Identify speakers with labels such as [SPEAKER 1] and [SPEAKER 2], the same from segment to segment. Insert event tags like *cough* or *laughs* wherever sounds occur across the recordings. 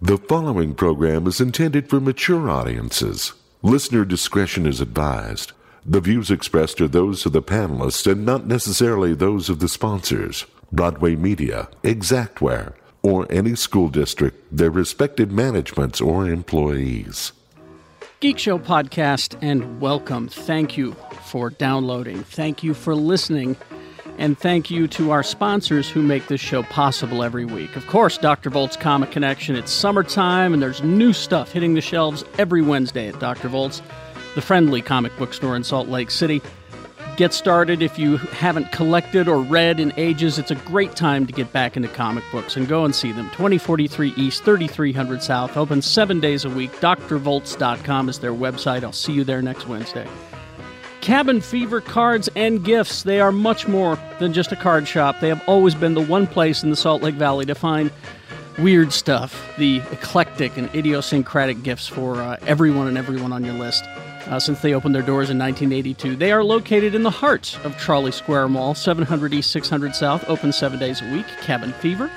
[SPEAKER 1] The following program is intended for mature audiences. Listener discretion is advised. The views expressed are those of the panelists and not necessarily those of the sponsors, Broadway Media, Exactware, or any school district, their respective managements or employees.
[SPEAKER 2] Geek Show podcast, and welcome. Thank you for downloading. Thank you for listening. And thank you to our sponsors who make this show possible every week. Of course, Dr. Volt's Comic Connection. It's summertime, and there's new stuff hitting the shelves every Wednesday at Dr. Volt's, the friendly comic book store in Salt Lake City. Get started if you haven't collected or read in ages. It's a great time to get back into comic books and go and see them. 2043 East, 3300 South, open seven days a week. drvolts.com is their website. I'll see you there next Wednesday. Cabin Fever cards and gifts. They are much more than just a card shop. They have always been the one place in the Salt Lake Valley to find weird stuff, the eclectic and idiosyncratic gifts for uh, everyone and everyone on your list. Uh, since they opened their doors in 1982, they are located in the heart of Charlie Square Mall, 700 East 600 South, open seven days a week. Cabin Fever.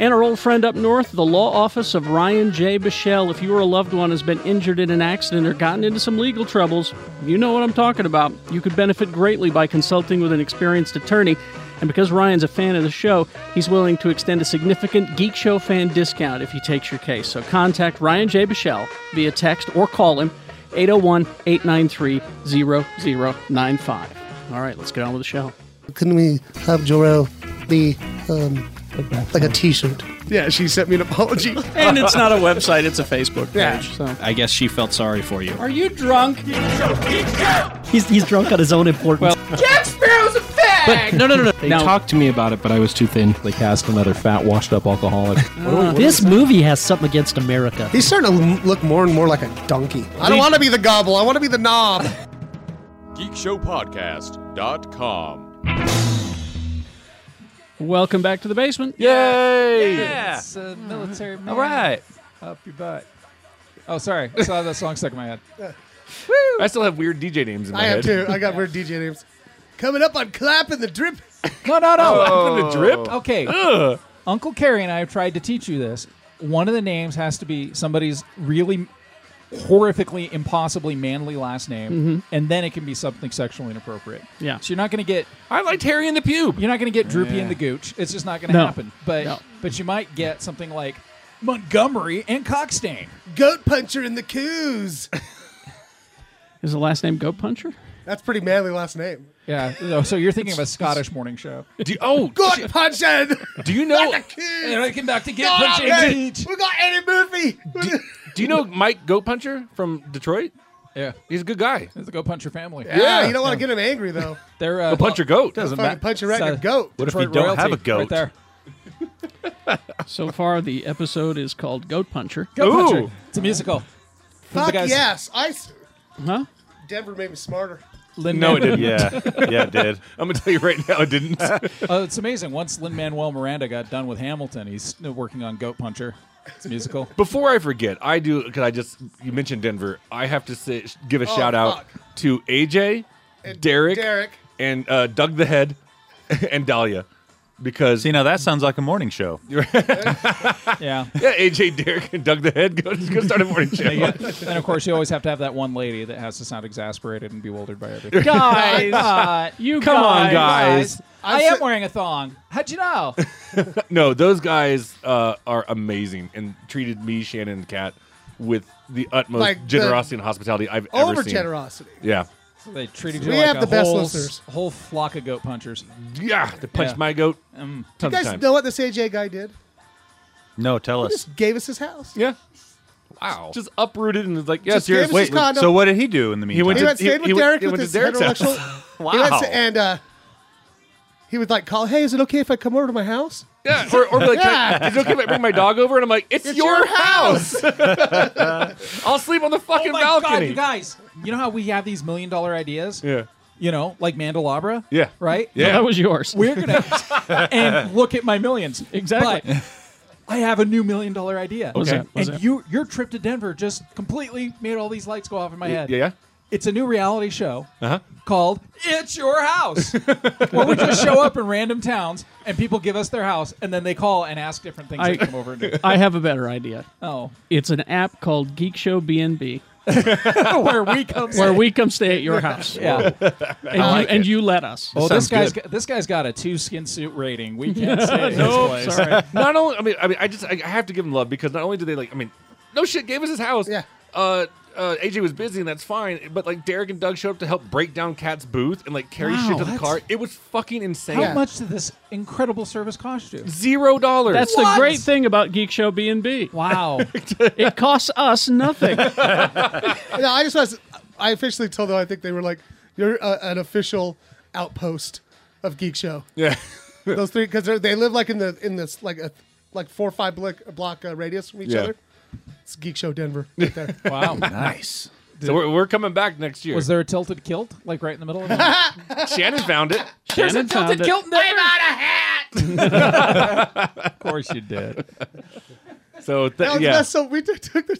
[SPEAKER 2] And our old friend up north, the law office of Ryan J. Bichelle. If you or a loved one has been injured in an accident or gotten into some legal troubles, you know what I'm talking about. You could benefit greatly by consulting with an experienced attorney. And because Ryan's a fan of the show, he's willing to extend a significant Geek Show fan discount if he takes your case. So contact Ryan J. Bichelle via text or call him 801 893 0095. All right, let's get on with the show.
[SPEAKER 3] Can we have Jorel be um, like a T-shirt?
[SPEAKER 4] Yeah, she sent me an apology.
[SPEAKER 2] *laughs* And it's not a website, it's a Facebook page.
[SPEAKER 4] Yeah.
[SPEAKER 2] So.
[SPEAKER 5] I guess she felt sorry for you.
[SPEAKER 2] Are you drunk?
[SPEAKER 6] He's, he's drunk on his own importance.
[SPEAKER 5] But *laughs* no, no, no, no. They
[SPEAKER 2] Now-
[SPEAKER 5] talked to me about it, but I was too thin. They cast another fat, washed-up *laughs* alcoholic. Oh,
[SPEAKER 6] this movie has something against America.
[SPEAKER 3] He's starting to l- look more and more like a donkey. I don't want to be the gobble. I want to be the
[SPEAKER 7] *laughs*
[SPEAKER 3] knob.
[SPEAKER 8] GeekShowPodcast.com.
[SPEAKER 2] Welcome back to the basement.
[SPEAKER 7] Yay!
[SPEAKER 9] It's a military man.
[SPEAKER 7] All right.
[SPEAKER 9] Up your butt. Oh, sorry. I saw that song stuck in my head.
[SPEAKER 7] I still have weird DJ names in my
[SPEAKER 3] I
[SPEAKER 7] head.
[SPEAKER 3] have too. I got weird DJ names. Coming up on clap and the drip.
[SPEAKER 9] No, no, no.
[SPEAKER 7] Put in
[SPEAKER 3] Oh.
[SPEAKER 7] a drip?
[SPEAKER 9] Okay. Uncle Carrie and I have tried to teach you this. One of the names has to be somebody's really horrifically, impossibly manly last name,
[SPEAKER 7] Mm-hmm.
[SPEAKER 9] and then it can be something sexually inappropriate.
[SPEAKER 2] Yeah.
[SPEAKER 9] So you're not going to get
[SPEAKER 7] I liked Harry and the Pube.
[SPEAKER 9] you're not going to get droopy in the gooch. It's just not going to
[SPEAKER 2] No.
[SPEAKER 9] happen. But
[SPEAKER 2] No.
[SPEAKER 9] but you might get something like Montgomery and Cockstain.
[SPEAKER 3] Goat puncher in the coos.
[SPEAKER 2] Is the last name Goat Puncher?
[SPEAKER 3] That's pretty manly last name.
[SPEAKER 9] Yeah. no, Oh, So you're thinking of a Scottish morning show.
[SPEAKER 7] Do,
[SPEAKER 3] *laughs*
[SPEAKER 7] oh,
[SPEAKER 3] Goat puncher.
[SPEAKER 7] do you know?
[SPEAKER 9] And I came back to get
[SPEAKER 3] Not
[SPEAKER 9] punched in the
[SPEAKER 3] okay.
[SPEAKER 9] gooch.
[SPEAKER 3] We got Eddie Murphy.
[SPEAKER 7] Do you know Mike Goat Puncher from Detroit?
[SPEAKER 9] Yeah.
[SPEAKER 7] He's a good guy.
[SPEAKER 9] It's a Go Punch Your Family.
[SPEAKER 3] yeah, you don't want to get him angry though.
[SPEAKER 9] They're uh,
[SPEAKER 7] A puncher goat.
[SPEAKER 3] Doesn't fucking punch you right in the
[SPEAKER 9] So-
[SPEAKER 3] goat.
[SPEAKER 5] what if we
[SPEAKER 9] Detroit
[SPEAKER 5] don't
[SPEAKER 9] royalty
[SPEAKER 5] have a
[SPEAKER 9] Right
[SPEAKER 5] goat?
[SPEAKER 9] there.
[SPEAKER 2] *laughs* So far, the episode is called Goat Puncher.
[SPEAKER 9] Go
[SPEAKER 7] Ooh.
[SPEAKER 9] Puncher. It's a musical.
[SPEAKER 3] Fuck
[SPEAKER 9] guys-
[SPEAKER 3] yes. I. s-
[SPEAKER 2] Huh?
[SPEAKER 3] Denver made me smarter.
[SPEAKER 9] Lin-
[SPEAKER 7] No, it didn't.
[SPEAKER 8] Yeah, yeah, it did.
[SPEAKER 7] *laughs* I'm gonna tell you right now,
[SPEAKER 8] *laughs*
[SPEAKER 7] it didn't.
[SPEAKER 9] Oh, it's amazing. Once Lin Manuel Miranda got done with Hamilton, he's working on Goat Puncher. It's a
[SPEAKER 7] *laughs*
[SPEAKER 9] musical.
[SPEAKER 7] Before I forget, I do because I just you mentioned Denver. I have to say, give a
[SPEAKER 3] Oh,
[SPEAKER 7] shout out
[SPEAKER 3] fuck.
[SPEAKER 7] to AJ,
[SPEAKER 3] And
[SPEAKER 7] Derek,
[SPEAKER 3] Derek.
[SPEAKER 7] and uh, Doug the Head, *laughs* and Dahlia, because
[SPEAKER 10] See, now that sounds like a
[SPEAKER 7] *laughs*
[SPEAKER 10] morning show.
[SPEAKER 9] Yeah.
[SPEAKER 7] yeah, AJ, Derek, and Doug the Head go, go start a morning show.
[SPEAKER 9] and of course, you always have to have that one lady that has to sound exasperated and bewildered by
[SPEAKER 7] *laughs*
[SPEAKER 9] everything.
[SPEAKER 2] Guys!
[SPEAKER 9] *laughs* Uh,
[SPEAKER 2] you
[SPEAKER 7] Come on, guys.
[SPEAKER 9] I
[SPEAKER 3] I'm
[SPEAKER 9] am
[SPEAKER 3] so-
[SPEAKER 9] wearing a thong. How'd you
[SPEAKER 7] *laughs*
[SPEAKER 9] know?
[SPEAKER 7] No, those guys uh, are amazing and treated me, Shannon, and Kat with the utmost
[SPEAKER 3] Like the-
[SPEAKER 7] generosity and hospitality I've ever
[SPEAKER 3] Over
[SPEAKER 7] seen.
[SPEAKER 3] generosity.
[SPEAKER 7] Yeah,
[SPEAKER 9] They treated you
[SPEAKER 3] We
[SPEAKER 9] like
[SPEAKER 3] have
[SPEAKER 9] a
[SPEAKER 3] the best
[SPEAKER 9] whole,
[SPEAKER 3] listeners.
[SPEAKER 9] whole flock of goat punchers.
[SPEAKER 7] yeah. They punched
[SPEAKER 9] Yeah. Mm.
[SPEAKER 7] my goat.
[SPEAKER 3] You
[SPEAKER 7] tons of
[SPEAKER 3] guys
[SPEAKER 7] times.
[SPEAKER 3] know what this AJ guy did?
[SPEAKER 10] No, tell us.
[SPEAKER 3] Just gave us his house.
[SPEAKER 7] yeah. Wow. Just upreuted and was like, yeah,
[SPEAKER 3] Just gave us
[SPEAKER 7] seriously.
[SPEAKER 3] his condom.
[SPEAKER 10] So what did he do in the meantime?
[SPEAKER 7] went
[SPEAKER 3] he
[SPEAKER 7] to-
[SPEAKER 3] went
[SPEAKER 7] he-
[SPEAKER 3] stayed
[SPEAKER 7] he
[SPEAKER 3] with
[SPEAKER 7] went-
[SPEAKER 3] Derek
[SPEAKER 7] he
[SPEAKER 3] with
[SPEAKER 7] went to
[SPEAKER 3] his
[SPEAKER 7] Derek's house.
[SPEAKER 3] intellectual. *laughs*
[SPEAKER 10] wow.
[SPEAKER 3] He went to- and uh, he would like call, "Hey, is it okay if I come over to my house?"
[SPEAKER 7] Yeah. Or, or be like, "Can I- is it okay if I bring my dog over? And I'm like, it's, your, *laughs* house. I'll sleep on the fucking
[SPEAKER 9] oh my God,
[SPEAKER 7] balcony.
[SPEAKER 9] you guys. You know how we have these million dollar ideas?
[SPEAKER 7] yeah.
[SPEAKER 9] You know, like Mandalabra?
[SPEAKER 7] Yeah.
[SPEAKER 9] Right?
[SPEAKER 7] Yeah.
[SPEAKER 2] That was yours.
[SPEAKER 9] We're
[SPEAKER 2] *laughs*
[SPEAKER 9] gonna
[SPEAKER 7] *laughs*
[SPEAKER 9] and look at my millions.
[SPEAKER 2] Exactly.
[SPEAKER 9] But I have a new million dollar idea.
[SPEAKER 2] What's
[SPEAKER 7] Okay.
[SPEAKER 2] that? What's
[SPEAKER 9] and
[SPEAKER 2] that?
[SPEAKER 9] you your trip to Denver just completely made all these lights go off in my
[SPEAKER 7] yeah. Uh-huh.
[SPEAKER 9] head.
[SPEAKER 7] Yeah.
[SPEAKER 9] It's a new reality show called "It's Your House," where we just show up in random towns and people give us their house, and then they call and ask different things
[SPEAKER 2] I-
[SPEAKER 9] to come over and do.
[SPEAKER 2] I have a better idea.
[SPEAKER 9] Oh,
[SPEAKER 2] It's an app called Geek Show BNB
[SPEAKER 9] *laughs* where we come?
[SPEAKER 2] where we come stay at your house.
[SPEAKER 9] *laughs* Yeah.
[SPEAKER 2] *laughs* And, you, and you let us.
[SPEAKER 9] Well, this
[SPEAKER 10] Sounds
[SPEAKER 9] guy's
[SPEAKER 10] good.
[SPEAKER 9] got, this guy's got a two skin suit rating.
[SPEAKER 2] *laughs*
[SPEAKER 9] We can't stay at his place. *laughs*
[SPEAKER 2] sorry.
[SPEAKER 7] not only I mean I mean I just I I have to give him love because not only did they like I mean no shit gave us his house.
[SPEAKER 3] Yeah.
[SPEAKER 7] Uh, uh, AJ was busy and that's fine, but like Derek and Doug showed up to help break down Kat's booth and like carry shit to the
[SPEAKER 9] that's-
[SPEAKER 7] car. It was fucking insane.
[SPEAKER 9] How
[SPEAKER 3] Yeah.
[SPEAKER 7] *laughs*
[SPEAKER 9] much did this incredible service cost you?
[SPEAKER 7] Zero dollars.
[SPEAKER 2] That's the great thing about Geek Show B&B.
[SPEAKER 9] Wow.
[SPEAKER 2] *laughs* It costs
[SPEAKER 9] *laughs*
[SPEAKER 2] us nothing.
[SPEAKER 3] No, I just was. I officially told them. I think they were like, "You're uh, an official outpost of Geek Show." Yeah, *laughs* those three because they live like in the in this like a like four or five block block uh, radius from each
[SPEAKER 8] Yeah.
[SPEAKER 3] other. *laughs* It's Geek Show Denver
[SPEAKER 7] *laughs*
[SPEAKER 3] right there.
[SPEAKER 9] wow.
[SPEAKER 10] Nice.
[SPEAKER 7] So we're, we're coming back next year.
[SPEAKER 9] Was there a tilted kilt like right in the middle
[SPEAKER 7] *laughs*
[SPEAKER 9] of it?
[SPEAKER 7] Shannon found it.
[SPEAKER 9] There's
[SPEAKER 2] Shannon found it.
[SPEAKER 9] kilt in there. of course you did.
[SPEAKER 7] So th-
[SPEAKER 3] That was
[SPEAKER 7] yeah.
[SPEAKER 3] the
[SPEAKER 7] *laughs*
[SPEAKER 3] best. So we t- took the,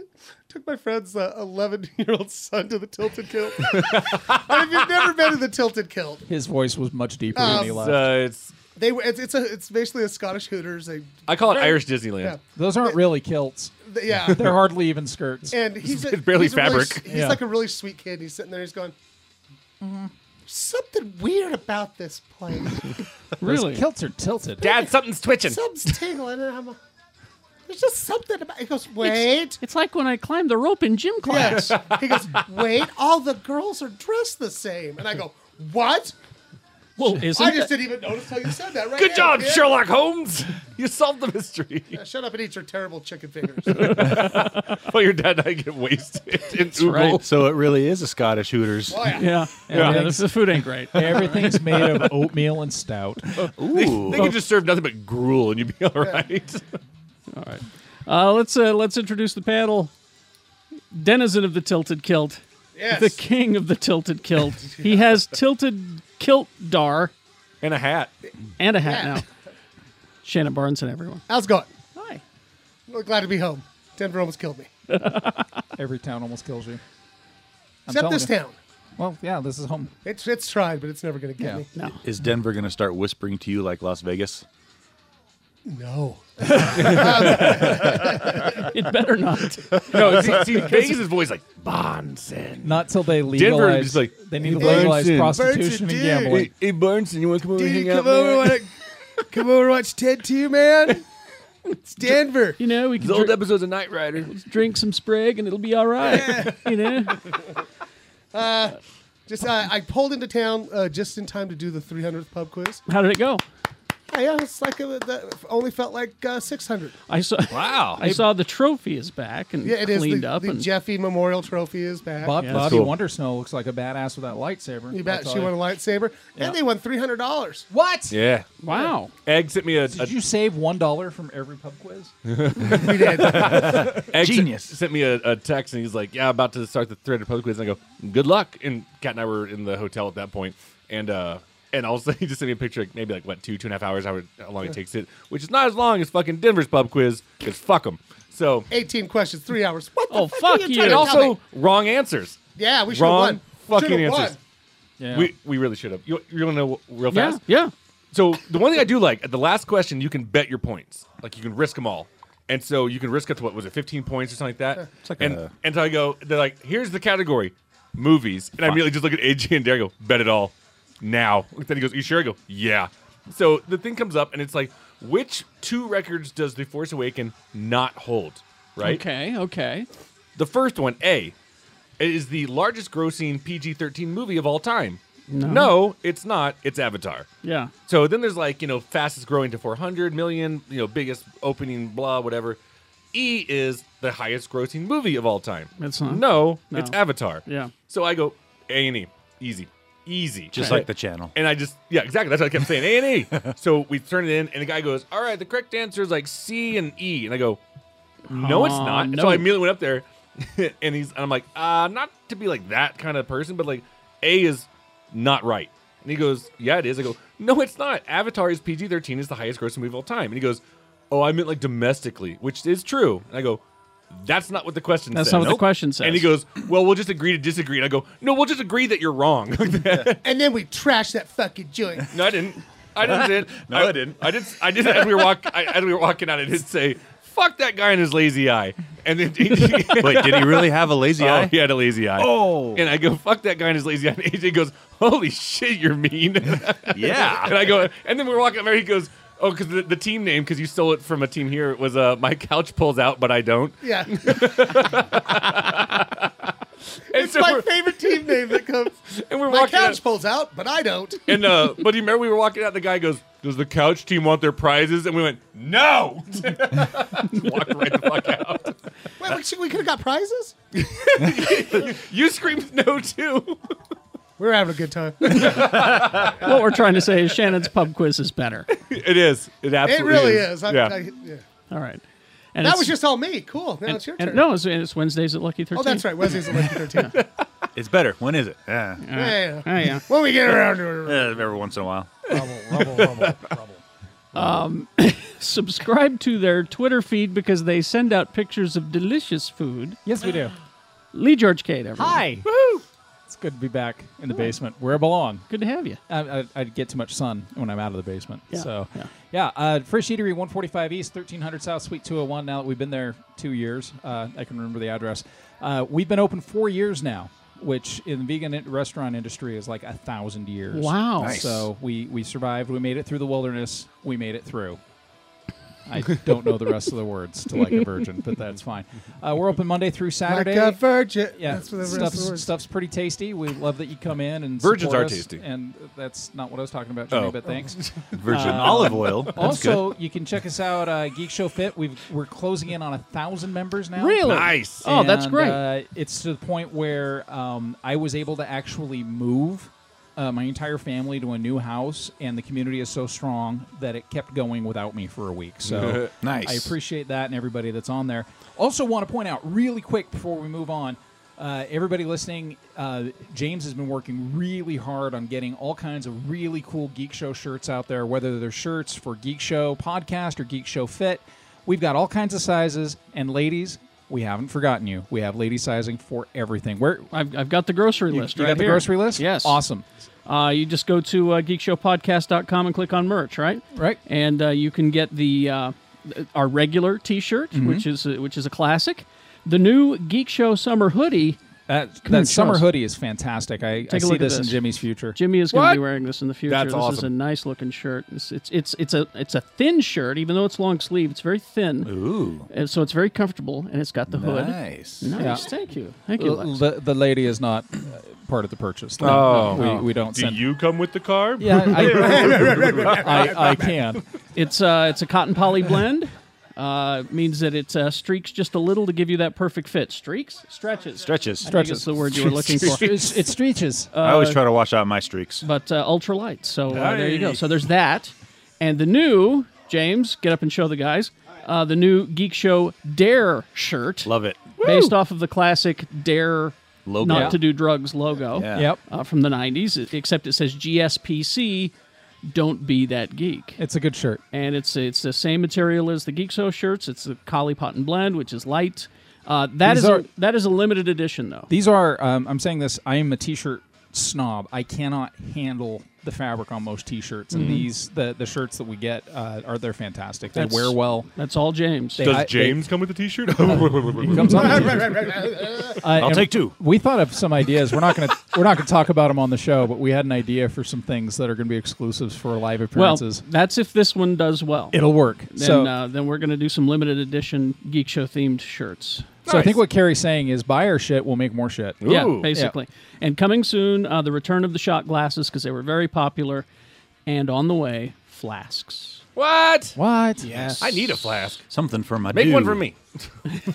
[SPEAKER 3] *laughs* took my friend's eleven year old son to the Tilted Kilt. *laughs* and if you've never been to the Tilted Kilt,
[SPEAKER 9] His voice was much deeper
[SPEAKER 3] Um,
[SPEAKER 9] when he left.
[SPEAKER 7] Uh, it's
[SPEAKER 3] they were- it's, it's a it's basically a Scottish Hooters. They,
[SPEAKER 7] I call it Irish Disneyland.
[SPEAKER 3] Yeah.
[SPEAKER 9] Those aren't really kilts.
[SPEAKER 3] they- yeah.
[SPEAKER 9] *laughs* They're hardly even skirts.
[SPEAKER 7] *laughs*
[SPEAKER 3] And he's a-
[SPEAKER 7] It's barely
[SPEAKER 3] he's a really
[SPEAKER 7] fabric.
[SPEAKER 3] s- he's
[SPEAKER 9] Yeah. *laughs*
[SPEAKER 3] like a really sweet kid. He's sitting there. He's going. "Mm-hmm. Something weird about this place.
[SPEAKER 2] really.
[SPEAKER 9] Those kilts are tilted.
[SPEAKER 7] Dad, something's twitching.
[SPEAKER 3] Something's tingling, and I'm. There's just something about. He goes, wait.
[SPEAKER 2] It's like when I climbed the rope in gym class.
[SPEAKER 3] Yes. He goes, wait. All the girls are dressed the same, and I go, what?
[SPEAKER 2] Well, isn't
[SPEAKER 3] I just
[SPEAKER 2] that-
[SPEAKER 3] didn't even notice till you said that. Right
[SPEAKER 7] Good
[SPEAKER 3] now,
[SPEAKER 7] job,
[SPEAKER 3] kid.
[SPEAKER 7] Sherlock Holmes. You solved the mystery.
[SPEAKER 3] *laughs* Yeah, shut up and eat your terrible chicken fingers. *laughs*
[SPEAKER 7] But your dad and I get wasted *laughs* in That's
[SPEAKER 2] right.
[SPEAKER 10] So it really is a Scottish Hooters.
[SPEAKER 3] Oh yeah.
[SPEAKER 2] Yeah. Yeah.
[SPEAKER 7] *laughs*
[SPEAKER 2] yeah this, the food ain't great.
[SPEAKER 9] Everything's made of oatmeal and
[SPEAKER 7] *laughs*
[SPEAKER 9] stout.
[SPEAKER 10] Ooh.
[SPEAKER 7] They could just serve nothing but gruel and you'd be
[SPEAKER 9] *laughs*
[SPEAKER 7] all right.
[SPEAKER 2] Uh, let's uh, let's introduce the panel. Denizen of the tilted kilt,
[SPEAKER 3] Yes.
[SPEAKER 2] the king of the tilted
[SPEAKER 7] *laughs*
[SPEAKER 2] kilt. He has tilted kilt dar
[SPEAKER 7] and a hat.
[SPEAKER 2] and a hat now. Shannon Barnes and everyone.
[SPEAKER 3] How's it going?
[SPEAKER 2] Hi.
[SPEAKER 3] Well, glad to be home. Denver almost killed me.
[SPEAKER 9] Every town almost kills you. I'm
[SPEAKER 3] Except
[SPEAKER 9] telling
[SPEAKER 3] this
[SPEAKER 9] you.
[SPEAKER 3] town.
[SPEAKER 9] Well, yeah, this is home.
[SPEAKER 3] It's it's tried, but it's never gonna get
[SPEAKER 9] Yeah.
[SPEAKER 3] me.
[SPEAKER 10] Is Denver going to start whispering to you like Las Vegas?
[SPEAKER 3] No. *laughs*
[SPEAKER 2] It better not.
[SPEAKER 7] No, see, see Vegas' voice like Bonson.
[SPEAKER 9] Not till they legalize.
[SPEAKER 7] Denver is like,
[SPEAKER 9] they need to
[SPEAKER 10] "Hey, Benson,
[SPEAKER 9] legalize
[SPEAKER 10] Benson,
[SPEAKER 9] prostitution and gambling.
[SPEAKER 10] hey Barnson, you want to come over
[SPEAKER 3] come over watch Ted 2, man?
[SPEAKER 2] *laughs*
[SPEAKER 3] It's Denver.
[SPEAKER 2] You know, we can dr-
[SPEAKER 7] episodes of Knight Rider.
[SPEAKER 2] drink some sprig and it'll be all right. *laughs*
[SPEAKER 3] *laughs*
[SPEAKER 2] You know,
[SPEAKER 3] Just uh, I pulled into town uh, just in time to do the 300th pub quiz.
[SPEAKER 2] how did it go?
[SPEAKER 3] I yeah, it's like a, that only felt like uh, 600.
[SPEAKER 2] I saw.
[SPEAKER 10] Wow.
[SPEAKER 2] I saw Uh, the trophy is back and
[SPEAKER 3] Yeah, it is.
[SPEAKER 2] cleaned
[SPEAKER 3] the,
[SPEAKER 2] up
[SPEAKER 3] the
[SPEAKER 2] and
[SPEAKER 3] Jeffy Memorial Trophy is back.
[SPEAKER 9] Bob,
[SPEAKER 2] Yeah.
[SPEAKER 9] Bobby
[SPEAKER 10] Cool.
[SPEAKER 9] Wondersnow looks like a badass with that lightsaber.
[SPEAKER 3] you
[SPEAKER 9] I'll
[SPEAKER 3] bet
[SPEAKER 9] tell
[SPEAKER 3] she won a lightsaber, and they won three hundred dollars.
[SPEAKER 9] What?
[SPEAKER 10] Yeah.
[SPEAKER 2] wow.
[SPEAKER 7] Egg sent me a, a
[SPEAKER 9] Did you save one dollar from every pub
[SPEAKER 7] *laughs*
[SPEAKER 9] quiz? *laughs*
[SPEAKER 3] We did.
[SPEAKER 7] Egg sent-
[SPEAKER 10] Genius.
[SPEAKER 7] Sent me a, a text and he's like, "Yeah, about to start the threaded public quiz." And I go, "Good luck." And Kat and I were in the hotel at that point, and uh, and also *laughs* he just sent me a picture, like maybe like what two two and a half hours, how, how long it takes it, which is not as long as fucking Denver's pub quiz. Cause fuck them. So
[SPEAKER 3] 18 questions, three hours. What the
[SPEAKER 2] Oh,
[SPEAKER 3] fuck,
[SPEAKER 2] fuck
[SPEAKER 3] are
[SPEAKER 2] you.
[SPEAKER 3] you
[SPEAKER 7] and
[SPEAKER 3] trying to tell
[SPEAKER 7] also
[SPEAKER 3] me?
[SPEAKER 7] wrong answers.
[SPEAKER 3] Yeah, we should have
[SPEAKER 7] Wrong
[SPEAKER 3] won.
[SPEAKER 7] fucking
[SPEAKER 3] Should've won.
[SPEAKER 7] answers. We we really should have. You you want to know real
[SPEAKER 2] Yeah.
[SPEAKER 7] fast?
[SPEAKER 2] Yeah.
[SPEAKER 7] So the one thing I do like at the last question, you can bet your points. Like you can risk them all, and so you can risk up to what was it, fifteen points or something like that. It's
[SPEAKER 10] like
[SPEAKER 7] and
[SPEAKER 10] a-
[SPEAKER 7] and so I go, they're like, here's the category, movies, and I immediately just look at AJ and Derek. I go, bet it all now. Then he goes, you sure? I go, yeah. So the thing comes up, and it's like, which two records does The Force Awaken not hold? Right.
[SPEAKER 2] Okay. Okay.
[SPEAKER 7] The first one, A, is the largest grossing PG thirteen movie of all time. No. no, it's not. It's Avatar.
[SPEAKER 2] Yeah.
[SPEAKER 7] So then there's like, you know, fastest growing to 400 million, you know, biggest opening, blah, whatever. E is the highest grossing movie of all time.
[SPEAKER 2] It's not.
[SPEAKER 7] No,
[SPEAKER 2] No.
[SPEAKER 7] it's Avatar.
[SPEAKER 2] Yeah.
[SPEAKER 7] So I go, A&E, easy, easy.
[SPEAKER 10] Just like the channel.
[SPEAKER 7] And I just, yeah, exactly. That's what I kept saying,
[SPEAKER 10] *laughs*
[SPEAKER 7] A&E. so we turn it in, and the guy goes, all right, the correct answer is like C and E. And I go, no, it's
[SPEAKER 2] Aw,
[SPEAKER 7] not.
[SPEAKER 2] no.
[SPEAKER 7] So I immediately went up there, *laughs* and he's, and I'm like, uh, not to be like that kind of person, but like, A is not right. And he goes, yeah, it is. I go, no, it's not. Avatar is PG-13 is the highest grossing movie of all time. And he goes, oh, I meant like domestically, which is true. And I go, That's not what the question
[SPEAKER 2] That's
[SPEAKER 7] says.
[SPEAKER 2] not what the Nope. question says.
[SPEAKER 7] And he goes, Well, we'll just agree to disagree. And I go, No, we'll just agree that you're wrong. *laughs*
[SPEAKER 3] and then we trash that fucking joint.
[SPEAKER 7] no, I didn't. I didn't.
[SPEAKER 10] *laughs*
[SPEAKER 7] say it.
[SPEAKER 3] No, I didn't.
[SPEAKER 7] I did. I did. As we were walk, I, as we were walking out, I did say, "Fuck that guy and his lazy eye." And then
[SPEAKER 10] *laughs* Wait, did he really have a lazy
[SPEAKER 7] *laughs* Oh,
[SPEAKER 10] eye?
[SPEAKER 7] He had a lazy eye.
[SPEAKER 10] Oh.
[SPEAKER 7] and I go, "Fuck that guy and his lazy eye." And AJ goes, "Holy shit, you're mean."
[SPEAKER 10] *laughs* Yeah.
[SPEAKER 7] and I go, and then we were walking out. there, He goes. Oh, because the, the team name, because you stole it from a team here, was uh, my couch pulls out, but I don't.
[SPEAKER 10] *laughs*
[SPEAKER 3] Yeah.
[SPEAKER 7] And
[SPEAKER 3] it's
[SPEAKER 7] so
[SPEAKER 3] my
[SPEAKER 7] we're-
[SPEAKER 3] favorite team name that
[SPEAKER 10] *laughs*
[SPEAKER 3] comes.
[SPEAKER 7] and we're
[SPEAKER 3] my
[SPEAKER 7] walking
[SPEAKER 3] couch
[SPEAKER 7] out-
[SPEAKER 3] pulls out, but I don't.
[SPEAKER 7] And uh, but you remember we were walking out, the guy goes, "Does the couch team want their prizes?" And we went, "No."
[SPEAKER 3] *laughs*
[SPEAKER 7] *laughs*
[SPEAKER 3] Wait, we, should- we could have got
[SPEAKER 10] *laughs*
[SPEAKER 3] prizes.
[SPEAKER 7] you screamed no *laughs* too.
[SPEAKER 3] We're having a good time.
[SPEAKER 2] what we're trying to say is Shannon's pub quiz is better.
[SPEAKER 7] *laughs* It is. It absolutely.
[SPEAKER 3] it really is. I,
[SPEAKER 7] yeah.
[SPEAKER 3] I, yeah.
[SPEAKER 2] All right.
[SPEAKER 3] that
[SPEAKER 2] it's-
[SPEAKER 3] was just all me. Cool. Now
[SPEAKER 2] and-
[SPEAKER 3] it's your
[SPEAKER 2] and-
[SPEAKER 3] turn.
[SPEAKER 2] No, it's, it's Wednesdays at Lucky Thirteen.
[SPEAKER 3] Oh, that's right. Wednesdays at
[SPEAKER 2] *laughs*
[SPEAKER 3] Lucky 13.
[SPEAKER 10] It's better. When is it? Yeah.
[SPEAKER 3] Yeah,
[SPEAKER 2] yeah. Yeah, yeah.
[SPEAKER 3] When we get around to it.
[SPEAKER 10] Yeah, every once in a while.
[SPEAKER 2] Um, *laughs* subscribe to their Twitter feed because they send out pictures of delicious food.
[SPEAKER 9] Yes, we do.
[SPEAKER 2] Lee George Cade,
[SPEAKER 9] *laughs*
[SPEAKER 2] everyone.
[SPEAKER 9] Hi. It's good to be back in the basement where I belong.
[SPEAKER 2] Good to have you.
[SPEAKER 9] I, I, I get too much sun when I'm out of the basement.
[SPEAKER 2] Yeah,
[SPEAKER 9] So, yeah. uh, Fresh Eatery, 145 East, 1300 South, Suite 201. Now that we've been there two years, uh, I can remember the address. Uh, we've been open four years now, which in the vegan in- restaurant industry is like a thousand years.
[SPEAKER 2] Wow. Nice.
[SPEAKER 9] So we, we survived. We made it through the wilderness. We made it through. I don't know the rest of the words to like a virgin, but that's fine. Uh, we're open Monday through Saturday.
[SPEAKER 3] Like a virgin.
[SPEAKER 9] Yeah,
[SPEAKER 3] That's what the rest of the
[SPEAKER 9] stuff's,
[SPEAKER 3] words.
[SPEAKER 9] stuff's pretty tasty. We love that you come in and
[SPEAKER 7] Virgins
[SPEAKER 9] support
[SPEAKER 7] are
[SPEAKER 9] us,
[SPEAKER 7] tasty.
[SPEAKER 9] and that's not what I was talking about, Jimmy.
[SPEAKER 7] Oh.
[SPEAKER 9] But thanks.
[SPEAKER 10] Virgin
[SPEAKER 9] Uh,
[SPEAKER 10] olive oil. That's
[SPEAKER 9] also, you can check us out, uh, Geek Show Fit. We've, we're closing in on a thousand members now.
[SPEAKER 2] Really?
[SPEAKER 7] Nice.
[SPEAKER 2] Oh, that's
[SPEAKER 9] And,
[SPEAKER 2] great.
[SPEAKER 9] Uh, it's to the point where um, I was able to actually move uh, my entire family to a new house, and the community is so strong that it kept going without me for a week. So
[SPEAKER 10] Nice.
[SPEAKER 9] I appreciate that and everybody that's on there. Also, want to point out really quick before we move on. Uh, everybody listening, uh, James has been working really hard on getting all kinds of really cool Geek Show shirts out there, whether they're shirts for Geek Show Podcast or Geek Show Fit. We've got all kinds of sizes, and ladies, we haven't forgotten you. We have lady sizing for everything. Where
[SPEAKER 2] I've, I've got the grocery
[SPEAKER 9] You-
[SPEAKER 2] list
[SPEAKER 9] you
[SPEAKER 2] right
[SPEAKER 9] got the
[SPEAKER 2] here.
[SPEAKER 9] grocery list?
[SPEAKER 2] Yes.
[SPEAKER 9] Awesome.
[SPEAKER 2] Uh, you just go to uh, geekshowpodcast.com and click on merch, right?
[SPEAKER 9] Right.
[SPEAKER 2] And uh, you can get the uh, our regular T-shirt,
[SPEAKER 9] Mm-hmm.
[SPEAKER 2] which is which is a classic. The new Geek Show summer hoodie.
[SPEAKER 9] that,
[SPEAKER 2] Come on,
[SPEAKER 9] that summer
[SPEAKER 2] Charles.
[SPEAKER 9] hoodie is fantastic. I,
[SPEAKER 2] Take
[SPEAKER 9] I
[SPEAKER 2] a
[SPEAKER 9] see
[SPEAKER 2] look at
[SPEAKER 9] this in
[SPEAKER 2] this.
[SPEAKER 9] Jimmy's future.
[SPEAKER 2] Jimmy is going to be
[SPEAKER 9] What?
[SPEAKER 2] wearing this in the future.
[SPEAKER 9] That's
[SPEAKER 2] this is a
[SPEAKER 9] awesome.
[SPEAKER 2] nice looking shirt. It's, it's it's it's a it's a thin shirt, even though it's long sleeve. It's very thin.
[SPEAKER 10] Ooh.
[SPEAKER 2] And so it's very comfortable, and it's got the hood.
[SPEAKER 10] Nice.
[SPEAKER 2] Nice.
[SPEAKER 9] Yeah.
[SPEAKER 2] Thank you. Thank you.
[SPEAKER 9] L-
[SPEAKER 2] Lex.
[SPEAKER 9] The, the lady is not uh, part of the purchase. No,
[SPEAKER 7] Oh.
[SPEAKER 9] no, we, we don't
[SPEAKER 7] Do
[SPEAKER 9] send.
[SPEAKER 7] you come with the car?
[SPEAKER 9] Yeah, *laughs* I,
[SPEAKER 7] *laughs*
[SPEAKER 9] I, I can.
[SPEAKER 2] It's uh, it's a cotton poly blend. Uh, it means that it uh, streaks just a little to give you that perfect fit. Streaks, stretches,
[SPEAKER 10] Stretches.
[SPEAKER 2] I think it's the word you were looking for.
[SPEAKER 9] It's, it's *laughs* streaches.
[SPEAKER 10] I
[SPEAKER 2] Uh,
[SPEAKER 10] always try to wash out my streaks.
[SPEAKER 2] But uh, ultralight. So uh, there you go. So there's that, and the new James, get up and show the guys. Uh, the new Geek Show Dare shirt,
[SPEAKER 10] Love it.
[SPEAKER 2] based off of the classic Dare
[SPEAKER 10] Logo.
[SPEAKER 2] Not
[SPEAKER 10] Yeah.
[SPEAKER 2] to Do Drugs logo
[SPEAKER 10] Yeah.
[SPEAKER 9] Yep.
[SPEAKER 2] uh, from the '90s. Except it says GSPC. Don't be that geek.
[SPEAKER 9] It's a good shirt.
[SPEAKER 2] and it's it's the same material as the Geek Show shirts. It's the Collie Pot and Blend, which is light. Uh, that
[SPEAKER 9] These
[SPEAKER 2] is
[SPEAKER 9] are-
[SPEAKER 2] a, that is a limited edition though.
[SPEAKER 9] These are, um, I'm saying this, I am a t shirt snob. I cannot handle the fabric on most t shirts. And these, the, the shirts that we get, uh, are they're fantastic. They
[SPEAKER 2] Mm-hmm. That's-
[SPEAKER 9] wear well.
[SPEAKER 2] That's all James.
[SPEAKER 9] They-
[SPEAKER 7] Does
[SPEAKER 9] I- they-
[SPEAKER 7] James come with a *laughs* T-shirt?
[SPEAKER 9] comes on the
[SPEAKER 3] Right, right, right.
[SPEAKER 9] I'll
[SPEAKER 10] take two.
[SPEAKER 9] We thought of some ideas. We're not gonna we're not gonna talk about them on the show, but we had an idea for some things that are gonna be exclusives for live
[SPEAKER 2] well,
[SPEAKER 9] appearances.
[SPEAKER 2] that's if this one does well.
[SPEAKER 9] It'll work.
[SPEAKER 2] then
[SPEAKER 9] so
[SPEAKER 2] uh, then we're gonna do some limited edition Geek Show themed shirts.
[SPEAKER 9] So I think what Carrie's saying is buy our shit, we'll make more shit.
[SPEAKER 2] Yeah, basically. And coming soon, uh, the return of the shot glasses because they were very popular, and on the way, flasks.
[SPEAKER 7] what?
[SPEAKER 9] What? Yes.
[SPEAKER 7] I need a flask.
[SPEAKER 10] Something for my
[SPEAKER 7] Make one
[SPEAKER 10] dude.
[SPEAKER 7] for me.
[SPEAKER 2] *laughs*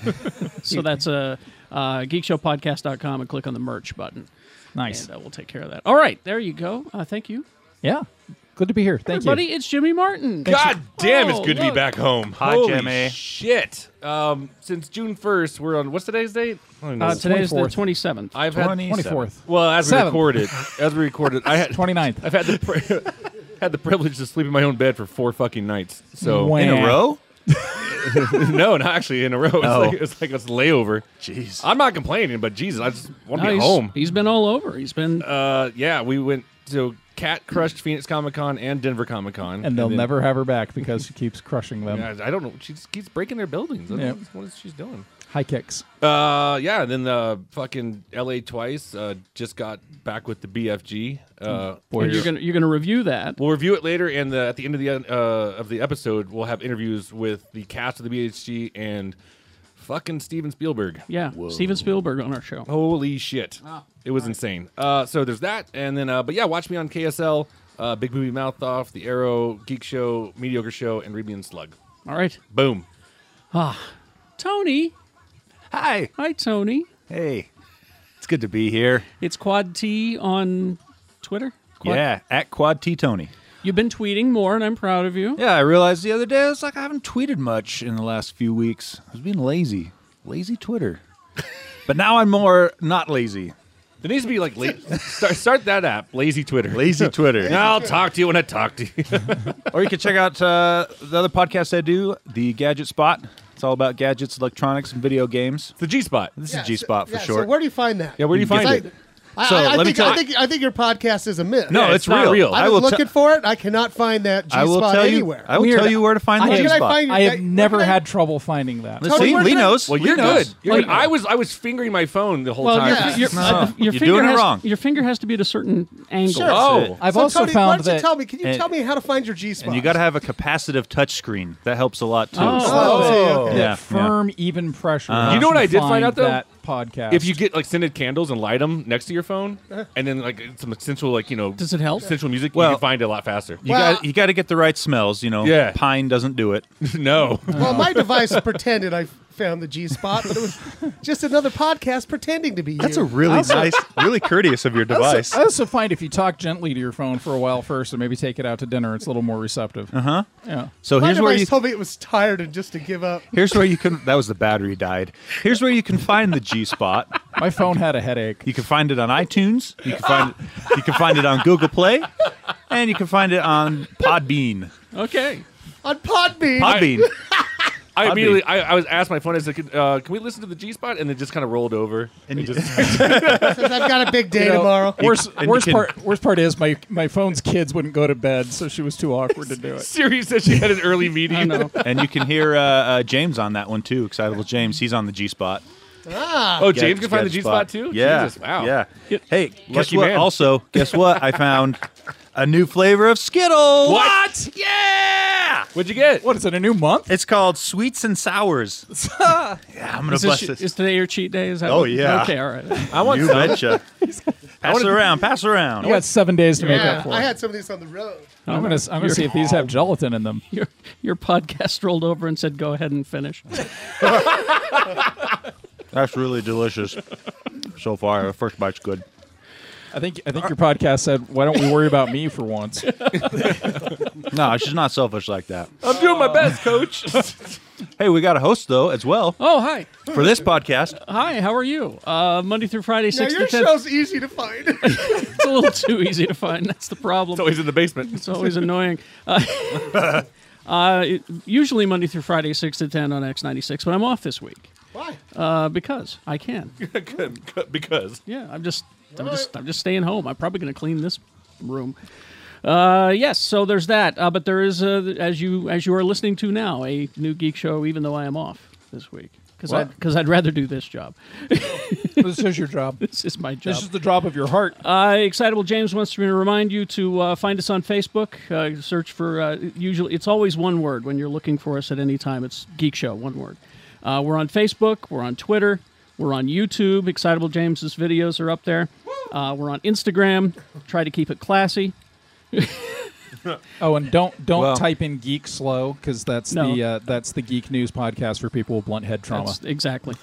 [SPEAKER 2] So that's a uh, geekshowpodcast.com and click on the merch button.
[SPEAKER 9] Nice.
[SPEAKER 2] And uh, we'll take care of that. All right, there you go. Uh, thank you.
[SPEAKER 9] Yeah. Good to be here. Thank
[SPEAKER 2] Everybody,
[SPEAKER 9] you.
[SPEAKER 2] it's Jimmy Martin.
[SPEAKER 7] God damn, it's
[SPEAKER 2] Oh,
[SPEAKER 7] good to
[SPEAKER 2] look.
[SPEAKER 7] be back home.
[SPEAKER 10] Hi,
[SPEAKER 7] Holy
[SPEAKER 10] Jimmy.
[SPEAKER 7] Shit. Um, since June first, we're on. What's today's date? I don't know.
[SPEAKER 2] Uh, today is the
[SPEAKER 9] 24th.
[SPEAKER 2] 27th.
[SPEAKER 7] I've had
[SPEAKER 10] 27th.
[SPEAKER 9] 24th.
[SPEAKER 7] Well, as we
[SPEAKER 9] Seven.
[SPEAKER 7] recorded, as we recorded, I
[SPEAKER 9] *laughs*
[SPEAKER 7] had
[SPEAKER 9] 29th.
[SPEAKER 7] I've had the *laughs* pri- had the privilege to sleep in my own bed for four fucking nights. So
[SPEAKER 9] Wow.
[SPEAKER 10] In a row?
[SPEAKER 7] *laughs* no, not actually in a row. It's
[SPEAKER 10] Oh.
[SPEAKER 7] like it's like it's layover.
[SPEAKER 10] Jeez.
[SPEAKER 7] I'm not complaining, but Jesus, I just want to
[SPEAKER 2] No,
[SPEAKER 7] be
[SPEAKER 2] he's-
[SPEAKER 7] home.
[SPEAKER 2] He's been all over. He's been
[SPEAKER 7] Uh, yeah, we went to Cat Crushed Phoenix Comic Con and Denver Comic Con,
[SPEAKER 9] and they'll
[SPEAKER 7] then-
[SPEAKER 9] never have her back because she keeps crushing them.
[SPEAKER 7] Yeah, I don't know. She just keeps breaking their buildings. I don't
[SPEAKER 9] Yeah.
[SPEAKER 7] know what she's doing.
[SPEAKER 9] High kicks.
[SPEAKER 7] Uh, yeah, and then uh, fucking LA twice. Uh, just got back with the BFG. Uh,
[SPEAKER 2] Boy, Mm. you're gonna you're gonna review that.
[SPEAKER 7] We'll review it later, and the, at the end of the uh, of the episode, we'll have interviews with the cast of the BHG and fucking Steven Spielberg.
[SPEAKER 2] Yeah, Steven Oh, Spielberg on our show.
[SPEAKER 7] Holy shit! it was insane. Uh, so there's that, and then uh, but yeah, watch me on KSL, uh, Big Movie Mouth Off, The Arrow, Geek Show, Mediocre Show, and Ruby and Slug.
[SPEAKER 2] All right, Ah.
[SPEAKER 7] Boom.
[SPEAKER 2] Tony.
[SPEAKER 10] Ah. Hi.
[SPEAKER 2] Hi, Tony.
[SPEAKER 10] Hey. It's good to be here.
[SPEAKER 2] It's Quad T on Twitter. Quad-
[SPEAKER 10] Yeah. At Quad T Tony.
[SPEAKER 2] You've been tweeting more, and I'm proud of you.
[SPEAKER 10] Yeah, I realized the other day, I was like, I haven't tweeted much in the last few weeks. I was being lazy. Lazy
[SPEAKER 2] *laughs*
[SPEAKER 10] Twitter. but now I'm more not lazy.
[SPEAKER 7] There needs to be like la- start start that app, Lazy Twitter.
[SPEAKER 10] Lazy Twitter.
[SPEAKER 7] *laughs* I'll talk to you when I talk to you.
[SPEAKER 10] *laughs* or you can check out uh, the other podcast I do, The Gadget Spot. It's all about gadgets, electronics, and video games.
[SPEAKER 7] the G spot.
[SPEAKER 10] This is G Spot for
[SPEAKER 3] yeah,
[SPEAKER 10] short.
[SPEAKER 3] So where do you find that?
[SPEAKER 7] Yeah, where do you
[SPEAKER 10] can
[SPEAKER 7] find
[SPEAKER 10] get
[SPEAKER 7] it?
[SPEAKER 3] I,
[SPEAKER 10] So,
[SPEAKER 3] I, I
[SPEAKER 10] let me
[SPEAKER 3] think,
[SPEAKER 10] tell
[SPEAKER 3] I
[SPEAKER 10] you-
[SPEAKER 3] think I think your podcast is a myth.
[SPEAKER 10] no,
[SPEAKER 7] Yeah,
[SPEAKER 10] it's,
[SPEAKER 7] it's not
[SPEAKER 10] real.
[SPEAKER 7] real.
[SPEAKER 3] I
[SPEAKER 10] I,
[SPEAKER 3] was
[SPEAKER 10] will
[SPEAKER 3] looking
[SPEAKER 10] te-
[SPEAKER 3] for it. I cannot find that G
[SPEAKER 10] I will
[SPEAKER 3] spot
[SPEAKER 10] tell you.
[SPEAKER 3] anywhere.
[SPEAKER 10] I will
[SPEAKER 9] Weird.
[SPEAKER 10] tell you where to find
[SPEAKER 9] I
[SPEAKER 10] the
[SPEAKER 9] have-
[SPEAKER 10] G
[SPEAKER 9] Where
[SPEAKER 3] can I
[SPEAKER 10] Spot.
[SPEAKER 3] find-
[SPEAKER 9] I have
[SPEAKER 3] Where
[SPEAKER 9] never
[SPEAKER 3] can I-
[SPEAKER 9] had trouble finding that.
[SPEAKER 10] Let's
[SPEAKER 3] Tony,
[SPEAKER 10] see,
[SPEAKER 3] where
[SPEAKER 10] Lee
[SPEAKER 3] can I-
[SPEAKER 10] knows.
[SPEAKER 7] Well, you're
[SPEAKER 10] Lee knows.
[SPEAKER 7] good. You're
[SPEAKER 2] Well,
[SPEAKER 7] good. I was I was fingering my phone the whole
[SPEAKER 2] Well,
[SPEAKER 7] time.
[SPEAKER 2] your, your,
[SPEAKER 10] No.
[SPEAKER 2] uh, your
[SPEAKER 10] You're
[SPEAKER 2] finger
[SPEAKER 10] doing it
[SPEAKER 2] has,
[SPEAKER 10] wrong.
[SPEAKER 2] Your finger has to be at a certain angle.
[SPEAKER 3] Sure.
[SPEAKER 7] Oh,
[SPEAKER 9] I've
[SPEAKER 3] So,
[SPEAKER 9] also
[SPEAKER 3] Tony, why
[SPEAKER 9] found
[SPEAKER 3] don't
[SPEAKER 9] that
[SPEAKER 3] you tell me? Can you
[SPEAKER 10] and-
[SPEAKER 3] tell me how to find your G spot?
[SPEAKER 10] And you got to have a capacitive touchscreen. That helps a lot too.
[SPEAKER 2] Oh.
[SPEAKER 10] Yeah,
[SPEAKER 9] that
[SPEAKER 10] yeah. Uh-huh.
[SPEAKER 9] firm, even pressure.
[SPEAKER 7] You know what I did find out, though?
[SPEAKER 9] That podcast.
[SPEAKER 7] if you get like scented candles and light them next to your phone, and then like some sensual like you know
[SPEAKER 2] Does it help?
[SPEAKER 7] sensual music,
[SPEAKER 10] Well-
[SPEAKER 7] you can find it a lot faster.
[SPEAKER 10] You
[SPEAKER 3] Well-
[SPEAKER 10] got you got to get the right smells. You know,
[SPEAKER 7] Yeah.
[SPEAKER 10] pine doesn't do it.
[SPEAKER 7] *laughs* no,
[SPEAKER 3] Well,
[SPEAKER 10] *laughs*
[SPEAKER 3] my device pretended I found the G spot, but it was just another podcast pretending to be you.
[SPEAKER 10] really nice, really courteous of your
[SPEAKER 9] I also, I also find if you talk gently to your phone for a while first, and maybe take it out to dinner, it's a little more receptive. Uh
[SPEAKER 10] Uh-huh.
[SPEAKER 9] huh. Yeah.
[SPEAKER 10] *laughs* So
[SPEAKER 3] my
[SPEAKER 10] here's where
[SPEAKER 3] device
[SPEAKER 10] you
[SPEAKER 3] told me it was tired and just to give up.
[SPEAKER 10] here's where you can. That was the battery died. Here's where you can find the G spot.
[SPEAKER 9] My phone had a headache.
[SPEAKER 10] You can find it on iTunes. You can find it, you can find it on Google Play, and you can find it on Podbean.
[SPEAKER 2] Okay.
[SPEAKER 3] On Podbean,
[SPEAKER 10] Podbean.
[SPEAKER 7] *laughs* I
[SPEAKER 10] I'd be-
[SPEAKER 7] immediately I, I was asked my phone. I said, "Can- uh, "Can we listen to the G spot?" And it just kind of rolled over. And it *laughs* just,
[SPEAKER 3] says I've got a big day
[SPEAKER 9] You know,
[SPEAKER 3] tomorrow.
[SPEAKER 9] *laughs* Worst,
[SPEAKER 10] and you
[SPEAKER 9] worst
[SPEAKER 10] can-
[SPEAKER 9] part. Worst part is my my phone's kids wouldn't go to bed, so she was too awkward to do it.
[SPEAKER 7] Siri said she had an early meeting.
[SPEAKER 2] I know.
[SPEAKER 10] and you can hear uh, uh, James on that one too. Excitable James. He's on the G spot.
[SPEAKER 9] Ah.
[SPEAKER 10] Ah.
[SPEAKER 7] Oh, James can find the G spot too.
[SPEAKER 10] Yeah.
[SPEAKER 7] Jesus, wow.
[SPEAKER 10] Yeah. Hey, guess
[SPEAKER 7] Lucky
[SPEAKER 10] what?
[SPEAKER 7] man.
[SPEAKER 10] Also, guess what? I found a new flavor of Skittles.
[SPEAKER 7] What?
[SPEAKER 10] Yeah.
[SPEAKER 7] What'd you get?
[SPEAKER 9] What is it? A new month?
[SPEAKER 10] It's called Sweets and Sours. yeah, I'm gonna
[SPEAKER 2] Is,
[SPEAKER 10] bust
[SPEAKER 2] this,
[SPEAKER 10] this.
[SPEAKER 2] is today your cheat day? Is that
[SPEAKER 10] Oh,
[SPEAKER 2] what-
[SPEAKER 10] yeah.
[SPEAKER 2] Okay, all
[SPEAKER 10] *laughs*
[SPEAKER 2] right.
[SPEAKER 7] I want
[SPEAKER 10] you
[SPEAKER 7] some.
[SPEAKER 10] betcha. pass it around. Pass it around.
[SPEAKER 9] You got seven days to make
[SPEAKER 3] Yeah,
[SPEAKER 9] up
[SPEAKER 3] *laughs*
[SPEAKER 9] for.
[SPEAKER 3] I
[SPEAKER 9] it.
[SPEAKER 3] had some of these on the road.
[SPEAKER 9] I'm gonna I'm gonna see if these have gelatin in them.
[SPEAKER 2] *laughs* Your, your podcast rolled over and said, "Go ahead and finish." *laughs*
[SPEAKER 10] That's really delicious. So far, the first bite's good.
[SPEAKER 9] I think I think your podcast said, "Why don't we worry about me for once?"
[SPEAKER 10] No, she's not selfish like that.
[SPEAKER 7] I'm doing my best, Coach.
[SPEAKER 10] *laughs* Hey, we got a host though as well
[SPEAKER 2] Oh, hi,
[SPEAKER 10] for this podcast.
[SPEAKER 2] hi. How are you? Uh, Monday through Friday,
[SPEAKER 3] Now
[SPEAKER 2] six
[SPEAKER 3] your
[SPEAKER 2] to ten.
[SPEAKER 3] show's easy to find.
[SPEAKER 2] *laughs* It's a little too easy to find. That's the problem.
[SPEAKER 7] so he's in the basement.
[SPEAKER 2] It's always annoying. Uh,
[SPEAKER 7] *laughs*
[SPEAKER 2] uh, it- usually Monday through Friday, six to ten on X ninety six. But I'm off this week
[SPEAKER 3] Why?
[SPEAKER 2] uh, because I
[SPEAKER 7] *laughs*
[SPEAKER 2] can.
[SPEAKER 7] because
[SPEAKER 2] Yeah, I'm just, I'm just, I'm just staying home. I'm probably going to clean this room. Uh, yes, so there's that. Uh, but there is, uh, as you as you are listening to now, a new geek show. Even though I am off this week, because
[SPEAKER 9] What?
[SPEAKER 2] because I'd rather do this job.
[SPEAKER 9] *laughs*
[SPEAKER 2] *laughs*
[SPEAKER 9] this is your job.
[SPEAKER 2] this is my
[SPEAKER 9] *laughs*
[SPEAKER 2] job.
[SPEAKER 9] This is the job of your heart.
[SPEAKER 2] Uh, Excitable James wants me to remind you to uh, find us on Facebook. Uh, search for uh, usually it's always one word when you're looking for us at any time. It's Geek Show, one word. Uh, we're on Facebook. We're on Twitter. We're on YouTube. Excitable James's videos are up there. Uh, we're on Instagram. Try to keep
[SPEAKER 9] *laughs*
[SPEAKER 2] it classy. *laughs*
[SPEAKER 9] Oh, and don't don't
[SPEAKER 10] Well-
[SPEAKER 9] type in geek slow because that's
[SPEAKER 2] No.
[SPEAKER 9] the uh, that's the geek news podcast for people with blunt head trauma.
[SPEAKER 2] That's- exactly.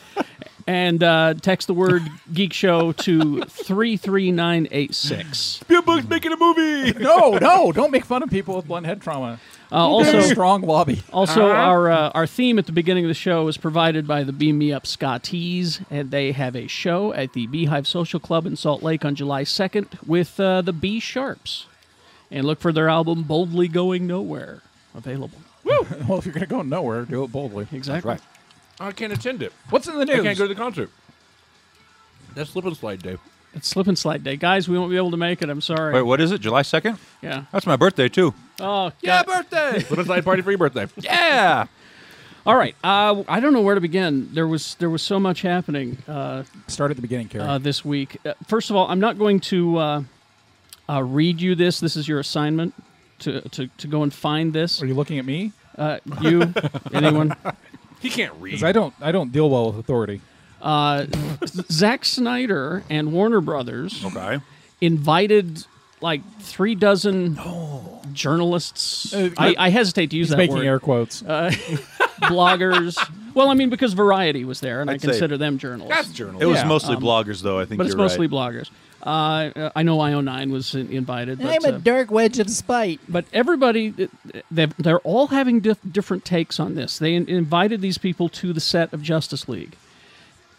[SPEAKER 2] and uh, text the word Geek Show to three three nine eight six.
[SPEAKER 7] Spielberg's making a movie.
[SPEAKER 9] *laughs* no, no, don't make fun of people with blunt head trauma.
[SPEAKER 2] Uh, Also,
[SPEAKER 9] There's a strong Uh-huh. lobby.
[SPEAKER 2] Also, our uh, our theme at the beginning of the show is provided by the Beam Me Up Scotties, and they have a show at the Beehive Social Club in Salt Lake on July 2nd with uh, the B Sharps. And look for their album Boldly Going Nowhere available.
[SPEAKER 7] *laughs* Woo!
[SPEAKER 9] *laughs* well, if you're going to go nowhere, do it boldly.
[SPEAKER 2] Exactly.
[SPEAKER 9] Right.
[SPEAKER 7] I can't attend it.
[SPEAKER 9] What's in the
[SPEAKER 7] I
[SPEAKER 9] news?
[SPEAKER 7] can't go to the concert. That's slip and slide day.
[SPEAKER 2] It's slip and slide day, guys. We won't be able to make it. I'm sorry.
[SPEAKER 10] Wait, what is it? July 2nd?
[SPEAKER 2] Yeah.
[SPEAKER 10] That's my birthday, too.
[SPEAKER 2] Oh,
[SPEAKER 7] Yeah,
[SPEAKER 2] God.
[SPEAKER 7] birthday. slip and slide party for your birthday.
[SPEAKER 10] Yeah.
[SPEAKER 2] All right. Uh, I don't know where to begin. There was there was so much happening uh,
[SPEAKER 9] Start at the beginning, Carrie.
[SPEAKER 2] uh, this week. Uh, first of all, I'm not going to uh, uh, read you this. This is your assignment to to, to go and find this.
[SPEAKER 9] Are you looking at me?
[SPEAKER 2] Uh,
[SPEAKER 9] *laughs*
[SPEAKER 2] you, anyone?
[SPEAKER 7] He can't
[SPEAKER 9] Because
[SPEAKER 7] read.
[SPEAKER 9] I don't, I don't deal well with authority.
[SPEAKER 2] Uh, Zack Snyder and Warner Brothers
[SPEAKER 10] Okay.
[SPEAKER 2] invited like three dozen journalists.
[SPEAKER 9] Uh,
[SPEAKER 2] I, I hesitate to use
[SPEAKER 9] He's
[SPEAKER 2] that
[SPEAKER 9] making
[SPEAKER 2] word. Uh,
[SPEAKER 9] air quotes.
[SPEAKER 2] *laughs* bloggers. well, I mean, because Variety was there, and i
[SPEAKER 10] I'd say
[SPEAKER 2] consider them journalists. um,
[SPEAKER 7] That's journalism.
[SPEAKER 10] It was
[SPEAKER 9] Yeah,
[SPEAKER 10] mostly bloggers, though. I think
[SPEAKER 2] but
[SPEAKER 10] you're
[SPEAKER 2] it's mostly
[SPEAKER 10] right.
[SPEAKER 2] bloggers. Uh, I know IO9 was in- invited. But, uh,
[SPEAKER 6] dark wedge of spite.
[SPEAKER 2] but everybody, uh, they've- they're all having dif- different takes on this. They in- invited these people to the set of Justice League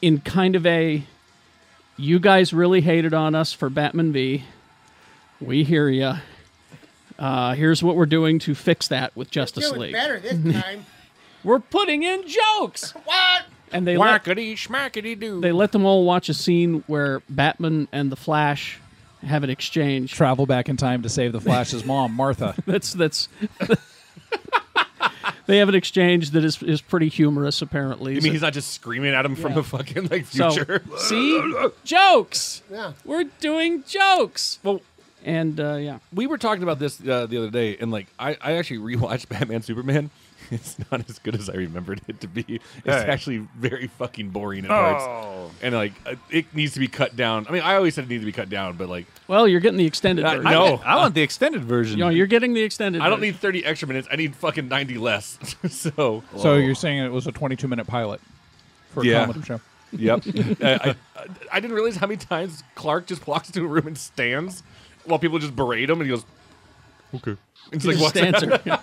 [SPEAKER 2] in kind of a, you guys really hated on us for Batman v. We hear ya. Uh, here's what we're doing to fix that with Justice
[SPEAKER 3] Doing
[SPEAKER 2] League.
[SPEAKER 3] better
[SPEAKER 2] *laughs*
[SPEAKER 3] this time.
[SPEAKER 2] We're putting in
[SPEAKER 7] *laughs*
[SPEAKER 2] jokes.
[SPEAKER 3] what?
[SPEAKER 2] And they let-
[SPEAKER 7] Whackity schmackity doo.
[SPEAKER 2] they let them all watch a scene where Batman and the Flash have an exchange.
[SPEAKER 9] Travel back in time to save the
[SPEAKER 2] *laughs*
[SPEAKER 9] Flash's mom, Martha.
[SPEAKER 2] That's that's. *laughs* they have an exchange that is is pretty humorous, apparently.
[SPEAKER 7] You mean he's not just screaming at him from
[SPEAKER 2] Yeah.
[SPEAKER 7] the fucking like
[SPEAKER 2] so,
[SPEAKER 7] future?
[SPEAKER 2] *laughs* see jokes.
[SPEAKER 3] Yeah.
[SPEAKER 2] We're doing jokes.
[SPEAKER 7] well,
[SPEAKER 2] And uh, yeah,
[SPEAKER 7] we were talking about this uh, the other day, and like I, I actually *laughs* rewatched Batman Superman. *laughs* It's not as good as I remembered it to be. It's
[SPEAKER 10] Hey. Oh.
[SPEAKER 7] actually very fucking boring at parts, and like uh, it needs to be cut down. I mean, I always said it needs to be cut down, but like
[SPEAKER 2] well, you're getting the extended
[SPEAKER 7] Uh,
[SPEAKER 2] version.
[SPEAKER 7] no.
[SPEAKER 10] Oh, I want the extended version.
[SPEAKER 2] You know, you're getting the extended.
[SPEAKER 7] I don't
[SPEAKER 2] version.
[SPEAKER 7] need thirty extra minutes. I need fucking ninety less. *laughs* so
[SPEAKER 9] so you're saying it was a 22 minute pilot for a
[SPEAKER 7] Yeah.
[SPEAKER 9] comedy show?
[SPEAKER 7] *laughs*
[SPEAKER 9] *laughs*
[SPEAKER 7] Yep. I, I, I didn't realize how many times Clark just walks into a room and stands while people just berate him, and he goes, "Okay." It's like,
[SPEAKER 2] Just
[SPEAKER 7] what's that?
[SPEAKER 2] answer.
[SPEAKER 7] *laughs*
[SPEAKER 2] Yeah.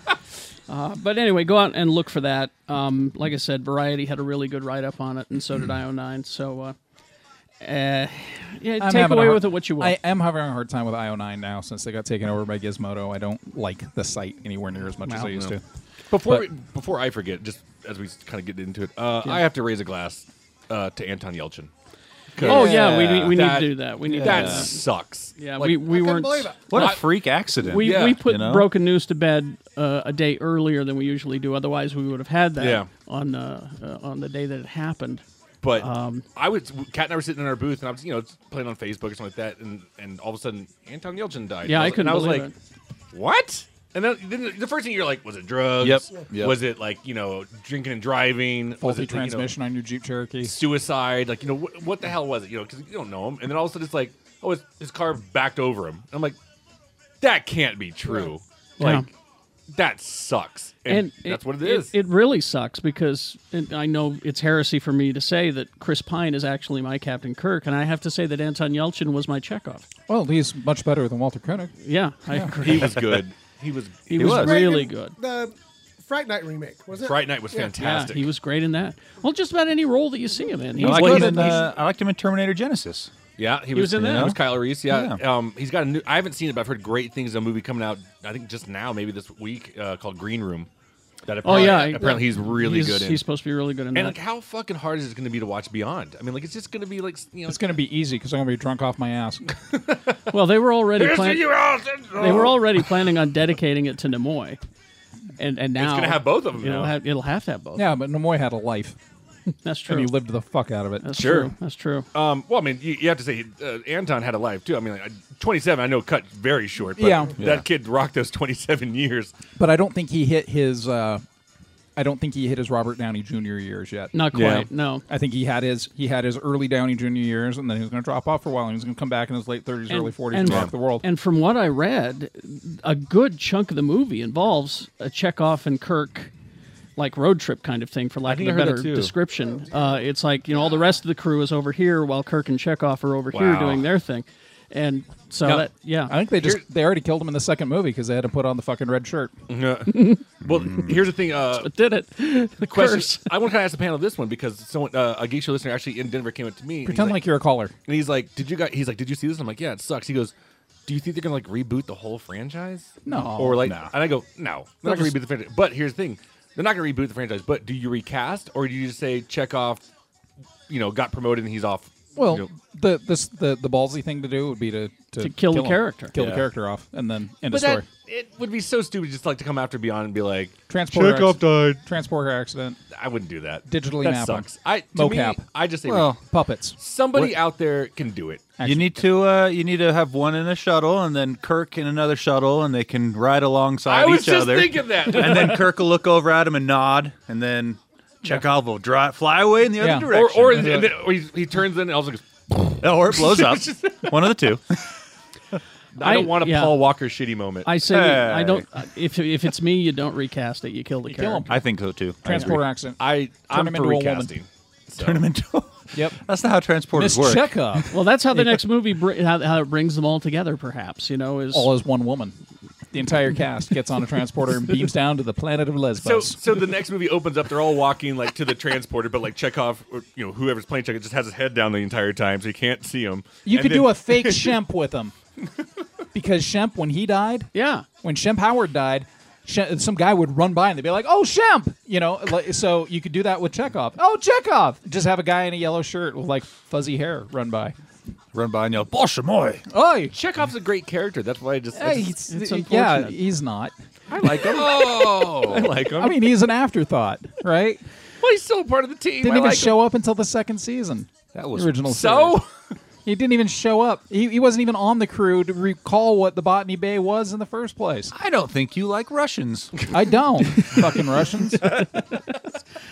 [SPEAKER 2] Uh, but anyway, go out and look for that. Um, like I said, Variety had a really good write up on it, and so did IO9. So, uh, uh, yeah,
[SPEAKER 9] I'm
[SPEAKER 2] take
[SPEAKER 9] having a
[SPEAKER 2] away
[SPEAKER 9] hard-
[SPEAKER 2] with it what you will.
[SPEAKER 9] I am having a hard time with IO9 now since they got taken over by Gizmodo. I don't like the site anywhere near as much as I used to.
[SPEAKER 7] Before
[SPEAKER 9] But-
[SPEAKER 7] we, before I forget, just as we kind of get into it, uh, I have to raise a glass uh, to Anton Yelchin.
[SPEAKER 2] oh yeah, we, need- we need
[SPEAKER 7] That-
[SPEAKER 2] to do that. We need
[SPEAKER 7] That
[SPEAKER 2] to do that.
[SPEAKER 7] sucks.
[SPEAKER 2] Yeah,
[SPEAKER 7] Like,
[SPEAKER 2] we, we
[SPEAKER 3] couldn't
[SPEAKER 2] weren't.
[SPEAKER 3] believe it.
[SPEAKER 10] what
[SPEAKER 7] I-
[SPEAKER 10] a freak accident.
[SPEAKER 2] We,
[SPEAKER 7] Yeah.
[SPEAKER 2] we put
[SPEAKER 10] You know?
[SPEAKER 2] broken news to bed uh, a day earlier than we usually do. Otherwise, we would have had that
[SPEAKER 7] Yeah.
[SPEAKER 2] on uh, uh, on the day that it happened.
[SPEAKER 7] But I was Kat and I were sitting in our booth, and I was you know playing on Facebook or something like that, and and all of a sudden Anton Yelchin died.
[SPEAKER 2] Yeah,
[SPEAKER 7] and
[SPEAKER 2] I
[SPEAKER 7] was-
[SPEAKER 2] couldn't
[SPEAKER 7] And I was
[SPEAKER 2] believe
[SPEAKER 7] like, what? And then, then the first thing you're like, was it drugs?
[SPEAKER 10] Yep. Yep.
[SPEAKER 7] Was it like you know drinking and driving? Was
[SPEAKER 9] Faulty
[SPEAKER 7] it, like, you know,
[SPEAKER 9] transmission on your Jeep Cherokee.
[SPEAKER 7] suicide? Like you know what, what the hell was it? You know because you don't know him, and then all of a sudden it's like, oh, his, his car backed over him. I'm like, that can't be true.
[SPEAKER 2] Yeah.
[SPEAKER 7] Like that sucks, and, that's what it is.
[SPEAKER 2] It, really sucks because and I know it's heresy for me to say that Chris Pine is actually my Captain Kirk, and I have to say that Anton Yelchin was my Chekhov.
[SPEAKER 9] Well, he's much better than Walter Koenig.
[SPEAKER 2] Yeah, I agree.
[SPEAKER 7] he
[SPEAKER 9] *laughs*
[SPEAKER 7] was good. He was.
[SPEAKER 2] *laughs* He was,
[SPEAKER 3] Great
[SPEAKER 2] really
[SPEAKER 3] in
[SPEAKER 2] good.
[SPEAKER 3] The Fright Night remake was it?
[SPEAKER 7] Fright Night was
[SPEAKER 2] Yeah,
[SPEAKER 7] fantastic.
[SPEAKER 2] he was great in that. Well, just about any role that you see him in.
[SPEAKER 10] I
[SPEAKER 2] He's
[SPEAKER 10] liked,
[SPEAKER 2] good
[SPEAKER 10] him
[SPEAKER 2] in-
[SPEAKER 10] in, uh, I liked him in Terminator Genesis.
[SPEAKER 7] Yeah, he,
[SPEAKER 2] was in
[SPEAKER 7] you
[SPEAKER 2] that.
[SPEAKER 7] know, It was Kyle Reese. Yeah,
[SPEAKER 10] Yeah.
[SPEAKER 7] Um, he's got a new. I haven't seen it, but I've heard great things. A movie coming out, I think just now, maybe this week, uh, called Green Room. That
[SPEAKER 2] Oh,
[SPEAKER 7] apparently,
[SPEAKER 2] yeah.
[SPEAKER 7] apparently he's really
[SPEAKER 2] he's,
[SPEAKER 7] good in.
[SPEAKER 2] He's supposed to be really good in
[SPEAKER 7] and
[SPEAKER 2] that.
[SPEAKER 7] like, how fucking hard is it going to be to watch Beyond? I mean, like, it's just going to be like you know,
[SPEAKER 9] It's going to be easy because I'm going to be drunk off my ass. *laughs*
[SPEAKER 2] well, they were already planning. They
[SPEAKER 7] they
[SPEAKER 2] were already planning on dedicating it to Nimoy, and and now
[SPEAKER 7] It's going to have both of them.
[SPEAKER 2] It'll
[SPEAKER 7] now.
[SPEAKER 2] have, it'll have to have both.
[SPEAKER 9] yeah, but Nimoy had a life,
[SPEAKER 2] *laughs* that's
[SPEAKER 9] and
[SPEAKER 2] true.
[SPEAKER 9] he lived the fuck out of it.
[SPEAKER 2] that's
[SPEAKER 7] Sure.
[SPEAKER 2] true. That's true.
[SPEAKER 7] um, well, I mean, you, you have to say uh, Anton had a life too. I mean, like, I- 27. I know cut very short. But
[SPEAKER 9] Yeah.
[SPEAKER 7] that
[SPEAKER 10] Yeah.
[SPEAKER 7] kid rocked those 27 years.
[SPEAKER 9] But I don't think he hit his. Uh, I don't think he hit his Robert Downey Jr. years yet.
[SPEAKER 2] Not
[SPEAKER 7] Yeah.
[SPEAKER 2] quite. No.
[SPEAKER 9] I think he had his he had his early Downey Jr. years, and then he was going to drop off for a while, and he was going to come back in his late 30s,
[SPEAKER 2] And-
[SPEAKER 9] early 40s,
[SPEAKER 2] and-
[SPEAKER 9] and rock the world.
[SPEAKER 2] And from what I read, a good chunk of the movie involves a Chekhov and Kirk like road trip kind of thing, for lack of
[SPEAKER 7] think
[SPEAKER 2] a
[SPEAKER 7] I heard that
[SPEAKER 2] better
[SPEAKER 7] too.
[SPEAKER 2] description. Uh, it's like you know all the rest of the crew is over here while Kirk and Chekhov are over here
[SPEAKER 7] Wow.
[SPEAKER 2] doing their thing, and so
[SPEAKER 7] Now-
[SPEAKER 2] that yeah.
[SPEAKER 9] I think they just they already killed him in the second movie because they had to put on the fucking red
[SPEAKER 7] *laughs*
[SPEAKER 9] shirt.
[SPEAKER 7] Well, here's the thing. Uh,
[SPEAKER 2] but did Mm-hmm. it? The curse.
[SPEAKER 7] question. I want to kind of ask the panel this one because someone, uh, a geisha listener, actually in Denver came up to me. and he's
[SPEAKER 9] Pretend like, you're a caller.
[SPEAKER 7] And he's like, "Did you guys?" He's like, "Did you see this?" I'm like, "Yeah, it sucks." He goes, do you think they're gonna like reboot the whole franchise?
[SPEAKER 9] No.
[SPEAKER 7] Or like,
[SPEAKER 9] No.
[SPEAKER 7] and I go, no, they're not
[SPEAKER 9] They'll
[SPEAKER 7] gonna
[SPEAKER 9] just-
[SPEAKER 7] reboot the franchise. But here's the thing, they're not gonna reboot the franchise. But do you recast or do you just say check off? You know, got promoted and he's off.
[SPEAKER 9] Well,
[SPEAKER 7] you know,
[SPEAKER 9] the this the, the ballsy thing to do would be to to,
[SPEAKER 7] To kill the
[SPEAKER 9] him.
[SPEAKER 7] character.
[SPEAKER 9] kill
[SPEAKER 7] Yeah.
[SPEAKER 9] the character off, and then end
[SPEAKER 7] but
[SPEAKER 9] of story.
[SPEAKER 7] that it would be so stupid just like to come after Beyond and be like
[SPEAKER 9] Transporter
[SPEAKER 7] check off.
[SPEAKER 9] acc- died. Transporter accident.
[SPEAKER 7] I wouldn't do that.
[SPEAKER 9] Digitally
[SPEAKER 7] That
[SPEAKER 9] map 'em.
[SPEAKER 7] sucks. I to
[SPEAKER 9] mocap.
[SPEAKER 7] Me, I just say
[SPEAKER 10] Well,
[SPEAKER 9] puppets.
[SPEAKER 7] Somebody
[SPEAKER 10] What-
[SPEAKER 7] out there can do it.
[SPEAKER 10] You need to uh, you need to have one in a shuttle and then Kirk in another shuttle and they can ride alongside
[SPEAKER 7] I was
[SPEAKER 10] each
[SPEAKER 7] just
[SPEAKER 10] other.
[SPEAKER 7] thinking that.
[SPEAKER 10] and then Kirk will look over at him and nod, and then Chekhov will dry, fly away in the other
[SPEAKER 7] Yeah.
[SPEAKER 10] direction.
[SPEAKER 7] Or, or, and then- or he, he turns in and also goes,
[SPEAKER 10] *laughs* or it
[SPEAKER 7] *laughs*
[SPEAKER 10] blows up. one of the two.
[SPEAKER 7] I don't want a
[SPEAKER 2] yeah.
[SPEAKER 7] Paul Walker shitty moment.
[SPEAKER 2] I say I don't. uh, If if it's me, you don't recast it. You kill the character.
[SPEAKER 10] I think so too. I
[SPEAKER 2] Transporter
[SPEAKER 10] agree.
[SPEAKER 2] accident.
[SPEAKER 7] I
[SPEAKER 2] I'm for recasting,
[SPEAKER 10] Turn him *laughs* into. yep. That's not how transporters work.
[SPEAKER 2] well, that's how the
[SPEAKER 10] *laughs* Yeah.
[SPEAKER 2] next movie br- how, how it brings them all together. Perhaps you know is
[SPEAKER 9] All as one woman. The entire cast gets on a
[SPEAKER 2] *laughs*
[SPEAKER 9] transporter and beams down to the planet of
[SPEAKER 7] So,
[SPEAKER 9] Lesbos.
[SPEAKER 7] so the next movie opens up. They're all walking like to the transporter, but like Chekhov, or, you know, whoever's playing Chekhov, just has his head down the entire time, so you can't see him.
[SPEAKER 9] you
[SPEAKER 7] And
[SPEAKER 9] could
[SPEAKER 7] then-
[SPEAKER 9] do a
[SPEAKER 7] *laughs*
[SPEAKER 9] fake Shemp with him, because Shemp, when he died,
[SPEAKER 2] yeah,
[SPEAKER 9] when Shemp Howard died, Shemp, some guy would run by and they'd be like, "Oh, Shemp," you know. Like, so you could do that with Chekhov. Oh, Chekhov! Just have a guy in a yellow shirt with like fuzzy hair run by.
[SPEAKER 10] Run by and yell, Bolshemoi.
[SPEAKER 9] Oi!
[SPEAKER 7] Chekhov's a great character. That's why I just. I
[SPEAKER 9] Hey,
[SPEAKER 7] just-
[SPEAKER 9] he's- yeah, he's not.
[SPEAKER 7] I like him. oh, *laughs* I like him.
[SPEAKER 9] I mean, he's an afterthought, right?
[SPEAKER 7] well, he's still a part of the team.
[SPEAKER 9] Didn't
[SPEAKER 7] I
[SPEAKER 9] even
[SPEAKER 7] like
[SPEAKER 9] show up until the second season.
[SPEAKER 10] That was
[SPEAKER 9] original.
[SPEAKER 7] so?
[SPEAKER 10] *laughs*
[SPEAKER 9] series. he didn't even show up. He, he wasn't even on the crew to recall what the Botany Bay was in the first place.
[SPEAKER 10] I don't think you like Russians.
[SPEAKER 9] I
[SPEAKER 10] *laughs*
[SPEAKER 9] don't. Fucking Russians.
[SPEAKER 7] him.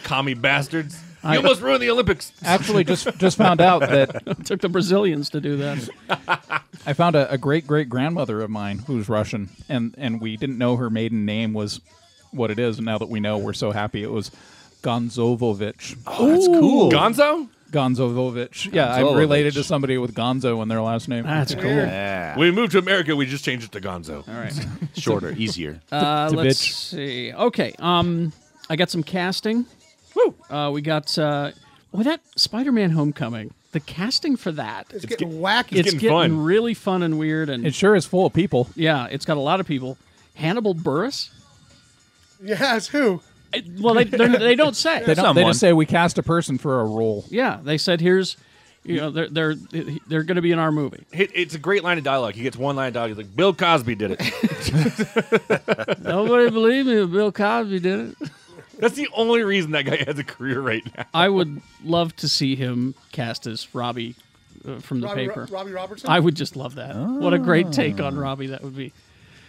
[SPEAKER 7] Commie bastards. You
[SPEAKER 9] I-
[SPEAKER 7] almost ruined the Olympics.
[SPEAKER 9] Actually, just just found out that
[SPEAKER 2] *laughs* it took the Brazilians to
[SPEAKER 9] *laughs*
[SPEAKER 2] do that.
[SPEAKER 9] I found a, a great great grandmother of mine who's Russian, and and we didn't know her maiden name was what it is. And now that we know, we're so happy it was Gonzovovich.
[SPEAKER 10] Oh, that's cool.
[SPEAKER 7] Gonzo?
[SPEAKER 9] Gonzovovich. Yeah, I'm
[SPEAKER 7] Gonzovovich.
[SPEAKER 9] related to somebody with Gonzo in their last name.
[SPEAKER 2] That's cool.
[SPEAKER 10] Yeah.
[SPEAKER 7] We moved to America. We just changed it to Gonzo. All
[SPEAKER 2] right.
[SPEAKER 10] Shorter, easier.
[SPEAKER 2] *laughs* Uh,
[SPEAKER 9] It's a
[SPEAKER 2] let's
[SPEAKER 9] bitch.
[SPEAKER 2] see. Okay. Um, I got some casting.
[SPEAKER 7] Woo!
[SPEAKER 2] Uh, we got uh, well that Spider-Man: Homecoming. The casting for that.
[SPEAKER 3] It's, getting wacky.
[SPEAKER 2] It's, getting, really fun and weird, and
[SPEAKER 9] It sure is full of people.
[SPEAKER 2] yeah, it's got a lot of people. Hannibal Burris.
[SPEAKER 3] *laughs* Yes, who?
[SPEAKER 2] I- Well, they they're- they don't say.
[SPEAKER 9] They, don't, they just say we cast a person for a role.
[SPEAKER 2] Yeah, they said here's, you know, they're they're they're going to be in our movie.
[SPEAKER 7] It- It's a great line of dialogue. He gets one line of dialogue. He's like, Bill Cosby did it.
[SPEAKER 2] *laughs*
[SPEAKER 9] Oh,
[SPEAKER 2] Nobody believed me. but Bill Cosby did it.
[SPEAKER 7] *laughs* That's the only reason that guy has a career right now.
[SPEAKER 2] I would love to see him cast as Robbie uh, from the
[SPEAKER 3] Robbie Ro-
[SPEAKER 2] paper.
[SPEAKER 3] Robbie Robertson? Ah.
[SPEAKER 2] I would just love that. What a great take on Robbie that would be.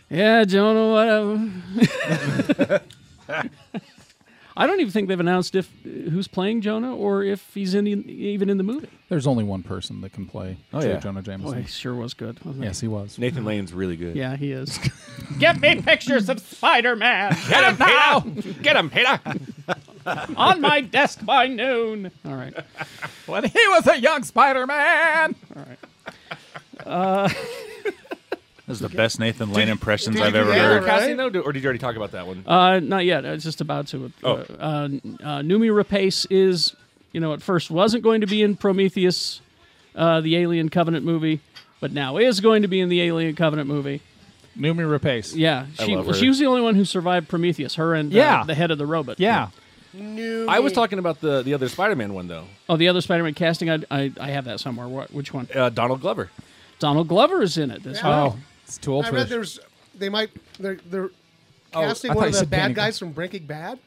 [SPEAKER 2] Yeah, Jonah, whatever. *laughs* I don't even think they've announced if who's playing Jonah or if he's in even in the movie.
[SPEAKER 9] There's only one person that can play
[SPEAKER 10] Oh,
[SPEAKER 9] J-
[SPEAKER 10] yeah.
[SPEAKER 9] Jonah
[SPEAKER 2] Boy,
[SPEAKER 9] Jameson.
[SPEAKER 2] he sure was good. wasn't
[SPEAKER 9] Yes, he was.
[SPEAKER 7] Nathan Lane's really good.
[SPEAKER 2] Yeah,
[SPEAKER 3] *laughs*
[SPEAKER 2] he is. *laughs* Get me pictures of Spider Man
[SPEAKER 7] *laughs* Get him, hater! Get him, hater!
[SPEAKER 2] *laughs* on my desk by noon. All right.
[SPEAKER 9] When he was a young Spider-Man.
[SPEAKER 2] *laughs*
[SPEAKER 10] That's the best Nathan Lane impressions I've
[SPEAKER 7] Did
[SPEAKER 10] ever
[SPEAKER 7] you
[SPEAKER 10] heard.
[SPEAKER 7] ever Casino, do- or did you already talk about that one?
[SPEAKER 2] Uh, not yet. I was just about to.
[SPEAKER 9] Oh.
[SPEAKER 2] Uh, uh, uh, Numi Rapace is, you know, at first wasn't going to be in Prometheus, uh, the Alien Covenant movie, but now is going to be in the Alien Covenant movie.
[SPEAKER 9] Numi Rapace.
[SPEAKER 2] Yeah,
[SPEAKER 7] I
[SPEAKER 2] she
[SPEAKER 7] love her.
[SPEAKER 2] she was the only one who survived Prometheus. Her and uh,
[SPEAKER 9] Yeah.
[SPEAKER 2] the head of the robot.
[SPEAKER 9] Yeah.
[SPEAKER 3] New
[SPEAKER 7] I was talking about the, the other Spider Man one, though.
[SPEAKER 2] Oh, the other Spider-Man casting. I, I, I have that somewhere. What? Which one?
[SPEAKER 7] Uh, Donald Glover.
[SPEAKER 2] Donald Glover is in it. This
[SPEAKER 3] Yeah.
[SPEAKER 2] week.
[SPEAKER 9] Oh, it's too old
[SPEAKER 3] I
[SPEAKER 9] for
[SPEAKER 3] read
[SPEAKER 9] this.
[SPEAKER 3] there's they might they're they're
[SPEAKER 9] Oh,
[SPEAKER 3] casting
[SPEAKER 9] I
[SPEAKER 3] one
[SPEAKER 9] thought
[SPEAKER 3] of
[SPEAKER 9] you
[SPEAKER 3] the
[SPEAKER 9] said
[SPEAKER 3] bad
[SPEAKER 9] Danny Gr-
[SPEAKER 3] guys from Breaking Bad,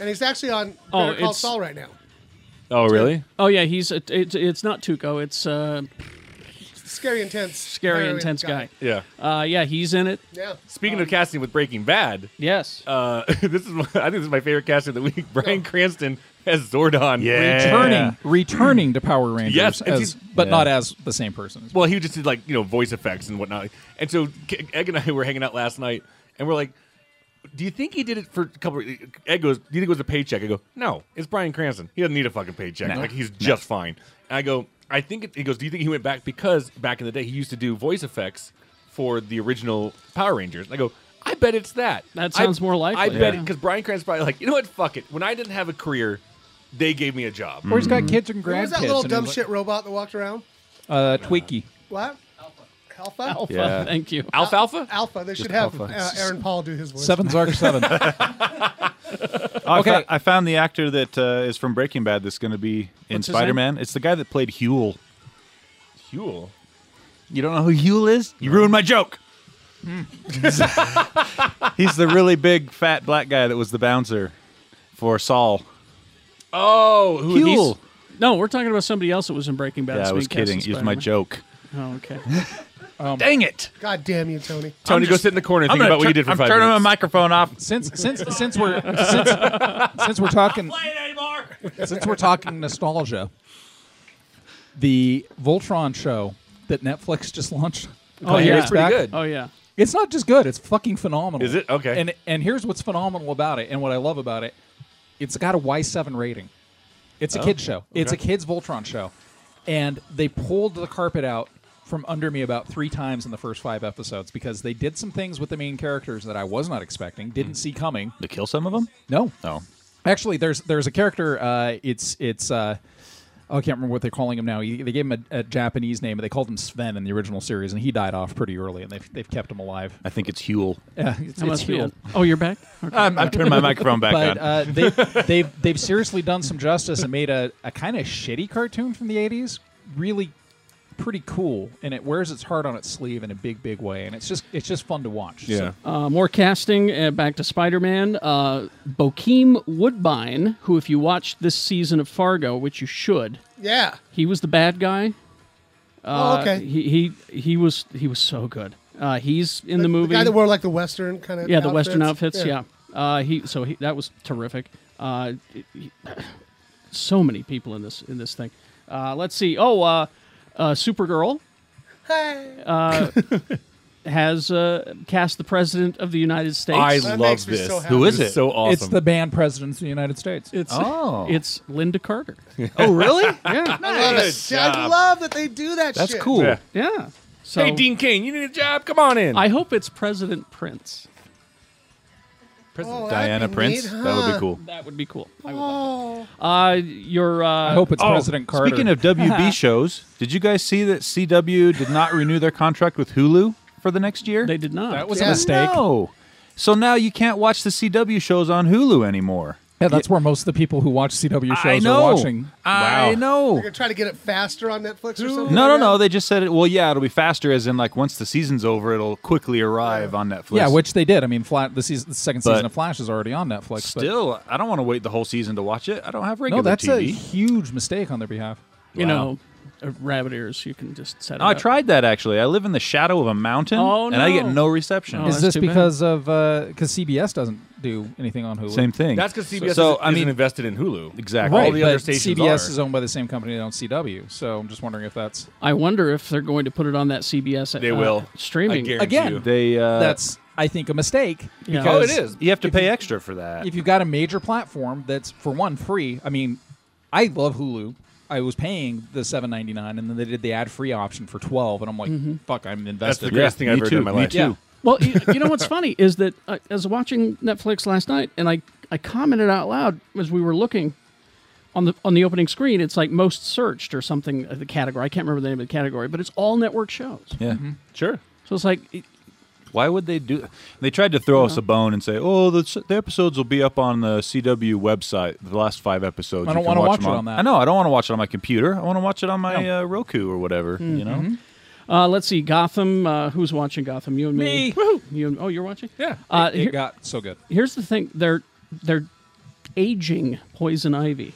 [SPEAKER 3] and he's actually on
[SPEAKER 2] Oh,
[SPEAKER 3] Better Call
[SPEAKER 2] it's-
[SPEAKER 3] Saul right now.
[SPEAKER 7] Oh, really?
[SPEAKER 2] Oh yeah, he's a, it's it's not Tuco. It's uh,
[SPEAKER 3] Scary intense,
[SPEAKER 2] scary,
[SPEAKER 3] very
[SPEAKER 2] intense guy.
[SPEAKER 7] Yeah.
[SPEAKER 2] Uh, yeah, he's in it.
[SPEAKER 3] Yeah,
[SPEAKER 7] Speaking of casting with Breaking Bad,
[SPEAKER 2] Yes. Oh.
[SPEAKER 7] uh, *laughs* this is my, I think this is my favorite cast of the week. Brian Cranston as Zordon.
[SPEAKER 9] Returning, returning to Power Rangers,
[SPEAKER 7] Yes, and
[SPEAKER 9] as,
[SPEAKER 7] he's-
[SPEAKER 9] but
[SPEAKER 7] Yeah.
[SPEAKER 9] not as the same person. as-
[SPEAKER 7] Well, he just did like you know voice effects and whatnot. And so K- Egg and I *laughs* were hanging out last night, and we're like, "Do you think he did it for a couple?" Of, Egg goes, "Do you think it was a paycheck?" I go, "No, it's Brian Cranston. He doesn't need a fucking paycheck. Like he's just fine." And I go, "I think." It, he goes, "Do you think he went back because back in the day he used to do voice effects for the original Power Rangers?" And I go. I bet it's that.
[SPEAKER 2] That
[SPEAKER 7] I-
[SPEAKER 2] sounds more
[SPEAKER 7] I
[SPEAKER 2] likely,
[SPEAKER 7] bet
[SPEAKER 2] yeah.
[SPEAKER 7] it because Brian Cranston probably like you know what? Fuck it. When I didn't have a career, they gave me a job.
[SPEAKER 9] or
[SPEAKER 2] Mm-hmm.
[SPEAKER 9] he's got kids and
[SPEAKER 3] Who was
[SPEAKER 9] grandkids.
[SPEAKER 3] that little
[SPEAKER 9] and
[SPEAKER 3] dumb
[SPEAKER 9] he's
[SPEAKER 3] shit robot that walked around?
[SPEAKER 9] like, Uh, Tweaky.
[SPEAKER 3] What? Alpha. Alpha?
[SPEAKER 2] Alpha, Yeah. thank you.
[SPEAKER 7] Alfalfa?
[SPEAKER 3] Alpha. They
[SPEAKER 10] Just
[SPEAKER 3] should have
[SPEAKER 10] Alpha.
[SPEAKER 3] uh, Aaron Paul do his voice.
[SPEAKER 9] Seven Zark Seven.
[SPEAKER 10] Oh, I
[SPEAKER 9] Okay.
[SPEAKER 10] fo- I found the actor that uh, is from Breaking Bad that's going to be in
[SPEAKER 9] What's his
[SPEAKER 10] Spider Man. It's the guy that played Huel.
[SPEAKER 7] Huel?
[SPEAKER 10] You don't know who Huel is? You ruined my joke. Hmm. He's the really big, fat black guy that was the bouncer for Saul.
[SPEAKER 2] Oh,
[SPEAKER 10] who he's- Huel.
[SPEAKER 2] No, we're talking about somebody else that was in Breaking Bad.
[SPEAKER 10] yeah, I
[SPEAKER 2] that's
[SPEAKER 10] was
[SPEAKER 2] being cast
[SPEAKER 10] kidding.
[SPEAKER 2] as
[SPEAKER 10] It was my
[SPEAKER 2] Spider-Man.
[SPEAKER 10] joke. Um,
[SPEAKER 2] Oh,
[SPEAKER 10] *laughs*
[SPEAKER 2] okay.
[SPEAKER 9] Um,
[SPEAKER 2] *laughs*
[SPEAKER 10] Dang it!
[SPEAKER 3] God damn you, Tony.
[SPEAKER 7] Tony, go sit in the corner and
[SPEAKER 10] I'm
[SPEAKER 7] think
[SPEAKER 10] gonna
[SPEAKER 7] about what you
[SPEAKER 10] turn-
[SPEAKER 7] did for
[SPEAKER 10] I'm
[SPEAKER 7] five
[SPEAKER 10] turning
[SPEAKER 7] minutes.
[SPEAKER 10] my microphone off.
[SPEAKER 3] *laughs*
[SPEAKER 9] Since since since we're since, since we're talking since we're talking nostalgia, the Voltron show that Netflix just launched. a couple
[SPEAKER 2] Oh, yeah.
[SPEAKER 9] days
[SPEAKER 2] It's pretty
[SPEAKER 9] back,
[SPEAKER 2] good. Oh, yeah.
[SPEAKER 9] It's not just good; it's fucking phenomenal.
[SPEAKER 7] Is it? Okay.
[SPEAKER 9] And and here's what's phenomenal about it, and what I love about it, it's got a Y7 rating. It's a
[SPEAKER 7] Oh,
[SPEAKER 9] kids show. It's a
[SPEAKER 7] okay.
[SPEAKER 9] kids Voltron show, and they pulled the carpet out from under me about three times in the first five episodes because they did some things with the main characters that I was not expecting, didn't see coming.
[SPEAKER 10] To kill some of them?
[SPEAKER 9] No,
[SPEAKER 10] No.
[SPEAKER 9] Actually, there's there's a character. Uh, it's it's. Uh, oh, I can't remember what they're calling him now. He, they gave him a, a Japanese name, but they called him Sven in the original series, and he died off pretty early, and they've, they've kept him alive.
[SPEAKER 10] I think it's Huel.
[SPEAKER 9] Yeah, it's,
[SPEAKER 2] That
[SPEAKER 9] it's
[SPEAKER 2] must be
[SPEAKER 9] Huel.
[SPEAKER 2] it. Oh, you're back. Okay.
[SPEAKER 10] I'm, I'm turning my microphone back
[SPEAKER 9] but
[SPEAKER 10] on.
[SPEAKER 9] uh, they, they've they've seriously done some justice and made a, a kind of shitty cartoon from the '80s really pretty cool, and it wears its heart on its sleeve in a big, big way, and it's just it's just fun to watch. So-
[SPEAKER 7] Yeah.
[SPEAKER 2] Uh, more casting. Uh, back to Spider Man. Uh, Bokeem Woodbine, who, if you watched this season of Fargo, which you should,
[SPEAKER 3] *laughs* Yeah.
[SPEAKER 2] he was the bad guy. Uh,
[SPEAKER 3] oh, okay.
[SPEAKER 2] He, he he was he was so good. Uh, he's in the, movie.
[SPEAKER 3] guy that wore like the Western kind of
[SPEAKER 2] yeah, the Western outfits. Yeah. Uh, he so he, that was terrific. Uh, it- he- so many people in this in this thing. Uh, let's see. Oh, uh, uh, Supergirl uh,
[SPEAKER 3] *laughs*
[SPEAKER 2] has uh, cast the president of the United States.
[SPEAKER 7] I
[SPEAKER 3] That
[SPEAKER 7] love
[SPEAKER 3] makes me
[SPEAKER 7] this.
[SPEAKER 3] so happy. Who
[SPEAKER 10] is
[SPEAKER 7] This
[SPEAKER 10] it?
[SPEAKER 7] So awesome.
[SPEAKER 9] It's the banned presidents of the United States.
[SPEAKER 2] it's
[SPEAKER 10] Oh.
[SPEAKER 2] it's Linda Carter.
[SPEAKER 10] oh, *laughs* really?
[SPEAKER 2] Yeah,
[SPEAKER 3] *laughs* I love, it.
[SPEAKER 7] Good
[SPEAKER 3] I
[SPEAKER 7] job.
[SPEAKER 3] love that they do that
[SPEAKER 10] That's
[SPEAKER 3] shit.
[SPEAKER 10] cool.
[SPEAKER 7] Yeah.
[SPEAKER 2] yeah. So
[SPEAKER 7] Hey, Dean Kane, you need a job? Come on in.
[SPEAKER 2] I hope it's President Prince.
[SPEAKER 3] Oh, that'd
[SPEAKER 10] Diana
[SPEAKER 3] be
[SPEAKER 10] Prince.
[SPEAKER 3] neat,
[SPEAKER 10] That would be
[SPEAKER 3] huh?
[SPEAKER 10] cool.
[SPEAKER 2] That would be cool.
[SPEAKER 7] Oh,
[SPEAKER 2] I would love that. Uh, your uh,
[SPEAKER 9] I hope it's President Carter.
[SPEAKER 10] Oh, Speaking
[SPEAKER 9] *laughs*
[SPEAKER 10] of *laughs* WB shows, did you guys see that CW did not renew their contract with Hulu for the next year?
[SPEAKER 2] they did not.
[SPEAKER 9] that was
[SPEAKER 3] Yeah.
[SPEAKER 9] a mistake.
[SPEAKER 10] No. So now you can't watch the CW shows on Hulu anymore.
[SPEAKER 9] Yeah, that's where most of the people who watch CW
[SPEAKER 10] I
[SPEAKER 9] shows
[SPEAKER 10] know.
[SPEAKER 9] are watching.
[SPEAKER 10] I know.
[SPEAKER 3] They're gonna try to get it faster on Netflix or something.
[SPEAKER 10] No, no,
[SPEAKER 3] like
[SPEAKER 10] no.
[SPEAKER 3] that?
[SPEAKER 10] They just said it. Well, yeah, it'll be faster, as in like once the season's over, it'll quickly arrive on Netflix.
[SPEAKER 9] Yeah, which they did. I mean, Fla the, season, the second
[SPEAKER 10] But-
[SPEAKER 9] season of Flash is already on Netflix.
[SPEAKER 10] still, I don't want to wait the whole season to watch it. I don't have
[SPEAKER 9] but
[SPEAKER 10] regular
[SPEAKER 9] no, that's a
[SPEAKER 10] TV.
[SPEAKER 9] huge mistake on their behalf.
[SPEAKER 2] you
[SPEAKER 10] Wow.
[SPEAKER 2] know, uh, rabbit ears. You can just set. It
[SPEAKER 10] No, Oh, I
[SPEAKER 2] up.
[SPEAKER 10] tried that actually. I live in the shadow of a mountain,
[SPEAKER 2] Oh,
[SPEAKER 10] and I get
[SPEAKER 2] no.
[SPEAKER 10] no reception.
[SPEAKER 2] Oh,
[SPEAKER 9] is
[SPEAKER 2] that's
[SPEAKER 9] this
[SPEAKER 2] too bad.
[SPEAKER 9] because of uh, because CBS doesn't do anything on Hulu?
[SPEAKER 10] Same thing.
[SPEAKER 7] That's because CBS
[SPEAKER 10] So,
[SPEAKER 7] is,
[SPEAKER 10] I mean,
[SPEAKER 7] invested in Hulu.
[SPEAKER 10] exactly.
[SPEAKER 9] right?
[SPEAKER 7] All the
[SPEAKER 9] but
[SPEAKER 7] other stations
[SPEAKER 9] CBS
[SPEAKER 7] are.
[SPEAKER 9] is owned by the same company that owns CW, so I'm just wondering if that's
[SPEAKER 2] I wonder if they're going to put it on that CBS.
[SPEAKER 7] They
[SPEAKER 2] uh,
[SPEAKER 7] will. I
[SPEAKER 2] streaming.
[SPEAKER 7] guarantee
[SPEAKER 9] Again,
[SPEAKER 7] you.
[SPEAKER 10] They uh,
[SPEAKER 9] that's I think a mistake.
[SPEAKER 2] Yeah.
[SPEAKER 7] oh,
[SPEAKER 9] because
[SPEAKER 7] it is.
[SPEAKER 10] you have to pay extra for that.
[SPEAKER 9] if you've got a major platform that's for one free, I mean, I love Hulu. I was paying the seven ninety nine, and then they did the ad free option for twelve, and I'm like, fuck, I'm
[SPEAKER 7] That's the
[SPEAKER 9] invested.
[SPEAKER 7] greatest thing I've
[SPEAKER 10] me
[SPEAKER 7] ever
[SPEAKER 10] too,
[SPEAKER 7] done in my
[SPEAKER 10] me
[SPEAKER 7] life.
[SPEAKER 10] too.
[SPEAKER 9] yeah.
[SPEAKER 2] Mm-hmm. Well, you, you know what's funny is that I, I was watching Netflix last night, and I I commented out loud as we were looking on the on the opening screen. It's like most searched or something. uh, The category I can't remember the name of the category, but it's all network shows.
[SPEAKER 10] Yeah,
[SPEAKER 9] Mm-hmm.
[SPEAKER 10] sure.
[SPEAKER 2] So it's like it,
[SPEAKER 10] Why would they do? They tried to throw us a bone and say, "Oh, the, s- the episodes will be up on the CW website. The last five episodes.
[SPEAKER 9] I don't
[SPEAKER 10] You can
[SPEAKER 9] wanna watch
[SPEAKER 10] them
[SPEAKER 9] it on that.
[SPEAKER 10] I know. I don't want to watch it on my computer. I want to watch it on my uh, Roku or whatever.
[SPEAKER 2] Mm-hmm.
[SPEAKER 10] You know.
[SPEAKER 2] hmm. uh, let's see, Gotham. Uh, who's watching Gotham? You and me.
[SPEAKER 9] Me.
[SPEAKER 2] You and, oh, you're watching.
[SPEAKER 9] Yeah,
[SPEAKER 2] Uh,
[SPEAKER 9] *laughs* it, it
[SPEAKER 2] here-
[SPEAKER 9] got so good.
[SPEAKER 2] Here's the thing. They're they're aging Poison Ivy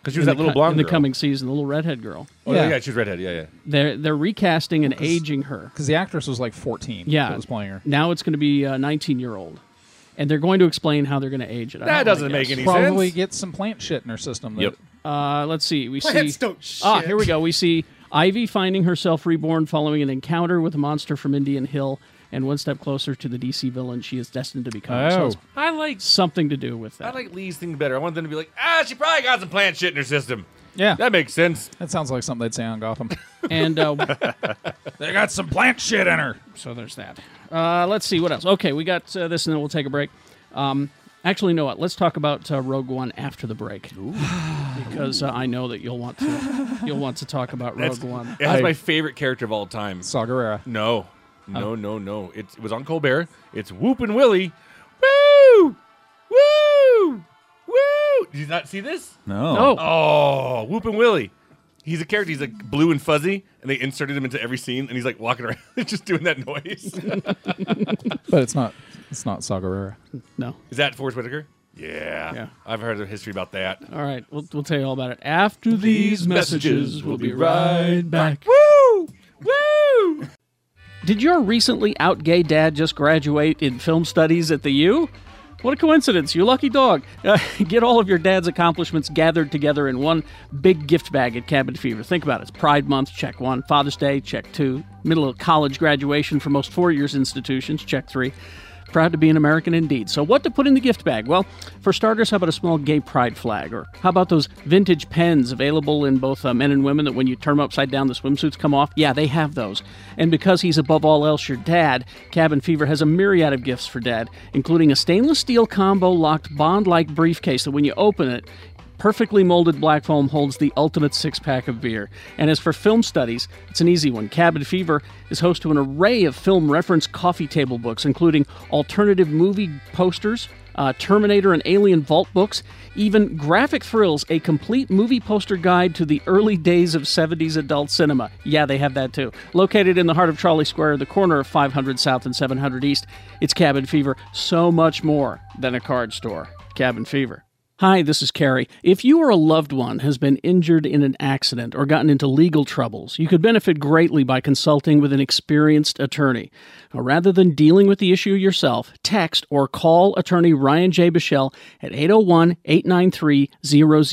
[SPEAKER 7] Because she
[SPEAKER 2] in,
[SPEAKER 7] was
[SPEAKER 2] the,
[SPEAKER 7] that little
[SPEAKER 2] co-
[SPEAKER 7] blonde
[SPEAKER 2] in the
[SPEAKER 7] girl.
[SPEAKER 2] coming season, the little redhead girl.
[SPEAKER 7] Oh, yeah.
[SPEAKER 9] Yeah.
[SPEAKER 7] yeah, she's redhead. Yeah, yeah.
[SPEAKER 2] They're they're recasting and aging her.
[SPEAKER 9] because the actress was like 14.
[SPEAKER 2] Yeah,
[SPEAKER 9] that was playing her.
[SPEAKER 2] Now it's going to be a 19 year old, and they're going to explain how they're going to age it. I
[SPEAKER 7] That
[SPEAKER 2] don't wanna
[SPEAKER 7] doesn't make
[SPEAKER 2] guess.
[SPEAKER 7] any
[SPEAKER 9] Probably
[SPEAKER 7] sense.
[SPEAKER 9] get some plant shit in her system. That,
[SPEAKER 10] Yep.
[SPEAKER 2] Uh, let's see. We
[SPEAKER 3] Plants
[SPEAKER 2] see.
[SPEAKER 3] don't shit.
[SPEAKER 2] Ah, here we go. We see Ivy finding herself reborn following an encounter with a monster from Indian Hill, and one step closer to the DC villain she is destined to become. So
[SPEAKER 9] Oh.
[SPEAKER 2] it's
[SPEAKER 7] I like
[SPEAKER 2] something to do with
[SPEAKER 7] I
[SPEAKER 2] that.
[SPEAKER 7] like Lee's thing better. I want them to be like, ah, she probably got some plant shit in her system.
[SPEAKER 9] Yeah,
[SPEAKER 7] That makes sense.
[SPEAKER 9] that sounds like something they'd say on Gotham.
[SPEAKER 2] *laughs* and uh,
[SPEAKER 9] *laughs* they got some plant shit in her.
[SPEAKER 2] So there's that. Uh, let's see what else. Okay, we got uh, this, and then we'll take a break. Um, Actually, you know what? Let's talk about uh, Rogue One after the break, because uh, I know that you'll want to you'll want to talk about Rogue
[SPEAKER 7] That's,
[SPEAKER 2] One.
[SPEAKER 7] It has my favorite character of all time. Saw
[SPEAKER 9] Gerrera.
[SPEAKER 7] No, no, no, no. It, it was on Colbert. It's Whoopin' Willie. Woo! Woo! Woo! Did you not see this?
[SPEAKER 10] No.
[SPEAKER 2] No.
[SPEAKER 7] Oh, Whoopin' Willie. He's a character. He's like blue and fuzzy, and they inserted him into every scene, and he's like walking around *laughs* just doing that noise.
[SPEAKER 9] But it's not. It's not Sagarera.
[SPEAKER 2] No.
[SPEAKER 7] Is that Forrest Whitaker? Yeah.
[SPEAKER 2] Yeah.
[SPEAKER 7] I've heard of history about that.
[SPEAKER 2] All right, we'll, we'll tell you all about it after these messages. We'll be right back.
[SPEAKER 7] Woo! Woo!
[SPEAKER 2] Did your recently out gay dad just graduate in film studies at the U? What a coincidence, you lucky dog. Uh, *laughs* get all of your dad's accomplishments gathered together in one big gift bag at Cabin Fever. Think about it. It's Pride Month, check one. Father's Day, check two. Middle of college graduation for most four years institutions, check three. Proud to be an American indeed. So, what to put in the gift bag? Well, for starters, how about a small gay pride flag? Or how about those vintage pens available in both uh, men and women that when you turn them upside down, the swimsuits come off? Yeah, they have those. And because he's above all else your dad, Cabin Fever has a myriad of gifts for dad, including a stainless steel combo locked bond like briefcase that when you open it, Perfectly molded black foam holds the ultimate six pack of beer. And as for film studies, it's an easy one. Cabin Fever is host to an array of film reference coffee table books, including alternative movie posters, uh, Terminator and Alien Vault books, even Graphic Thrills, a complete movie poster guide to the early days of 70s adult cinema. Yeah, they have that too. Located in the heart of Charlie Square, the corner of 500 South and 700 East, it's Cabin Fever, so much more than a card store. Cabin Fever. Hi, this is Carrie. If you or a loved one has been injured in an accident or gotten into legal troubles, you could benefit greatly by consulting with an experienced attorney. Now, rather than dealing with the issue yourself, text or call attorney Ryan J. Bichelle at 801 893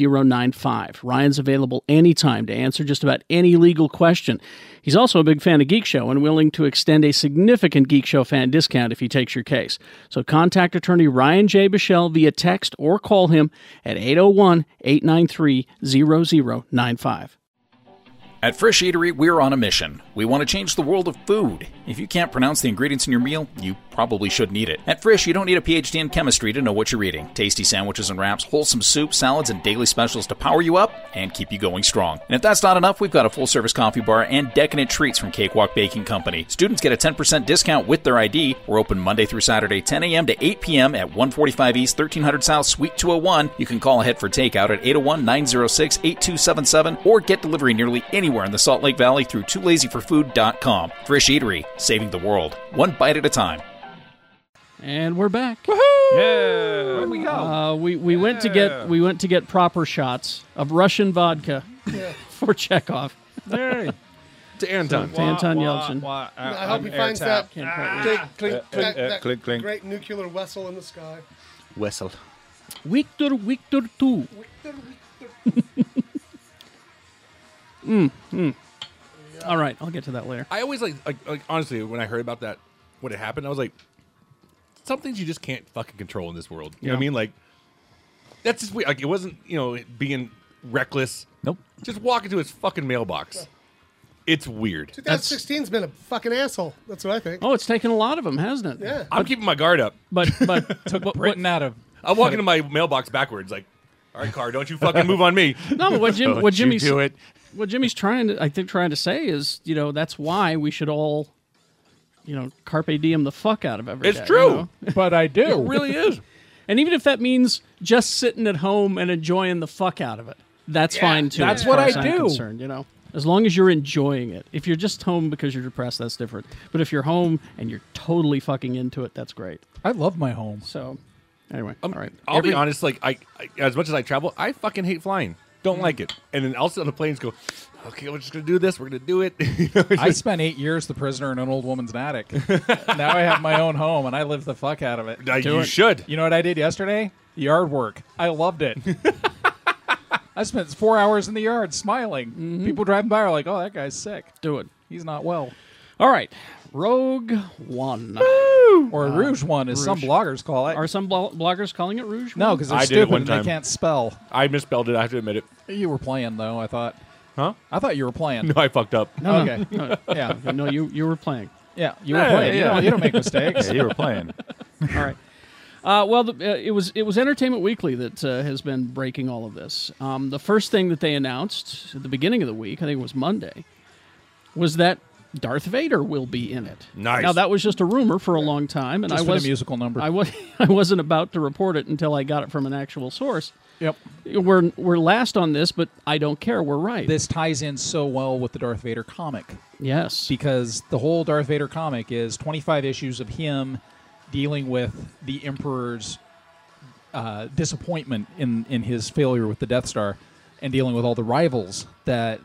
[SPEAKER 2] 0095. Ryan's available anytime to answer just about any legal question. He's also a big fan of Geek Show and willing to extend a significant Geek Show fan discount if he takes your case. So contact attorney Ryan J. Bichelle via text or call him at 801 893 0095.
[SPEAKER 11] At Fresh Eatery, we're on a mission. We want to change the world of food. If you can't pronounce the ingredients in your meal, you probably shouldn't eat it. At Fresh, you don't need a PhD in chemistry to know what you're eating. Tasty sandwiches and wraps, wholesome soup, salads, and daily specials to power you up and keep you going strong. And if that's not enough, we've got a full service coffee bar and decadent treats from Cakewalk Baking Company. Students get a 10% discount with their ID. We're open Monday through Saturday, 10 a.m. to 8 p.m. at 145 East, 1300 South, Suite 201. You can call ahead for takeout at 801 906 8277 or get delivery nearly anywhere in the Salt Lake Valley through toolazyforfood.com. Fresh Eatery, saving the world, one bite at a time.
[SPEAKER 2] And we're back.
[SPEAKER 7] Yeah.
[SPEAKER 9] Where'd we go?
[SPEAKER 2] Uh, we we went to get we went to get proper shots of Russian vodka *laughs* for Chekhov. *laughs*
[SPEAKER 7] To Anton.
[SPEAKER 2] To Anton Yelchin.
[SPEAKER 3] I hope he finds that, big clink,
[SPEAKER 10] Uh, uh,
[SPEAKER 3] that,
[SPEAKER 10] uh,
[SPEAKER 3] that
[SPEAKER 10] clink, clink.
[SPEAKER 3] great nuclear vessel in the sky.
[SPEAKER 10] Wessel.
[SPEAKER 2] Victor Victor two. All right, I'll get to that later.
[SPEAKER 7] I always like, like, like, honestly, when I heard about that, when it happened, I was like, some things you just can't fucking control in this world. You know what I mean? Like, that's just weird. Like, it wasn't, you know, it being reckless.
[SPEAKER 10] Nope.
[SPEAKER 7] Just walk into his fucking mailbox. It's weird.
[SPEAKER 3] 2016's been a fucking asshole. That's what I think.
[SPEAKER 2] Oh, it's taken a lot of them, hasn't it?
[SPEAKER 3] Yeah.
[SPEAKER 7] I'm keeping my guard up. *laughs*
[SPEAKER 2] But but
[SPEAKER 9] Took Britain out
[SPEAKER 2] *laughs*
[SPEAKER 9] of.
[SPEAKER 7] I'm walking to my mailbox backwards. Like, all right, car, don't
[SPEAKER 2] *laughs*
[SPEAKER 7] you fucking move on me.
[SPEAKER 2] no, but what
[SPEAKER 7] *laughs*
[SPEAKER 2] Jim what Jimmy's
[SPEAKER 8] do it.
[SPEAKER 2] what Jimmy's trying to I think trying to say is you know that's why we should all you know carpe diem the fuck out of every
[SPEAKER 7] It's
[SPEAKER 2] day, you
[SPEAKER 7] true.
[SPEAKER 2] know?
[SPEAKER 9] But I do.
[SPEAKER 7] *laughs* It really is.
[SPEAKER 2] *laughs* And even if that means just sitting at home and enjoying the fuck out of it, that's fine too.
[SPEAKER 9] that's
[SPEAKER 2] as
[SPEAKER 9] what
[SPEAKER 2] far
[SPEAKER 9] I
[SPEAKER 2] as I'm
[SPEAKER 9] do.
[SPEAKER 2] concerned, you know, as long as you're enjoying it. If you're just home because you're depressed, that's different. But if you're home and you're totally fucking into it, that's great.
[SPEAKER 9] I love my home.
[SPEAKER 2] So, anyway, all right.
[SPEAKER 7] Um, I'll
[SPEAKER 2] Every-
[SPEAKER 7] be honest. Like, I, I as much as I travel, I fucking hate flying. Don't like it. And then I'll sit on the planes. Go, okay, we're just gonna do this. We're gonna do it. *laughs* You know,
[SPEAKER 2] *laughs*
[SPEAKER 7] it's
[SPEAKER 9] I spent eight years the prisoner in an old woman's attic. now I have my own home and I live the fuck out of it.
[SPEAKER 7] Uh, you should.
[SPEAKER 9] You know what I did yesterday? Yard work. I loved it. I spent four hours in the yard smiling. People driving by are like, "Oh, that guy's sick.
[SPEAKER 2] Mm-hmm. Do it.
[SPEAKER 9] He's not well."
[SPEAKER 2] All right. Rogue One.
[SPEAKER 9] Or Rouge one, as some
[SPEAKER 2] Rouge.
[SPEAKER 9] bloggers call it.
[SPEAKER 2] Are some blo- bloggers calling it Rouge?
[SPEAKER 9] no,
[SPEAKER 2] One?
[SPEAKER 9] because they're
[SPEAKER 7] I did it
[SPEAKER 9] stupid
[SPEAKER 7] one
[SPEAKER 9] and
[SPEAKER 7] time.
[SPEAKER 9] they can't spell.
[SPEAKER 7] I misspelled it. I have to admit it.
[SPEAKER 9] You were playing though. I thought.
[SPEAKER 7] Huh?
[SPEAKER 9] I thought you were playing.
[SPEAKER 7] No, I fucked up.
[SPEAKER 9] *laughs*
[SPEAKER 2] No,
[SPEAKER 9] okay.
[SPEAKER 2] no,
[SPEAKER 9] Yeah.
[SPEAKER 2] no, no, you you were playing.
[SPEAKER 9] Yeah. You
[SPEAKER 7] Yeah,
[SPEAKER 9] were playing. You,
[SPEAKER 7] yeah.
[SPEAKER 9] don't, you don't make mistakes.
[SPEAKER 10] Yeah, you were playing.
[SPEAKER 2] *laughs* All right. Uh, well, the, uh, it was it was Entertainment Weekly that uh, has been breaking all of this. Um, the first thing that they announced at the beginning of the week, I think it was Monday, was that Darth Vader will be in it.
[SPEAKER 7] Nice.
[SPEAKER 2] Now that was just a rumor for a long time, and
[SPEAKER 9] Just
[SPEAKER 2] I
[SPEAKER 9] for the
[SPEAKER 2] was
[SPEAKER 9] musical number.
[SPEAKER 2] I was *laughs* I wasn't about to report it until I got it from an actual source.
[SPEAKER 9] Yep.
[SPEAKER 2] We're we're last on this, but I don't care. We're right.
[SPEAKER 9] This ties in so well with the Darth Vader comic.
[SPEAKER 2] Yes.
[SPEAKER 9] Because the whole Darth Vader comic is 25 issues of him dealing with the Emperor's uh, disappointment in, in his failure with the Death Star and dealing with all the rivals that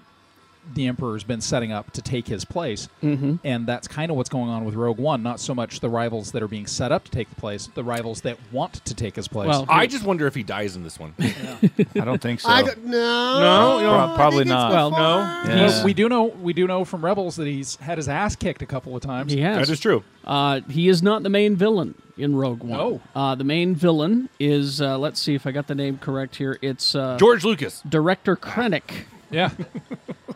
[SPEAKER 9] the Emperor's been setting up to take his place.
[SPEAKER 7] Mm-hmm.
[SPEAKER 2] Mhm.
[SPEAKER 9] And that's kind of what's going on with Rogue One. Not so much the rivals that are being set up to take the place, the rivals that want to take his place.
[SPEAKER 7] Well, I just wonder if he dies in *laughs* this one.
[SPEAKER 9] I don't think
[SPEAKER 3] I don't- no.
[SPEAKER 7] No, no. Pro- probably
[SPEAKER 3] I think it's
[SPEAKER 7] not. Well, no.
[SPEAKER 3] before.
[SPEAKER 7] Yeah.
[SPEAKER 9] Well, we do know we do know from Rebels that he's had his ass kicked a couple of times.
[SPEAKER 2] He has.
[SPEAKER 7] true.
[SPEAKER 2] Uh, he is not the main villain in Rogue One.
[SPEAKER 9] No.
[SPEAKER 2] Uh, the main villain is, uh, let's see if I got the name correct here. It's uh,
[SPEAKER 7] George Lucas.
[SPEAKER 2] Director Krennic.
[SPEAKER 9] Yeah.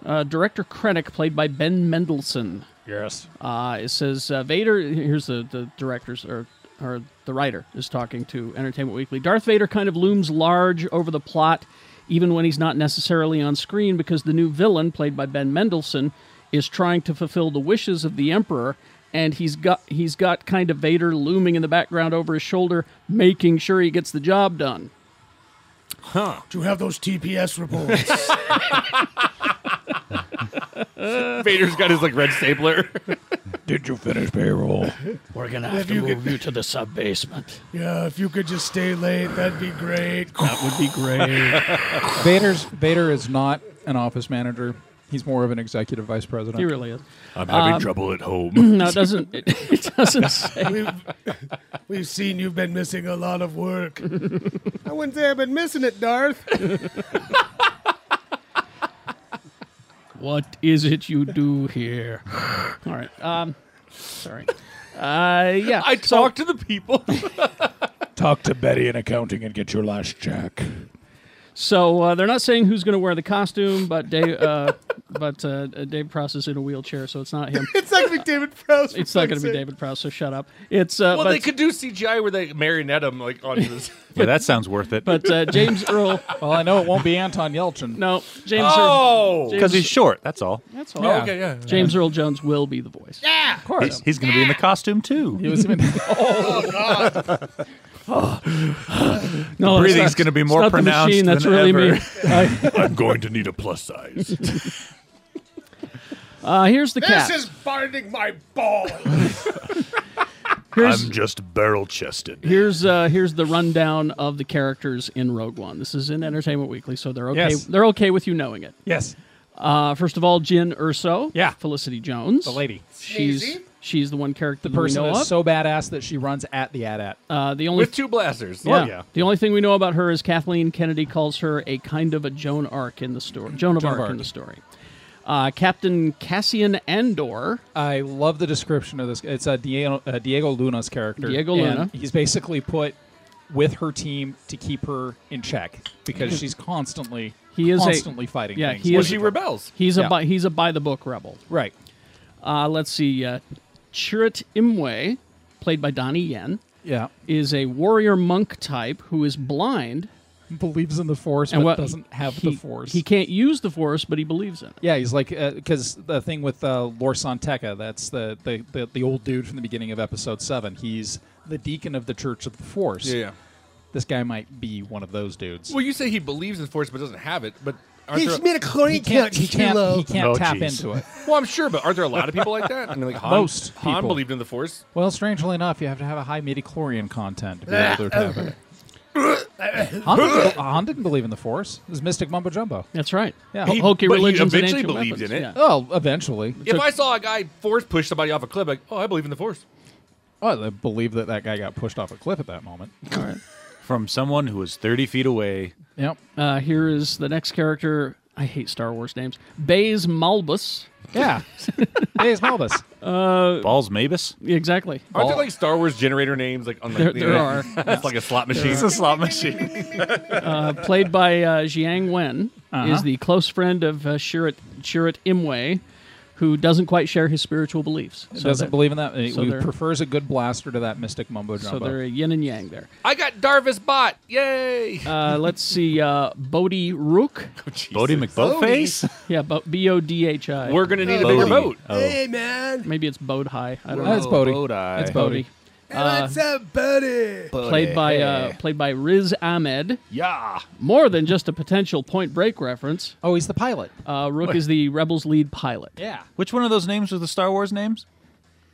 [SPEAKER 2] uh, Director Krennic, played by Ben Mendelsohn.
[SPEAKER 9] Yes.
[SPEAKER 2] Uh, it says uh, Vader. Here's the, the directors or or the writer is talking to Entertainment Weekly. Darth Vader kind of looms large over the plot, even when he's not necessarily on screen, because the new villain, played by Ben Mendelsohn, is trying to fulfill the wishes of the Emperor, and he's got he's got kind of Vader looming in the background over his shoulder, making sure he gets the job done.
[SPEAKER 3] Huh. Do you have those TPS reports?
[SPEAKER 7] *laughs* Vader's got his like red stapler.
[SPEAKER 10] *laughs* Did you finish payroll?
[SPEAKER 2] We're gonna
[SPEAKER 3] have If to you move
[SPEAKER 2] you to the sub basement.
[SPEAKER 3] yeah, if you could just stay late, that'd be great.
[SPEAKER 9] That would be
[SPEAKER 3] *laughs*
[SPEAKER 9] great. *laughs* Vader's Vader is not an office manager. He's more of an executive vice president.
[SPEAKER 2] He really is.
[SPEAKER 7] I'm having
[SPEAKER 2] Um,
[SPEAKER 7] trouble at
[SPEAKER 2] *laughs*
[SPEAKER 7] home.
[SPEAKER 2] no, it doesn't. It, it
[SPEAKER 10] *laughs*
[SPEAKER 7] *laughs*
[SPEAKER 2] doesn't say.
[SPEAKER 3] We've, we've seen you've been missing a lot of work. I wouldn't say I've been missing it,
[SPEAKER 2] *laughs*
[SPEAKER 3] Darth.
[SPEAKER 2] What is it you do here? *sighs* All right. Um, sorry. Uh, yeah.
[SPEAKER 7] I
[SPEAKER 2] so-
[SPEAKER 7] talk to the people.
[SPEAKER 10] Talk to Betty in accounting and get your last check.
[SPEAKER 2] *laughs* So uh, they're not saying who's going to wear the costume, but Dave, uh, but uh, Dave Pross is in a wheelchair, so it's not
[SPEAKER 7] *laughs*
[SPEAKER 2] him.
[SPEAKER 3] It's not gonna be David Prowse. for
[SPEAKER 2] It's
[SPEAKER 3] fuck's
[SPEAKER 2] not going to be
[SPEAKER 3] sake.
[SPEAKER 2] David Pross. So shut up. It's uh,
[SPEAKER 7] well,
[SPEAKER 2] but,
[SPEAKER 7] they could do CGI where they marionette him like onto this. *laughs*
[SPEAKER 10] Yeah, that sounds worth it. *laughs*
[SPEAKER 2] but uh, James Earl.
[SPEAKER 9] Well, I know it won't be Anton Yelchin.
[SPEAKER 2] No, James
[SPEAKER 7] Oh!
[SPEAKER 9] *laughs*
[SPEAKER 2] Earl. James-
[SPEAKER 10] Because
[SPEAKER 2] *laughs*
[SPEAKER 10] he's short, that's all.
[SPEAKER 2] That's all.
[SPEAKER 9] Yeah. Okay,
[SPEAKER 7] yeah.
[SPEAKER 2] James Earl Jones will be the voice.
[SPEAKER 3] Yeah.
[SPEAKER 9] Of course.
[SPEAKER 10] He's, going to be in the costume too.
[SPEAKER 9] It was
[SPEAKER 10] *laughs*
[SPEAKER 9] even-
[SPEAKER 2] No, it's
[SPEAKER 10] breathing's
[SPEAKER 2] not-
[SPEAKER 10] gonna be
[SPEAKER 2] it's
[SPEAKER 10] more
[SPEAKER 2] not the
[SPEAKER 10] pronounced
[SPEAKER 2] machine, That's
[SPEAKER 10] than
[SPEAKER 2] really me. *laughs*
[SPEAKER 10] ever.
[SPEAKER 7] I'm going to need a plus size.
[SPEAKER 2] Uh, here's the
[SPEAKER 3] This
[SPEAKER 2] cat. Uh,
[SPEAKER 3] is binding my
[SPEAKER 2] *laughs*
[SPEAKER 3] ball.
[SPEAKER 2] Here's-
[SPEAKER 10] just barrel chested.
[SPEAKER 2] Here's uh, here's the rundown of the characters in Rogue One. This is in Entertainment Weekly, so they're okay.
[SPEAKER 9] Yes.
[SPEAKER 2] They're okay with you knowing it.
[SPEAKER 9] yes.
[SPEAKER 2] Uh, first of all, Jin Urso.
[SPEAKER 9] Yeah.
[SPEAKER 2] Felicity Jones.
[SPEAKER 9] The lady.
[SPEAKER 2] She's
[SPEAKER 3] Sneezy.
[SPEAKER 2] she's the one character
[SPEAKER 9] The
[SPEAKER 2] that
[SPEAKER 9] person
[SPEAKER 2] we know
[SPEAKER 9] that's so
[SPEAKER 2] of.
[SPEAKER 9] badass that she runs at the AT-AT.
[SPEAKER 2] uh, the only
[SPEAKER 7] With two blasters.
[SPEAKER 2] yeah,
[SPEAKER 7] Oh, yeah.
[SPEAKER 2] The only thing we know about her is Kathleen Kennedy calls her a kind of a Joan Arc in the story. Joan of
[SPEAKER 9] Joan
[SPEAKER 2] Arc,
[SPEAKER 9] of
[SPEAKER 2] in
[SPEAKER 9] Arc.
[SPEAKER 2] the story. Uh, Captain Cassian Andor.
[SPEAKER 9] I love the description of this. It's a Diego, uh, Diego Luna's character.
[SPEAKER 2] Diego
[SPEAKER 9] and
[SPEAKER 2] Luna.
[SPEAKER 9] He's basically put with her team to keep her in check because she's constantly
[SPEAKER 2] He is a-
[SPEAKER 9] constantly fighting.
[SPEAKER 2] yeah,
[SPEAKER 9] things
[SPEAKER 2] he
[SPEAKER 9] like
[SPEAKER 7] Well,
[SPEAKER 2] is-
[SPEAKER 7] she
[SPEAKER 9] that.
[SPEAKER 7] rebels.
[SPEAKER 2] He's a
[SPEAKER 9] Yeah.
[SPEAKER 2] by, he's a by the book rebel.
[SPEAKER 9] right.
[SPEAKER 2] Uh, let's see. Uh, Chirrut Imwe, played by Donnie Yen.
[SPEAKER 9] Yeah,
[SPEAKER 2] is a warrior monk type who is blind
[SPEAKER 9] believes in the force
[SPEAKER 2] and
[SPEAKER 9] but
[SPEAKER 2] what
[SPEAKER 9] doesn't have
[SPEAKER 2] he,
[SPEAKER 9] the force.
[SPEAKER 2] He can't use the force, but he believes in it.
[SPEAKER 9] Yeah, he's like because the thing with uh, Lor San Tekka, that's the, the the the old dude from the beginning of episode seven. He's the deacon of the Church of the Force.
[SPEAKER 7] Yeah, yeah.
[SPEAKER 9] This guy might be one of those dudes.
[SPEAKER 7] *laughs* Well, you say he believes in force but doesn't have it, but aren't
[SPEAKER 3] He's
[SPEAKER 7] there,
[SPEAKER 3] made a chlorine
[SPEAKER 9] he can't.
[SPEAKER 3] count
[SPEAKER 9] He
[SPEAKER 3] too
[SPEAKER 9] can't.
[SPEAKER 3] low.
[SPEAKER 9] He can't
[SPEAKER 10] Oh,
[SPEAKER 9] tap
[SPEAKER 10] jeez.
[SPEAKER 9] into it.
[SPEAKER 7] well, I'm sure, but aren't there a lot of people like that? I mean, like Han,
[SPEAKER 9] Most
[SPEAKER 7] Han
[SPEAKER 9] people.
[SPEAKER 7] believed in the force.
[SPEAKER 9] Well, strangely enough, you have to have a high midi chlorian content to be able to
[SPEAKER 7] Ah,
[SPEAKER 9] tap it. Han didn't, Han didn't believe in the Force. It was mystic mumbo jumbo.
[SPEAKER 2] That's right.
[SPEAKER 9] Yeah.
[SPEAKER 2] Ho-
[SPEAKER 9] He-
[SPEAKER 2] Hokie
[SPEAKER 7] but he
[SPEAKER 2] religions and
[SPEAKER 7] eventually
[SPEAKER 2] ancient
[SPEAKER 7] believed
[SPEAKER 2] weapons.
[SPEAKER 7] in it.
[SPEAKER 2] Yeah.
[SPEAKER 9] Oh, eventually.
[SPEAKER 7] If I saw a guy force push somebody off a cliff, like, oh, I believe in the force.
[SPEAKER 9] Well, I believe that that guy got pushed off a cliff at that moment.
[SPEAKER 10] From someone who was 30 feet away.
[SPEAKER 9] Yep.
[SPEAKER 2] Uh, here is the next character. I hate Star Wars names. Baze Malbus.
[SPEAKER 9] Yeah. hey, it's
[SPEAKER 10] *laughs*
[SPEAKER 9] Malbus.
[SPEAKER 10] Uh, Balls Mavis?
[SPEAKER 2] *laughs* Exactly.
[SPEAKER 7] Aren't there like Star Wars generator names like on like,
[SPEAKER 2] There-
[SPEAKER 7] the
[SPEAKER 2] there
[SPEAKER 7] internet? *laughs*
[SPEAKER 2] are.
[SPEAKER 7] it's like a slot machine.
[SPEAKER 10] It's a slot machine.
[SPEAKER 2] *laughs*
[SPEAKER 10] Uh-huh.
[SPEAKER 2] Uh, played by uh, Jiang Wen, is the close friend of uh, Shirat Shirat Imwe, who doesn't quite share his spiritual beliefs.
[SPEAKER 9] It doesn't believe in that. It
[SPEAKER 2] So
[SPEAKER 9] we
[SPEAKER 2] they're,
[SPEAKER 9] prefers a good blaster to that mystic mumbo
[SPEAKER 2] so
[SPEAKER 9] jumbo.
[SPEAKER 2] they're a yin and yang there.
[SPEAKER 7] I got Darvis Bot. Yay!
[SPEAKER 2] Uh, let's see, uh, Bodhi
[SPEAKER 10] *laughs*
[SPEAKER 2] Rook.
[SPEAKER 10] Oh, Bodhi McBoatface?
[SPEAKER 2] Yeah, Bo- B O D H I.
[SPEAKER 7] We're gonna need a bigger Bodhi. boat.
[SPEAKER 9] Uh,
[SPEAKER 10] Oh.
[SPEAKER 7] Hey,
[SPEAKER 2] man. Maybe it's Bodhi. I don't know.
[SPEAKER 9] That's Bodhi. That's Bodhi.
[SPEAKER 2] Bodhi. Uh,
[SPEAKER 3] up, buddy?
[SPEAKER 2] played by uh, played by Riz Ahmed.
[SPEAKER 10] Yeah,
[SPEAKER 2] more than just a potential Point Break reference.
[SPEAKER 9] Oh, he's the pilot.
[SPEAKER 2] Uh, Rook
[SPEAKER 10] What?
[SPEAKER 2] is the Rebels lead pilot.
[SPEAKER 9] Yeah.
[SPEAKER 10] Which one of those names are the Star Wars names?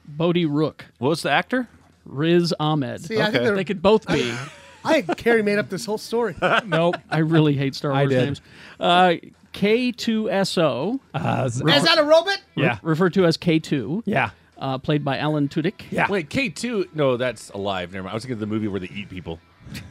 [SPEAKER 2] Bodhi Rook.
[SPEAKER 10] What was the actor?
[SPEAKER 2] Riz Ahmed.
[SPEAKER 3] See, I think they're-
[SPEAKER 2] they could both be.
[SPEAKER 3] *laughs* I think Carrie made up this whole
[SPEAKER 2] *laughs*
[SPEAKER 3] story.
[SPEAKER 9] nope.
[SPEAKER 2] I really hate Star
[SPEAKER 3] I
[SPEAKER 2] Wars
[SPEAKER 3] did.
[SPEAKER 2] names. Uh, K2SO. Uh,
[SPEAKER 3] Is that a robot?
[SPEAKER 2] referred to as K2.
[SPEAKER 9] Yeah.
[SPEAKER 2] Uh, played by Alan Tudyk.
[SPEAKER 7] Wait, K two? No, that's alive. Never mind. I was thinking of the movie where they eat people.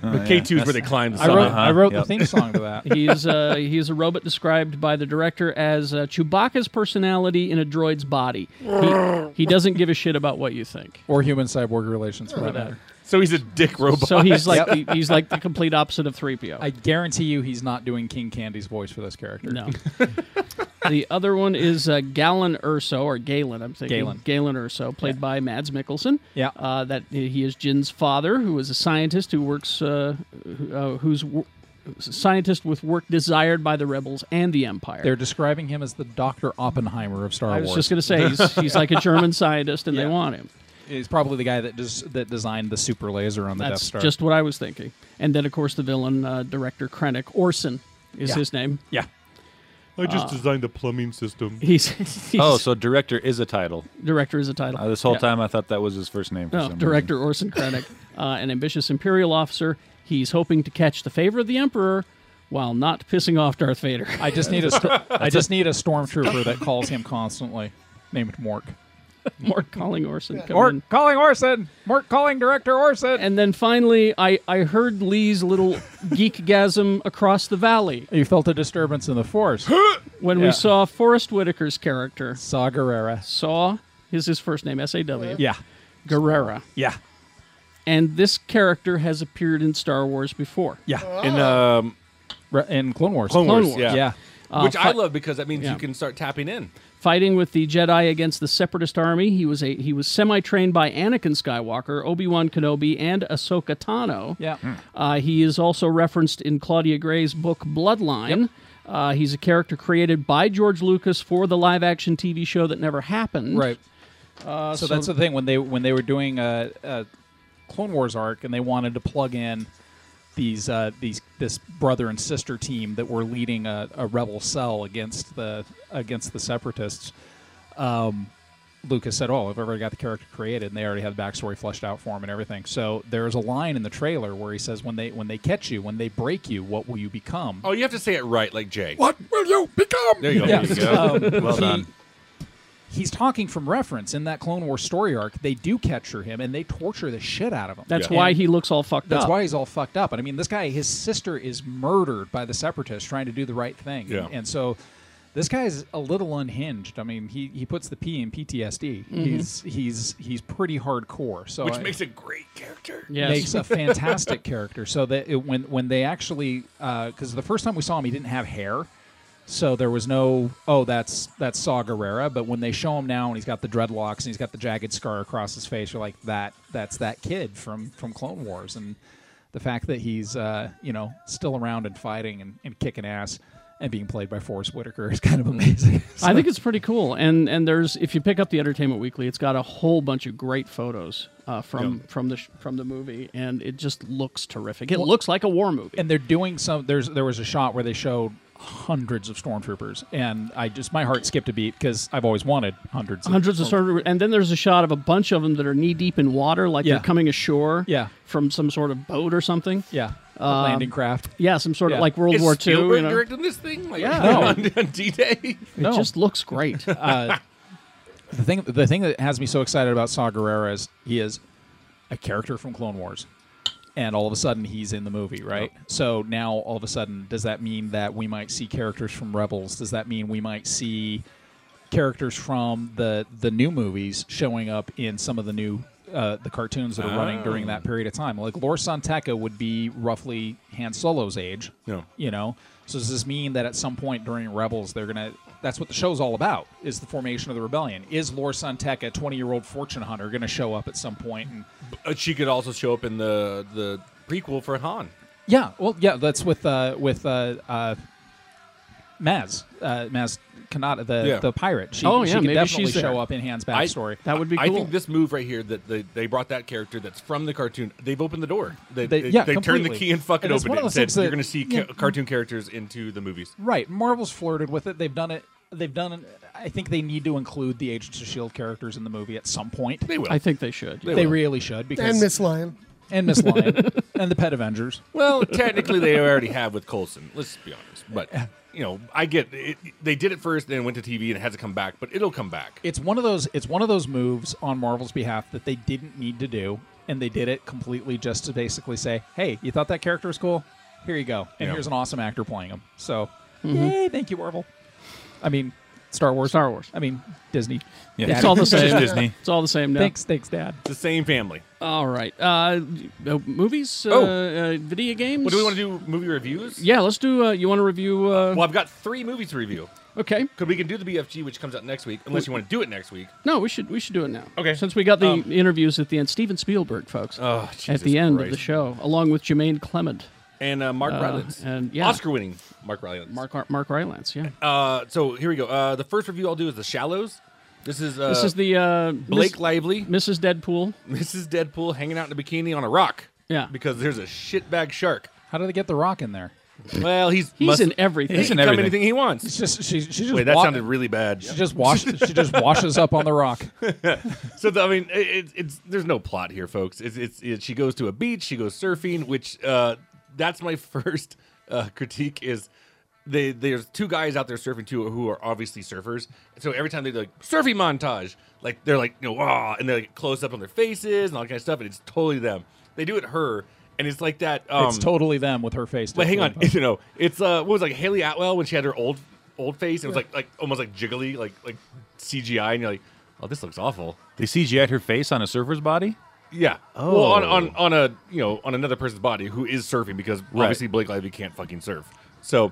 [SPEAKER 2] Oh, yeah.
[SPEAKER 7] K two is where
[SPEAKER 2] That's-
[SPEAKER 7] they
[SPEAKER 2] Uh-huh.
[SPEAKER 7] climb. The
[SPEAKER 2] I
[SPEAKER 7] summit.
[SPEAKER 2] wrote- I wrote the
[SPEAKER 9] theme song to that.
[SPEAKER 2] he's *laughs* uh, he's a robot described by the director as uh, Chewbacca's personality in a droid's body. He, he doesn't give a shit about what you think.
[SPEAKER 9] Or human cyborg relations for
[SPEAKER 2] Or
[SPEAKER 9] that
[SPEAKER 2] that.
[SPEAKER 9] matter.
[SPEAKER 7] So he's a dick robot.
[SPEAKER 2] So he's
[SPEAKER 7] *laughs*
[SPEAKER 2] like the, he's like the complete opposite of three PO.
[SPEAKER 9] I guarantee *laughs* you he's not doing King Candy's voice for this character.
[SPEAKER 2] No. the other one is uh, Galen Urso or Galen. I'm thinking
[SPEAKER 9] Galen.
[SPEAKER 2] Urso, played by Mads Mikkelsen.
[SPEAKER 9] Yeah.
[SPEAKER 2] uh, that he is Jin's father, who is a scientist who works, uh, who- uh, who's wo- who's a scientist with work desired by the rebels and the Empire.
[SPEAKER 9] They're describing him as the Dr. Oppenheimer of Star
[SPEAKER 2] I
[SPEAKER 9] Wars.
[SPEAKER 2] was just going to say
[SPEAKER 9] *laughs*
[SPEAKER 2] he's, he's like a German scientist, and they want him.
[SPEAKER 9] He's probably the guy that des- that designed the super laser on the
[SPEAKER 2] That's
[SPEAKER 9] Death Star.
[SPEAKER 2] just what I was thinking. And then, of course, the villain, uh, director Krennic Orson, is
[SPEAKER 9] Yeah.
[SPEAKER 2] his name.
[SPEAKER 9] Yeah.
[SPEAKER 8] *laughs* I just
[SPEAKER 2] Uh,
[SPEAKER 8] designed the plumbing system.
[SPEAKER 7] *laughs*
[SPEAKER 2] He's- *laughs* he's-
[SPEAKER 10] oh, so director is a title.
[SPEAKER 2] Director is a title.
[SPEAKER 10] Uh, this whole
[SPEAKER 2] Yeah.
[SPEAKER 10] time I thought that was his first name. For
[SPEAKER 2] No,
[SPEAKER 10] some
[SPEAKER 2] director Orson Krennic,
[SPEAKER 9] *laughs*
[SPEAKER 2] uh, an ambitious Imperial officer. He's hoping to catch the favor of the Emperor while not pissing off Darth Vader.
[SPEAKER 9] I just
[SPEAKER 2] *laughs*
[SPEAKER 9] need a st- I just need a stormtrooper that calls him constantly, named Mork.
[SPEAKER 2] Mork calling Orson. come in.
[SPEAKER 9] Mork calling Orson. Mork calling director Orson.
[SPEAKER 2] And then finally, I, I heard Lee's little geekgasm across the valley
[SPEAKER 9] You felt a disturbance in the force
[SPEAKER 2] *gasps* when we
[SPEAKER 9] Yeah.
[SPEAKER 2] saw Forrest Whitaker's character.
[SPEAKER 9] Saw Guerrera.
[SPEAKER 2] Saw is his first name, S A W.
[SPEAKER 9] Yeah.
[SPEAKER 2] Guerrera.
[SPEAKER 9] Yeah.
[SPEAKER 2] And this character has appeared in Star Wars before. Ah.
[SPEAKER 9] Yeah.
[SPEAKER 7] In um,
[SPEAKER 9] in Clone Wars.
[SPEAKER 2] Clone Wars,
[SPEAKER 7] yeah,
[SPEAKER 2] yeah. Uh,
[SPEAKER 7] which I
[SPEAKER 2] fi-
[SPEAKER 7] love because that means
[SPEAKER 2] yeah.
[SPEAKER 7] you can start tapping in.
[SPEAKER 2] fighting with the Jedi against the Separatist army. He was a he was semi-trained by Anakin Skywalker, Obi Wan Kenobi, and Ahsoka Tano.
[SPEAKER 9] Yeah.
[SPEAKER 2] Uh, he is also referenced in Claudia Gray's book Bloodline. Uh, he's a character created by George Lucas for the live-action TV show that never happened.
[SPEAKER 9] Right.
[SPEAKER 2] Uh,
[SPEAKER 9] so, that's the thing when they when they were doing a, a Clone Wars arc and they wanted to plug in these uh, these this brother and sister team that were leading a, a rebel cell against the against the separatists. Um, Lucas said, "Oh, I've already got the character created, and they already had the backstory fleshed out for him and everything." So there's a line in the trailer where he says, "When they when they catch you, when they break you, what will you become?"
[SPEAKER 7] Oh, you have to say it right, like Jay.
[SPEAKER 9] What
[SPEAKER 7] will you become? There you go.
[SPEAKER 9] Yes.
[SPEAKER 7] There you go.
[SPEAKER 9] Um, he- He's talking from reference in that Clone War story arc. They do capture him and they torture the shit out of him.
[SPEAKER 2] That's why
[SPEAKER 9] And
[SPEAKER 2] he looks all fucked
[SPEAKER 9] That's
[SPEAKER 2] up.
[SPEAKER 9] why he's all fucked up. And I mean, this guy, his sister is murdered by the separatists trying to do the right thing.
[SPEAKER 2] Yeah.
[SPEAKER 9] And so this guy's a little unhinged. I mean, he, he puts the P in PTSD.
[SPEAKER 2] Mm-hmm.
[SPEAKER 7] Mhm.
[SPEAKER 9] He's he's he's pretty hardcore. So
[SPEAKER 7] Which
[SPEAKER 9] I-
[SPEAKER 7] makes a great character.
[SPEAKER 9] makes a
[SPEAKER 7] *laughs*
[SPEAKER 9] fantastic character. So that it, when when they actually because the first time we saw him, he didn't have hair, so there was no oh that's that's Saw Gerrera. But when they show him now and he's got the dreadlocks and he's got the jagged scar across his face, you're like that that's that kid from from Clone Wars. And the fact that he's uh, you know still around and fighting and, and kicking ass and being played by Forrest Whitaker is kind of amazing.
[SPEAKER 2] Mm. I think it's pretty cool, and and there's if you pick up the Entertainment Weekly, it's got a whole bunch of great photos uh, from from the sh- from the movie, and it just looks terrific. It
[SPEAKER 9] Well-
[SPEAKER 2] looks like a war movie.
[SPEAKER 9] And they're doing some. There's there was a shot where they showed hundreds of stormtroopers, and I just my heart skipped a beat because I've always wanted hundreds,
[SPEAKER 2] Hundreds of stormtroopers, and then there's a shot of a bunch of them that are knee deep in water, like
[SPEAKER 9] Yeah.
[SPEAKER 2] they're coming ashore,
[SPEAKER 9] Yeah.
[SPEAKER 2] from some sort of boat or something,
[SPEAKER 9] yeah, a
[SPEAKER 2] Um,
[SPEAKER 9] landing craft.
[SPEAKER 2] yeah, some sort
[SPEAKER 9] Yeah.
[SPEAKER 2] of like World
[SPEAKER 9] Is
[SPEAKER 2] War II.
[SPEAKER 7] Spielberg
[SPEAKER 2] you know.
[SPEAKER 7] directing this thing? Like,
[SPEAKER 2] Yeah.
[SPEAKER 7] no. *laughs* on,
[SPEAKER 9] *laughs*
[SPEAKER 7] on D-Day?
[SPEAKER 2] It just looks
[SPEAKER 7] *laughs*
[SPEAKER 2] great.
[SPEAKER 9] Uh, the thing the thing that has me so excited about Saw Gerrera is he is a character from Clone Wars. And all of a sudden, he's in the movie, right? So now, all of a sudden, does that mean that we might see characters from Rebels? Does that mean we might see characters from the the new movies showing up in some of the new uh, the cartoons that are running
[SPEAKER 7] Oh.
[SPEAKER 9] during that period of time. Like Lor Santeca would be roughly Han Solo's age.
[SPEAKER 7] Yeah.
[SPEAKER 9] You know. So does this mean that at some point during Rebels they're gonna? That's what the show's all about: is the formation of the rebellion. Is Lor Santeca, twenty-year-old fortune hunter, gonna show up at some point and
[SPEAKER 7] Uh, she could also show up in the the prequel for Han.
[SPEAKER 9] Yeah, well, yeah, that's with uh, with uh, uh, Maz, uh, Maz Kanata, the
[SPEAKER 7] Oh, Yeah.
[SPEAKER 9] the pirate. She, she could definitely show up in Han's
[SPEAKER 7] I-
[SPEAKER 9] backstory.
[SPEAKER 7] I think this move right here that they, they brought that character that's from the cartoon. They've opened the door. They
[SPEAKER 9] They-
[SPEAKER 7] they,
[SPEAKER 9] yeah,
[SPEAKER 7] they turned the
[SPEAKER 9] completely.
[SPEAKER 7] key and fucking
[SPEAKER 9] And it's
[SPEAKER 7] opened
[SPEAKER 9] one
[SPEAKER 7] it.
[SPEAKER 9] of
[SPEAKER 7] And
[SPEAKER 9] those
[SPEAKER 7] said
[SPEAKER 9] things that-
[SPEAKER 7] you're going to see
[SPEAKER 9] yeah.
[SPEAKER 7] ca- cartoon characters into the movies.
[SPEAKER 9] right. Marvel's flirted with it. They've done it. They've done. I think they need to include the Agents of Shield E characters in the movie at some point.
[SPEAKER 7] They will.
[SPEAKER 2] I think they should.
[SPEAKER 9] They,
[SPEAKER 2] They will.
[SPEAKER 9] really should because
[SPEAKER 3] And Miss Lion.
[SPEAKER 9] and
[SPEAKER 2] *laughs*
[SPEAKER 9] Miss Lion and the Pet Avengers.
[SPEAKER 7] Well, *laughs* technically they already have with Colson. Let's be honest. But you know, I get it. They did it first, then it went to TV, and it hasn't come back. But it'll come back.
[SPEAKER 9] It's one of those. It's one of those moves on Marvel's behalf that they didn't need to do, and they did it completely just to basically say, "Hey, you thought that character was cool? Here you go, and
[SPEAKER 7] Yeah.
[SPEAKER 9] here's an awesome actor playing him." So,
[SPEAKER 2] Mhm.
[SPEAKER 9] yay! Thank you, Marvel. I mean, Star Wars. Star
[SPEAKER 2] Wars.
[SPEAKER 9] I mean, Disney.
[SPEAKER 2] Yeah.
[SPEAKER 9] Daddy.
[SPEAKER 2] It's all the It's just same. Disney. It's all the same now.
[SPEAKER 9] Thanks, thanks, Dad.
[SPEAKER 7] It's the same family.
[SPEAKER 2] All right. Uh, uh, movies? Uh,
[SPEAKER 7] Oh.
[SPEAKER 2] uh, video games?
[SPEAKER 7] What do we want to do? Movie reviews?
[SPEAKER 2] Yeah, let's do. Uh, you want to review? Uh,
[SPEAKER 7] Well, I've got three movies to review.
[SPEAKER 2] Okay.
[SPEAKER 7] Because we can do the BFG, which comes out next week, unless you want to do it next week.
[SPEAKER 2] No, we should we should do it now.
[SPEAKER 7] Okay.
[SPEAKER 2] Since we got the
[SPEAKER 7] Um,
[SPEAKER 2] interviews at the end, Steven Spielberg, folks,
[SPEAKER 7] Oh,
[SPEAKER 2] at
[SPEAKER 7] Jesus
[SPEAKER 2] the end of
[SPEAKER 7] Christ.
[SPEAKER 2] the show, along with Jermaine Clement,
[SPEAKER 7] And uh, Mark
[SPEAKER 2] Uh,
[SPEAKER 7] Rylance.
[SPEAKER 2] and- yeah.
[SPEAKER 7] Oscar-winning Mark Rylance.
[SPEAKER 2] Mark Mark Rylance. Yeah.
[SPEAKER 7] Uh, so here we go. Uh, the first review I'll do is The Shallows. This is uh,
[SPEAKER 2] this is the uh,
[SPEAKER 7] Blake
[SPEAKER 2] Miss-
[SPEAKER 7] Lively, *laughs*
[SPEAKER 2] Mrs. Deadpool.
[SPEAKER 7] Mrs. Deadpool hanging out in a bikini on a rock.
[SPEAKER 2] Yeah.
[SPEAKER 7] because there's a shitbag shark.
[SPEAKER 9] How do they get the Rock in there?
[SPEAKER 7] Well, he's
[SPEAKER 2] He's
[SPEAKER 7] must-
[SPEAKER 2] in everything.
[SPEAKER 7] He
[SPEAKER 2] He's
[SPEAKER 7] can
[SPEAKER 2] in
[SPEAKER 7] come
[SPEAKER 2] everything.
[SPEAKER 7] anything he wants.
[SPEAKER 9] It's just she. She just
[SPEAKER 7] Wait, that
[SPEAKER 9] wa-
[SPEAKER 7] sounded really bad.
[SPEAKER 9] She just wash. she just washes up on the
[SPEAKER 7] *laughs*
[SPEAKER 9] Rock.
[SPEAKER 7] so the, I mean, it, it's- it's there's no plot here, folks. It's, it's it, she goes to a beach, she goes surfing, which uh, that's my *laughs* first uh, critique is they there's two guys out there surfing too who are obviously surfers. So every time they do like surfing montage, like they're like you know ah, and they're like close up on their faces and all that kind of stuff, and it's totally them. They do it her, and it's like that. Um,
[SPEAKER 9] it's totally them with her face.
[SPEAKER 7] But hang on, *laughs*
[SPEAKER 9] definitely.
[SPEAKER 7] you know, it's uh, what was it, like Haley Atwell when she had her old old face? It was like like almost like jiggly, like like CGI, and you're like, oh, this looks awful.
[SPEAKER 10] They CGI'd her face on a surfer's body?
[SPEAKER 7] Yeah. Well, on, on
[SPEAKER 9] Oh.
[SPEAKER 7] on a you know on another person's body who is surfing because
[SPEAKER 10] Right.
[SPEAKER 7] obviously Blake Lively can't fucking surf. So,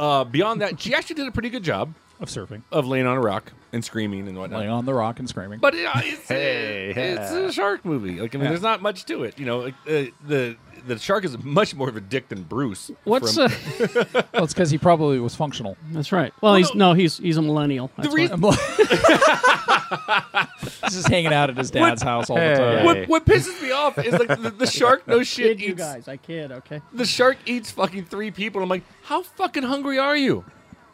[SPEAKER 7] uh, beyond that, she actually did a pretty good job
[SPEAKER 9] of surfing,
[SPEAKER 7] of laying on a rock and screaming and whatnot.
[SPEAKER 9] laying on the Rock and screaming.
[SPEAKER 7] But uh, it's,
[SPEAKER 9] *laughs* Hey,
[SPEAKER 7] it's
[SPEAKER 9] yeah.
[SPEAKER 7] a shark movie. Like I mean,
[SPEAKER 9] Yeah.
[SPEAKER 7] there's not much to it. You know, like, uh, the the shark is much more of a dick than Bruce.
[SPEAKER 2] What's
[SPEAKER 7] from-
[SPEAKER 2] uh,
[SPEAKER 9] *laughs* well, it's because he probably was functional.
[SPEAKER 2] that's right. Well, he's no, he's he's a millennial. That's why.
[SPEAKER 7] reason-
[SPEAKER 9] *laughs* He's just hanging out at his dad's house all the time.
[SPEAKER 7] What, what *laughs* pisses me off is like the, the shark
[SPEAKER 9] *laughs*
[SPEAKER 7] no shit
[SPEAKER 2] Kid you
[SPEAKER 7] eats-
[SPEAKER 2] guys, I kid. Okay.
[SPEAKER 7] the shark eats fucking three people. I'm like, how fucking hungry are you?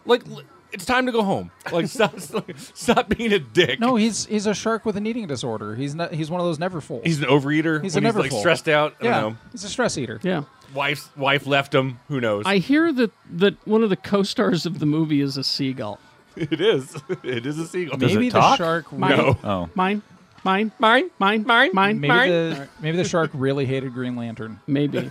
[SPEAKER 7] Like, l- it's time to go home. Like, stop, *laughs* stop being a dick.
[SPEAKER 9] No, he's he's a shark with an eating disorder. He's not. He's one of those never fools.
[SPEAKER 7] He's an overeater.
[SPEAKER 9] He's
[SPEAKER 7] when
[SPEAKER 9] a
[SPEAKER 7] he's
[SPEAKER 9] never
[SPEAKER 7] like
[SPEAKER 9] full.
[SPEAKER 7] stressed out. I
[SPEAKER 9] Yeah,
[SPEAKER 7] don't know.
[SPEAKER 9] he's a stress eater.
[SPEAKER 2] Yeah.
[SPEAKER 7] Wife's wife left him. Who knows? *laughs*
[SPEAKER 2] I hear that that one of the co-stars of the movie is a seagull.
[SPEAKER 7] it is. *laughs* It is a seagull.
[SPEAKER 9] Maybe the shark.
[SPEAKER 2] Mine.
[SPEAKER 9] really-
[SPEAKER 10] Oh.
[SPEAKER 2] Mine. Mine. Mine. Mine. Mine. Mine.
[SPEAKER 9] Maybe the maybe the shark really hated Green Lantern.
[SPEAKER 2] Maybe.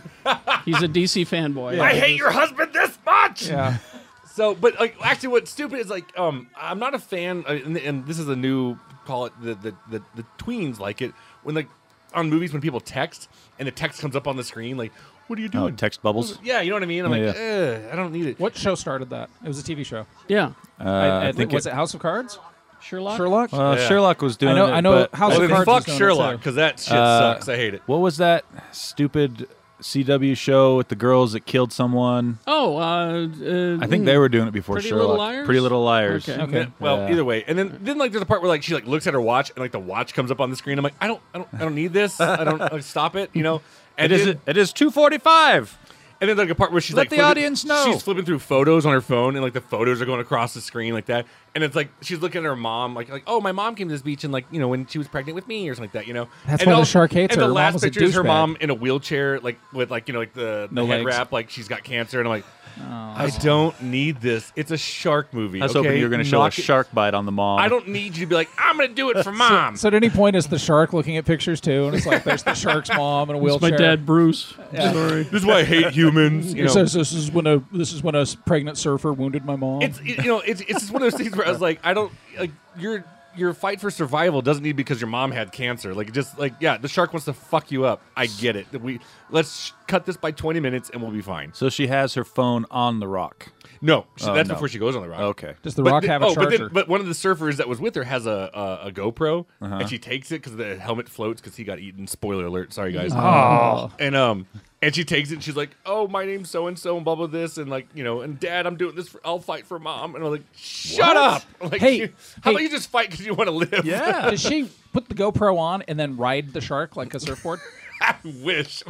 [SPEAKER 2] He's a DC fanboy.
[SPEAKER 7] I hate your husband this much.
[SPEAKER 9] Yeah.
[SPEAKER 7] *laughs* So, but like, actually, what's stupid is like, um, I'm not a fan, uh, and, and this is a new call it the the, the the tweens like it when like on movies when people text and the text comes up on the screen like, what are you doing?
[SPEAKER 10] Oh, text bubbles?
[SPEAKER 7] Yeah, you know what I mean. I'm
[SPEAKER 10] Yeah,
[SPEAKER 7] like, "Eh, Ugh, I don't need it.
[SPEAKER 9] What show started that? It was a TV show.
[SPEAKER 2] Yeah.
[SPEAKER 9] I-
[SPEAKER 10] Uh,
[SPEAKER 9] I
[SPEAKER 10] I
[SPEAKER 9] think
[SPEAKER 10] think
[SPEAKER 9] was
[SPEAKER 10] it-
[SPEAKER 9] it, House of Cards?
[SPEAKER 2] Sherlock.
[SPEAKER 9] Sherlock.
[SPEAKER 10] Uh,
[SPEAKER 7] Yeah.
[SPEAKER 10] Sherlock was doing
[SPEAKER 9] I know-
[SPEAKER 10] it.
[SPEAKER 9] I know
[SPEAKER 10] but-
[SPEAKER 9] House of
[SPEAKER 7] Well, then
[SPEAKER 9] Cards
[SPEAKER 7] fuck
[SPEAKER 9] is doing it,
[SPEAKER 7] Sherlock
[SPEAKER 9] too.
[SPEAKER 7] because that shit
[SPEAKER 10] Uh,
[SPEAKER 7] sucks. I hate it.
[SPEAKER 10] What was that stupid CW show with the girls that killed someone?
[SPEAKER 2] Oh, uh, uh,
[SPEAKER 10] I think they were doing it before
[SPEAKER 2] Pretty
[SPEAKER 10] Sherlock.
[SPEAKER 2] Little Liars?
[SPEAKER 10] Pretty Little Liars.
[SPEAKER 2] Okay.
[SPEAKER 9] Okay.
[SPEAKER 7] Well,
[SPEAKER 10] Yeah.
[SPEAKER 7] either way, and then then like there's a part where like she like looks at her watch and like the watch comes up on the screen. I'm like, I don't, I don't, I don't need this. I don't like, stop it.
[SPEAKER 9] *laughs*
[SPEAKER 7] You know. And
[SPEAKER 10] It is.
[SPEAKER 7] then-
[SPEAKER 10] It is two forty-five.
[SPEAKER 7] And then like a part where she's
[SPEAKER 10] Let
[SPEAKER 7] like
[SPEAKER 10] the
[SPEAKER 7] flipping-
[SPEAKER 10] audience know.
[SPEAKER 7] She's flipping through photos on her phone, and like the photos are going across the screen like that. And it's like she's looking at her mom, like like oh my mom came to this beach and like you know when she was pregnant with me or something like that, you know.
[SPEAKER 9] That's
[SPEAKER 7] and
[SPEAKER 9] why the shark hates
[SPEAKER 7] and
[SPEAKER 9] her. Her
[SPEAKER 7] The
[SPEAKER 9] mom
[SPEAKER 7] last
[SPEAKER 9] was a
[SPEAKER 7] picture is her
[SPEAKER 9] douchebag.
[SPEAKER 7] mom in a wheelchair, like with like you know like the, the
[SPEAKER 9] No
[SPEAKER 7] head
[SPEAKER 9] legs.
[SPEAKER 7] wrap, like she's got cancer, and I'm like.
[SPEAKER 9] Oh.
[SPEAKER 7] I don't need this. It's a shark movie.
[SPEAKER 10] I was
[SPEAKER 7] okay?
[SPEAKER 10] hoping you were going to show a
[SPEAKER 7] Knock it-
[SPEAKER 10] shark bite on the mom.
[SPEAKER 7] I don't need you to be like, I'm going to do it for
[SPEAKER 9] *laughs*
[SPEAKER 7] mom.
[SPEAKER 9] So at any point is the shark looking at pictures too, and it's like there's the shark's mom in a
[SPEAKER 2] *laughs* It's
[SPEAKER 9] wheelchair.
[SPEAKER 2] my dad, Bruce. Sorry.
[SPEAKER 7] this is why I hate humans. You
[SPEAKER 9] It
[SPEAKER 7] know.
[SPEAKER 9] says this is when a this is when a pregnant surfer wounded my mom.
[SPEAKER 7] it's it- you know it's it's just one of those things where I was like I don't like you're your fight for survival doesn't need because your mom had cancer. Like just like yeah, the shark wants to fuck you up. I get it. We let's sh- cut this by twenty minutes and we'll be fine.
[SPEAKER 10] So she has her phone on the rock.
[SPEAKER 7] No, she,
[SPEAKER 10] Oh,
[SPEAKER 7] that's
[SPEAKER 10] no.
[SPEAKER 7] before she goes on the rock.
[SPEAKER 10] Okay.
[SPEAKER 9] Does the
[SPEAKER 7] But
[SPEAKER 9] rock have a
[SPEAKER 7] oh, But,
[SPEAKER 9] charger?
[SPEAKER 7] but one of the surfers that was with her has a a, a GoPro,
[SPEAKER 10] Uh-huh.
[SPEAKER 7] and she takes it because the helmet floats because he got eaten. Spoiler alert. Sorry guys.
[SPEAKER 10] Oh.
[SPEAKER 7] And um, and she takes it. and She's like, "Oh, my name's so and so, and blah blah this, and like you know, and Dad, I'm doing this. for I'll fight for Mom." And I'm like, "Shut
[SPEAKER 9] What?
[SPEAKER 7] up! *laughs* Like,
[SPEAKER 9] Hey,
[SPEAKER 7] you-
[SPEAKER 9] hey.
[SPEAKER 7] how about you just fight because you want to live?"
[SPEAKER 2] *laughs*
[SPEAKER 10] *laughs*
[SPEAKER 9] Does she put the GoPro on and then ride the shark like a
[SPEAKER 10] *laughs*
[SPEAKER 9] surfboard?
[SPEAKER 7] I *laughs* wish.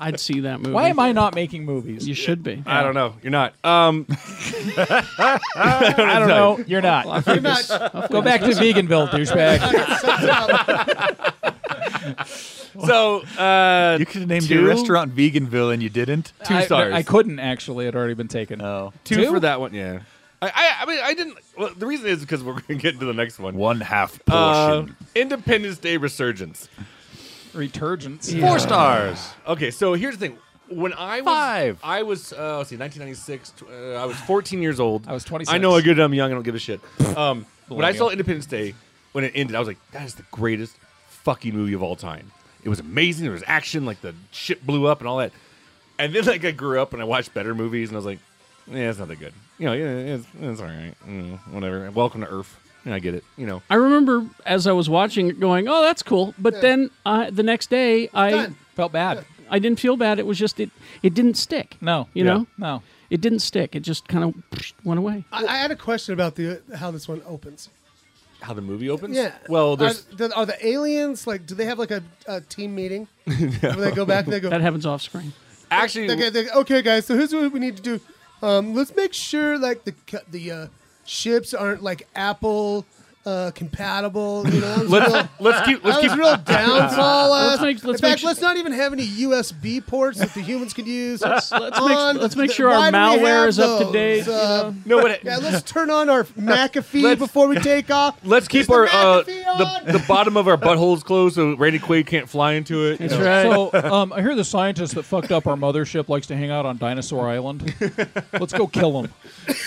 [SPEAKER 2] I'd see that movie.
[SPEAKER 9] Why am I not making movies?
[SPEAKER 2] You should be.
[SPEAKER 7] I don't know. You're not. Um,
[SPEAKER 9] *laughs*
[SPEAKER 7] *laughs*
[SPEAKER 9] I don't,
[SPEAKER 7] I don't
[SPEAKER 9] know.
[SPEAKER 7] know.
[SPEAKER 9] You're not.
[SPEAKER 7] Pretty much.
[SPEAKER 9] Go back to Veganville,
[SPEAKER 7] *laughs*
[SPEAKER 10] *laughs*
[SPEAKER 9] douchebag.
[SPEAKER 7] *laughs* so uh,
[SPEAKER 10] you could have named your restaurant Veganville and you didn't.
[SPEAKER 9] I, I couldn't actually. It had already been taken.
[SPEAKER 10] Oh.
[SPEAKER 7] Two, for that one. Yeah. I, I, I mean, I didn't. Well, the reason is because we're *laughs* going to get into the next one.
[SPEAKER 10] One half
[SPEAKER 7] Uh,
[SPEAKER 10] portion.
[SPEAKER 7] Independence Day resurgence.
[SPEAKER 9] Returgence.
[SPEAKER 10] Four stars.
[SPEAKER 7] Okay, so here's the thing. When I was I was uh, let's see, 1996. tw- Uh, I was 14 years old. I was
[SPEAKER 9] 26.
[SPEAKER 7] I know I good. I'm young. I don't give a shit. Um, when I
[SPEAKER 9] Millennial.
[SPEAKER 7] saw Independence Day, when it ended, I was like, that is the greatest fucking movie of all time. It was amazing. There was action. Like the ship blew up and all that. And then like I grew up and I watched better movies and I was like, yeah, it's not that good. You know, yeah, it's, it's all right. You know, whatever. Welcome to Earth. Yeah, I get it. You know.
[SPEAKER 2] I remember as I was watching it going, "Oh, that's cool," but then uh, the next day I
[SPEAKER 9] felt bad.
[SPEAKER 2] I didn't feel bad. It was just it it didn't stick.
[SPEAKER 9] No,
[SPEAKER 2] you
[SPEAKER 9] Yeah.
[SPEAKER 2] know,
[SPEAKER 9] no,
[SPEAKER 2] it didn't stick. It just kind of went away.
[SPEAKER 3] I, I had a question about the how this one opens.
[SPEAKER 7] How the movie opens?
[SPEAKER 3] Yeah.
[SPEAKER 7] Well, there's
[SPEAKER 3] are, do- are the aliens like? Do they have like a, a team
[SPEAKER 7] *laughs*
[SPEAKER 3] meeting? Where they go back and they go.
[SPEAKER 2] That happens off screen.
[SPEAKER 7] Actually,
[SPEAKER 3] okay, they- okay, guys. So here's what we need to do. Um, let's make sure like the co- the uh, ships aren't like Apple uh, compatible. You know,
[SPEAKER 7] *laughs*
[SPEAKER 3] That was
[SPEAKER 7] Let's-
[SPEAKER 3] real-
[SPEAKER 7] let's keep- let's
[SPEAKER 3] that was
[SPEAKER 7] keep-
[SPEAKER 3] real downfall.
[SPEAKER 2] Let's
[SPEAKER 3] us.
[SPEAKER 2] make- let's
[SPEAKER 3] In
[SPEAKER 2] make
[SPEAKER 3] fact,
[SPEAKER 2] su-
[SPEAKER 3] let's not even have any USB ports that the humans could use.
[SPEAKER 2] Let's- let's make-
[SPEAKER 3] on
[SPEAKER 2] let's make
[SPEAKER 3] the-
[SPEAKER 2] sure our
[SPEAKER 3] why do we
[SPEAKER 2] malware
[SPEAKER 3] have
[SPEAKER 2] is up to
[SPEAKER 3] those?
[SPEAKER 2] date, you
[SPEAKER 3] Uh,
[SPEAKER 7] know? No, but it- Uh,
[SPEAKER 3] yeah, let's turn on
[SPEAKER 7] *laughs*
[SPEAKER 3] our McAfee
[SPEAKER 7] Let's-
[SPEAKER 3] before we take off.
[SPEAKER 7] Let's keep our uh, the, the
[SPEAKER 2] *laughs*
[SPEAKER 7] bottom of our buttholes closed so Randy Quaid can't fly into it. you know.
[SPEAKER 2] *laughs*
[SPEAKER 9] So um, I hear the scientist that fucked up our mothership likes to hang out on Dinosaur
[SPEAKER 7] *laughs*
[SPEAKER 9] Island. Let's go kill him.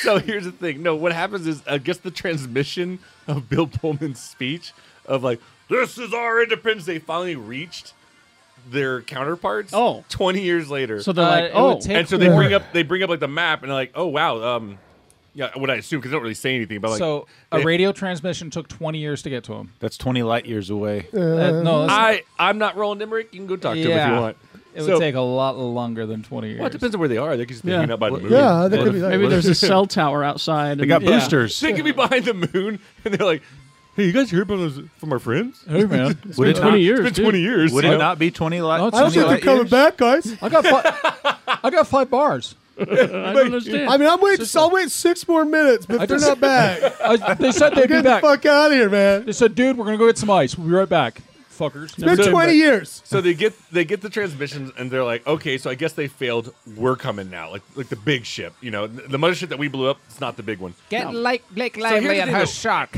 [SPEAKER 7] so here's the thing. No, what happens is I guess the transmission of Bill Pullman's speech of like this is our independence. They finally reached their counterparts. Oh. 20 years later.
[SPEAKER 2] So they're like, Uh, it would "Oh." take
[SPEAKER 7] and so they
[SPEAKER 2] more.
[SPEAKER 7] bring up they bring up like the map and they're like, oh wow, um, yeah, what I assume because they don't really say anything. But like,
[SPEAKER 9] so a
[SPEAKER 7] they-
[SPEAKER 9] radio transmission took 20 years to get to him.
[SPEAKER 10] That's 20 light years away.
[SPEAKER 9] That- Uh, no, that's
[SPEAKER 7] I I'm not rolling Emmerich. You can go talk to him if you want.
[SPEAKER 9] It
[SPEAKER 7] So-
[SPEAKER 9] would take a lot longer than 20 years.
[SPEAKER 7] Well, it depends on
[SPEAKER 9] *laughs*
[SPEAKER 7] where they are. They could just be
[SPEAKER 9] Yeah.
[SPEAKER 7] hanging out by the
[SPEAKER 9] Yeah,
[SPEAKER 7] moon.
[SPEAKER 9] they
[SPEAKER 7] What
[SPEAKER 9] could
[SPEAKER 7] if-
[SPEAKER 9] be like-
[SPEAKER 2] Maybe
[SPEAKER 7] what
[SPEAKER 9] *laughs*
[SPEAKER 2] there's *laughs*
[SPEAKER 7] if-
[SPEAKER 2] a cell tower outside.
[SPEAKER 7] They
[SPEAKER 2] and-
[SPEAKER 7] got
[SPEAKER 2] yeah.
[SPEAKER 10] boosters.
[SPEAKER 7] They could be behind the moon, *laughs* and they're like, "Hey, you guys hear about us from our friends?
[SPEAKER 9] Hey,
[SPEAKER 7] *laughs*
[SPEAKER 9] man.
[SPEAKER 7] It's
[SPEAKER 10] Would
[SPEAKER 7] been
[SPEAKER 10] it
[SPEAKER 7] 20
[SPEAKER 10] not-
[SPEAKER 7] years.
[SPEAKER 10] It's
[SPEAKER 7] It's
[SPEAKER 10] been
[SPEAKER 7] been 20 years.
[SPEAKER 10] Would it not be 20 light?
[SPEAKER 9] No, Oh, it's not.
[SPEAKER 10] 20
[SPEAKER 9] I don't
[SPEAKER 10] light
[SPEAKER 9] think they're
[SPEAKER 10] years?
[SPEAKER 3] back, guys.
[SPEAKER 9] I got fi- I got five bars. *laughs* I
[SPEAKER 2] don't understand.
[SPEAKER 3] I mean, I'm waiting. I'll wait six more minutes, but
[SPEAKER 9] I
[SPEAKER 3] they're
[SPEAKER 9] just- *laughs*
[SPEAKER 3] not back.
[SPEAKER 9] I- they said they'd be
[SPEAKER 3] Get
[SPEAKER 9] back.
[SPEAKER 3] the fuck out of here, man.
[SPEAKER 9] They said, "Dude, we're gonna go get some ice. We'll be right back." Fuckers.
[SPEAKER 7] It's been 20
[SPEAKER 3] years.
[SPEAKER 7] *laughs* So they get they get the transmissions, and they're like, "Okay, so I guess they failed. We're coming now, like like the big ship. You know, the mothership that we blew up. It's not the big one.
[SPEAKER 9] Get like Blake
[SPEAKER 7] So here's the thing, though.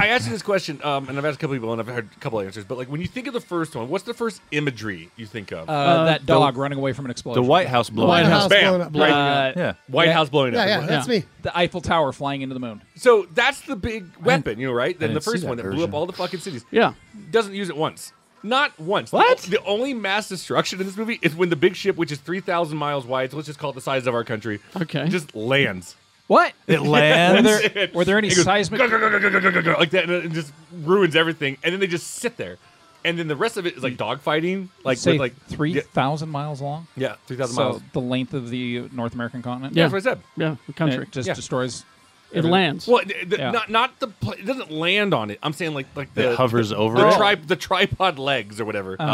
[SPEAKER 7] I asked you this question, um, and I've asked a couple people, and I've heard a couple answers. But like, when you think of the first one, what's the first imagery you think of?
[SPEAKER 9] Uh, that dog running away from an explosion.
[SPEAKER 10] the White House blowing White up. House
[SPEAKER 7] Bam.
[SPEAKER 10] blowing up.
[SPEAKER 7] Right.
[SPEAKER 10] Uh, Yeah.
[SPEAKER 7] White
[SPEAKER 9] Yeah.
[SPEAKER 7] House blowing up.
[SPEAKER 9] me. The Eiffel Tower flying into the moon.
[SPEAKER 7] So that's the big weapon, you know, right? Then the
[SPEAKER 9] didn't see
[SPEAKER 7] first
[SPEAKER 9] that
[SPEAKER 7] one that blew
[SPEAKER 9] version.
[SPEAKER 7] up all the fucking cities.
[SPEAKER 2] Yeah.
[SPEAKER 7] Doesn't use it once. Not once. What? The, the only mass destruction in this movie is when the big ship, which is 3,000 miles wide, so let's just call it the size of our country,
[SPEAKER 2] Okay.
[SPEAKER 7] just lands.
[SPEAKER 9] What?
[SPEAKER 10] It lands?
[SPEAKER 9] Were there- were there any
[SPEAKER 7] It goes, *laughs*
[SPEAKER 9] seismic-
[SPEAKER 7] "Go, go, go, go, go, go, go, go," like that, and it just ruins everything. And then they just sit there. And then the rest of it is like dogfighting, like
[SPEAKER 9] Say
[SPEAKER 7] with like
[SPEAKER 9] three
[SPEAKER 7] yeah,
[SPEAKER 9] thousand miles long.
[SPEAKER 7] Yeah, 3,000
[SPEAKER 9] So
[SPEAKER 7] miles.
[SPEAKER 9] The length of the North American continent.
[SPEAKER 7] Yeah. That's what I said.
[SPEAKER 2] Yeah, the country.
[SPEAKER 9] It just
[SPEAKER 7] Yeah.
[SPEAKER 9] destroys.
[SPEAKER 2] It
[SPEAKER 9] everything.
[SPEAKER 2] lands.
[SPEAKER 7] Well, th- th-
[SPEAKER 9] Yeah.
[SPEAKER 7] not not the pla- it doesn't land on it. I'm saying like like the
[SPEAKER 10] It hovers
[SPEAKER 7] the,
[SPEAKER 10] over
[SPEAKER 7] the
[SPEAKER 10] it?
[SPEAKER 7] tri- the tripod legs or whatever.
[SPEAKER 10] Uh-huh.